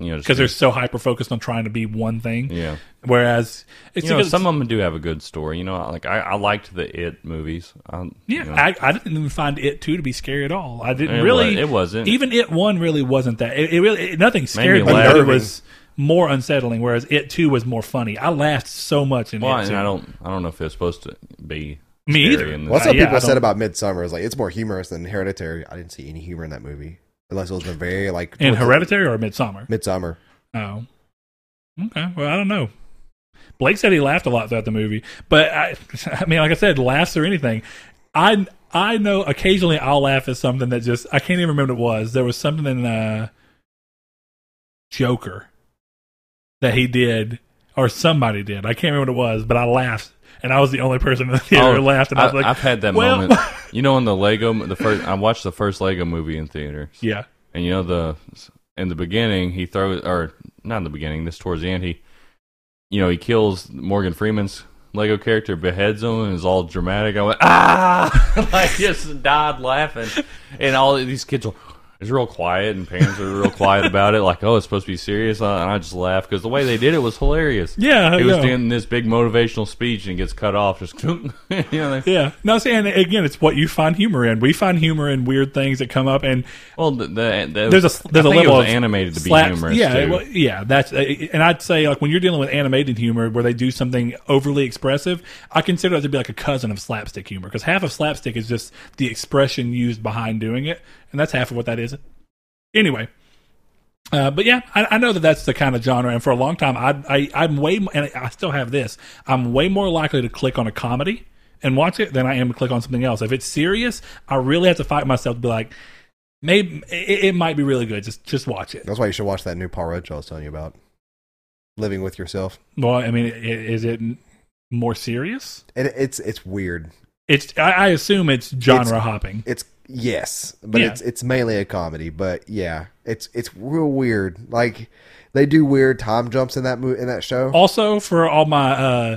You know, just because they're so hyper focused on trying to be one thing. yeah. Whereas it's You know, because- some of them do have a good story. You know, like I, I liked the It movies. I, yeah, you know. I, I didn't even find it two to be scary at all. I didn't It really. wa- it wasn't. even it one really wasn't that. It, it really it, nothing scared me, laugh. but it was more unsettling. Whereas it two was more funny. I laughed so much in Well, it. and Two. I don't, I don't know if it's supposed to be Me scary either. in this- Well, that's Uh, what yeah, I people said don't- about Midsummer. Is like it's more humorous than Hereditary. I didn't see any humor in that movie, unless it was a very like in towards the- Hereditary or Midsummer. Midsummer. Oh, okay. Well, I don't know. Blake said he laughed a lot throughout the movie, but I, I mean, like I said, laughs or anything. I I know occasionally I'll laugh at something that just I can't even remember what it was. There was something in uh, Joker that he did or somebody did. I can't remember what it was, but I laughed, and I was the only person in the Oh, theater who laughed, and I, was like, have had that well- moment. you know, in the Lego, the first I watched the first Lego movie in theater, yeah, and you know the in the beginning he throws, or not in the beginning, this towards the end he, you know, he kills Morgan Freeman's Lego character, beheads him, and is all dramatic. I went ah, like just died laughing, and all these kids were. It's real quiet, and parents are real quiet about it. Like, oh, it's supposed to be serious, uh, and I just laugh because the way they did it was hilarious. yeah. he was no. doing this big motivational speech and gets cut off. Just you know, they, yeah. No, see, and again, it's what you find humor in. We find humor in weird things that come up, and well, the, the, the, there's a there's I a think it level was of animated to be slaps- humorous. Yeah, too. well, yeah, that's uh, and I'd say like when you're dealing with animated humor where they do something overly expressive, I consider that to be like a cousin of slapstick humor because half of slapstick is just the expression used behind doing it, and that's half of what that is. Anyway. Uh, but yeah, I, I know that that's the kind of genre, and for a long time, I, I I'm way m- and I still have this. I'm way more likely to click on a comedy and watch it than I am to click on something else. If it's serious, I really have to fight myself to be like, maybe it, it might be really good. Just just watch it. That's why you should watch that new Paul Rudd show I was telling you about. Living with yourself. Well, I mean, i- is it n- more serious? It, it's it's weird. It's I, I assume it's genre It's- hopping. It's yes, but Yeah. it's it's mainly a comedy. But yeah, it's it's real weird. Like they do weird time jumps in that mo- in that show. Also, for all my uh,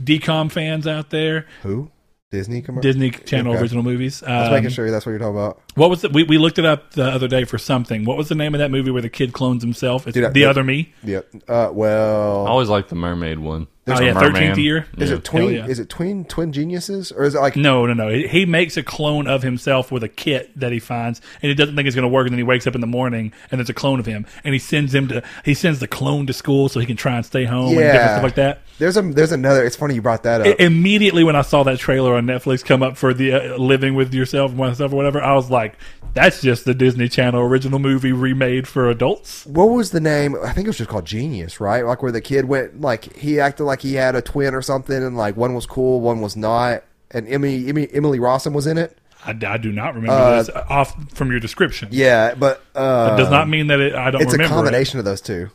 DCOM fans out there, Who Disney commercial? Disney Channel Okay. original movies. I was um, making sure that's what you're talking about. What was it? We, we looked it up the other day for something. What was the name of that movie where the kid clones himself? It's Dude, I- the that- other me. Yep. Uh, well, I always like the mermaid one. Oh yeah, thirteenth year. Is Yeah. it twin? yeah. Is it twin twin geniuses or is it like No, no, no. He he makes a clone of himself with a kit that he finds, and he doesn't think it's going to work. And then he wakes up in the morning, and there's a clone of him, and he sends him to he sends the clone to school so he can try and stay home and different Yeah. stuff like that. there's a there's another? It's funny you brought that up. I- immediately when I saw that trailer on Netflix come up for the uh, Living with Yourself, myself, or whatever, I was like, that's just the Disney Channel original movie remade for adults. what was the name? I think it was just called Genius, right? Like where the kid went, like he acted like he had a twin or something, and like one was cool, one was not. and Emily Emily, Emily Rossum was in it. I, I do not remember Uh, this off from your description. Yeah, but uh, It does not mean that it, I don't it's a remember. it. combination of those two.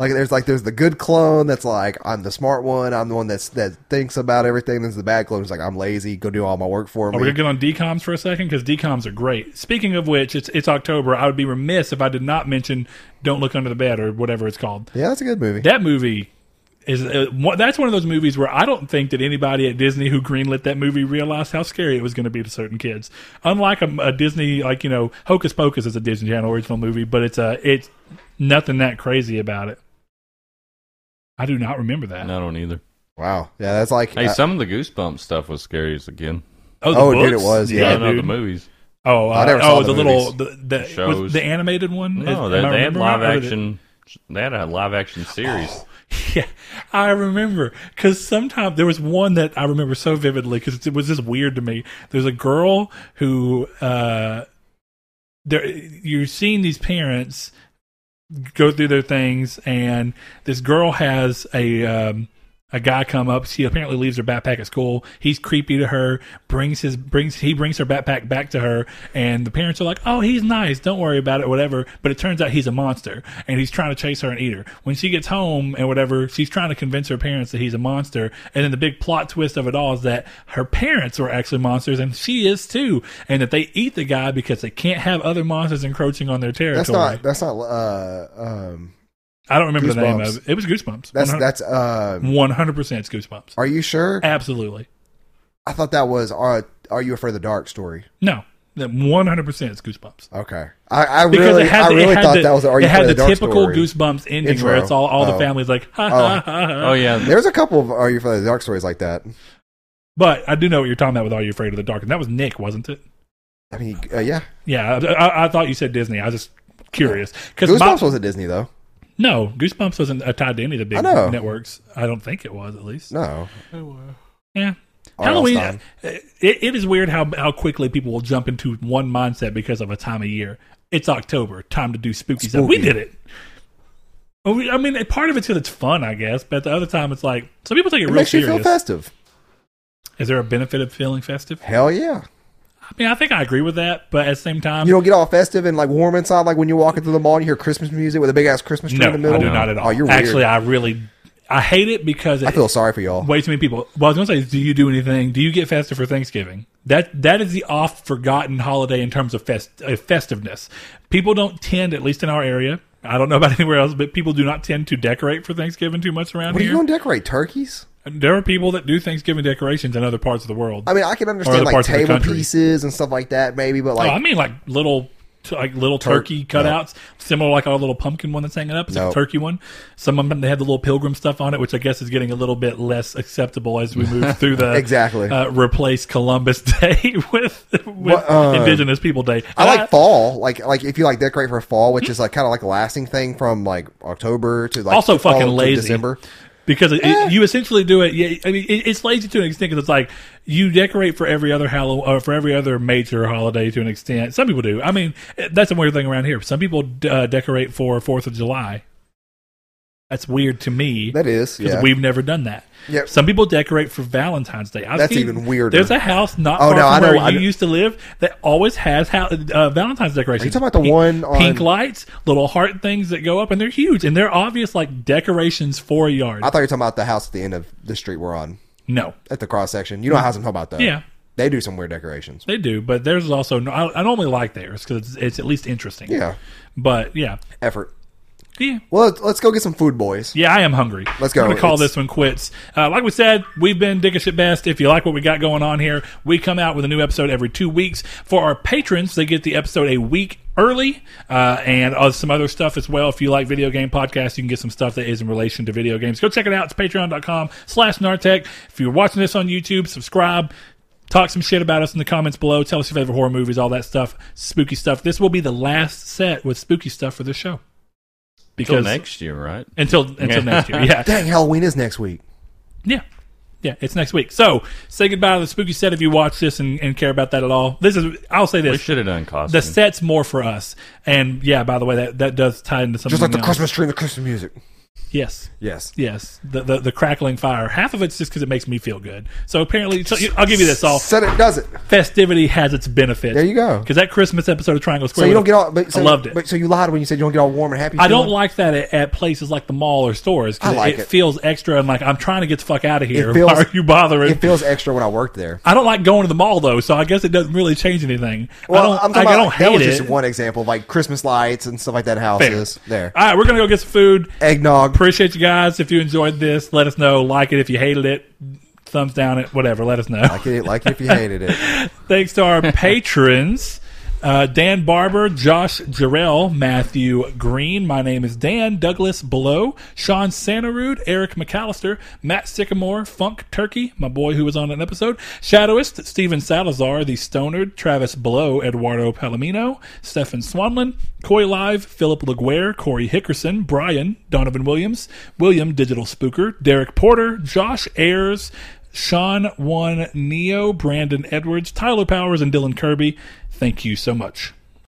Like there's like there's the good clone that's like I'm the smart one, I'm the one that's that thinks about everything. There's the bad clone who's like I'm lazy, go do all my work for Are we gonna me. get on DComs for a second? Because DComs are great. Speaking of which, it's it's October. I would be remiss if I did not mention "Don't Look Under the Bed" or whatever it's called. yeah, that's a good movie. That movie is uh, one- that's one of those movies where I don't think that anybody at Disney who greenlit that movie realized how scary it was going to be to certain kids. Unlike a, a Disney, like you know, Hocus Pocus is a Disney Channel original movie, but it's a it's nothing that crazy about it. I do not remember that. I don't either. Wow, yeah, that's like Hey, uh, some of the Goosebumps stuff was scary as again. the Oh, dude, it books? was, Yeah, Yeah, not the dude. movies. Oh, I uh, never saw oh, the, the little movies. the the, was Shows. the animated one. No, Is- they, am I they had remembering right? live Or did it- action. They had a live action series. Oh, Yeah, I remember because sometimes there was one that I remember so vividly because it was just weird to me. There's a girl who uh, there you're seeing these parents go through their things, and this girl has a um, a guy come up. She apparently leaves her backpack at school. He's creepy to her. brings his brings He brings her backpack back to her, and the parents are like, "Oh, he's nice. Don't worry about it. Whatever." But it turns out he's a monster, and he's trying to chase her and eat her. When she gets home and whatever, she's trying to convince her parents that he's a monster. And then the big plot twist of it all is that her parents were actually monsters, and she is too, and that they eat the guy because they can't have other monsters encroaching on their territory. that's not that's not uh um I don't remember the name Goosebumps. of it. It was Goosebumps. that's that's uh one hundred percent Goosebumps. are you sure? Absolutely. I thought that was are are you afraid of the dark story? No, that one hundred percent is Goosebumps. Okay, I, I Because really it had, I the- it really had thought the, that was are you it afraid had of the, the dark typical story? Goosebumps ending where Intro. it's all all the Oh. families like ha ha Oh. ha. ha. Oh yeah, There's a couple of are you afraid of the dark stories like that. But I do know what you're talking about with All You Afraid of the Dark, and that was Nick, wasn't it? I mean, uh, yeah, Yeah, I, I, I thought you said Disney. I was just curious because Goosebumps was at Disney though. no Goosebumps wasn't uh, tied to any of the big I know. networks. I don't think it was at least. No, Yeah. R.L. Halloween, Stein. it, it is weird how, how quickly people will jump into one mindset because of a time of year. It's October, time to do spooky, stuff. We Spooky. did it. Well, we- I mean, part of it's because it's fun, I guess, but the other time it's like some people take it, it real makes you serious. feel festive. Is there a benefit of feeling festive? Hell yeah! I mean, I think I agree with that, but at the same time, You don't get all festive and like warm inside, like when you walk into the mall and you hear Christmas music with a big ass Christmas tree no, in the middle. I do not at all. Oh, you're Actually, weird. I really, I hate it because it, I feel sorry for y'all. way too many people. Well, I was going to say, do you do anything? Do you get festive for Thanksgiving? That that is the oft forgotten holiday in terms of fest, uh, festiveness. People don't tend, at least in our area. I don't know about anywhere else, but people do not tend to decorate for Thanksgiving too much around What are you here. going to decorate turkeys? There are people that do Thanksgiving decorations in other parts of the world. I mean, I can understand other like parts of the table country. pieces and stuff like that, maybe, but oh, I like mean like little t- like little turkey cutouts, similar like our little pumpkin one that's hanging up. It's a No. turkey one. Some of them they have the little pilgrim stuff on it, which I guess is getting a little bit less acceptable as we move through the Exactly. uh, replace Columbus Day with, with uh, Indigenous People Day. Uh, I And like fall, like like if you like decorate for fall, which is like kind of like a lasting thing from like October to like also fall fucking to lazy December. because it, you essentially do it. Yeah, I mean it, it's lazy to an extent because it's like you decorate for every other Halloween or for every other major holiday to an extent. Some people do. I mean eh, that's a weird thing around here. Some people uh, decorate for Fourth of July. That's weird to me. That is, because yeah. we've never done that. Yeah. Some people decorate for Valentine's Day. I've That's seen- even weirder. There's a house not Oh, far no, I from know- where I you know- used to live that always has ha- uh, Valentine's decorations. talking about the one on- pink lights, little heart things that go up, and they're huge and they're obvious like decorations for a yard. I thought you were talking about the house at the end of the street we're on no, at the cross section. You know how I'm talking about that? Yeah. they do some weird decorations. they do, but theirs is also. No, I, I normally like theirs because it's, it's at least interesting. Yeah, but yeah, effort. yeah. Well, let's, let's go get some food, boys. Yeah, I am hungry. Let's go. I'm gonna call It's- this one quits. Uh, like we said, we've been Dick a Shit Best. If you like what we got going on here, we come out with a new episode every two weeks. For our patrons, they get the episode a week early uh, and uh, some other stuff as well. If you like video game podcasts, you can get some stuff that is in relation to video games. Go check it out. It's patreon.com slash Nartech. If you're watching this on YouTube, subscribe. Talk some shit about us in the comments below. Tell us your favorite horror movies, all that stuff, spooky stuff. This will be the last set with spooky stuff for this show. Till Because next year, right? until until next year. Yeah, Dang, Halloween is next week. yeah, yeah. It's next week. So say goodbye to the spooky set if you watch this and, and care about that at all. This is I'll say We this: should have done costume. the set's more for us. And yeah, by the way, that that does tie into something. Just like the else. Christmas tree and the Christmas music. Yes. Yes. Yes, the, the the crackling fire. Half of it's just because it makes me feel good. So apparently, so you- I'll give you this. All Said it does it. festivity has its benefits. There you go. Because that Christmas episode of Triangle Square, So you don't was- get all. But, so, I loved it. But so you lied when you said you don't get all warm and happy. I don't feeling? like that at, at places like the mall or stores. 'cause I like it. feels extra and like I'm trying to get the fuck out of here. It feels- Why are you bothering? It feels extra when I work there. I don't like going to the mall though, so I guess it doesn't really change anything. I Well, don't. I'm I, talking I about don't like, that hate was it. just one example, of, like Christmas lights and stuff like that. Houses there, All right, we're gonna go get some food. eggnog. Appreciate you guys. If you enjoyed this, let us know. Like it if you hated it. Thumbs down it. Whatever. Let us know. Like it, like if you hated it. Thanks to our patrons. Uh, Dan Barber, Josh Jarrell, Matthew Green. My name is Dan Douglas Below, Sean Santarude, Eric McAllister, Matt Sycamore, Funk Turkey, my boy who was on an episode, Shadowist, Steven Salazar, The Stonard, Travis Below, Eduardo Palomino, Stefan Swanlin, Coy Live, Philip LaGuerre, Corey Hickerson, Brian, Donovan Williams, William Digital Spooker, Derek Porter, Josh Ayers, Sean One Neo, Brandon Edwards, Tyler Powers, and Dylan Kirby. Thank you so much.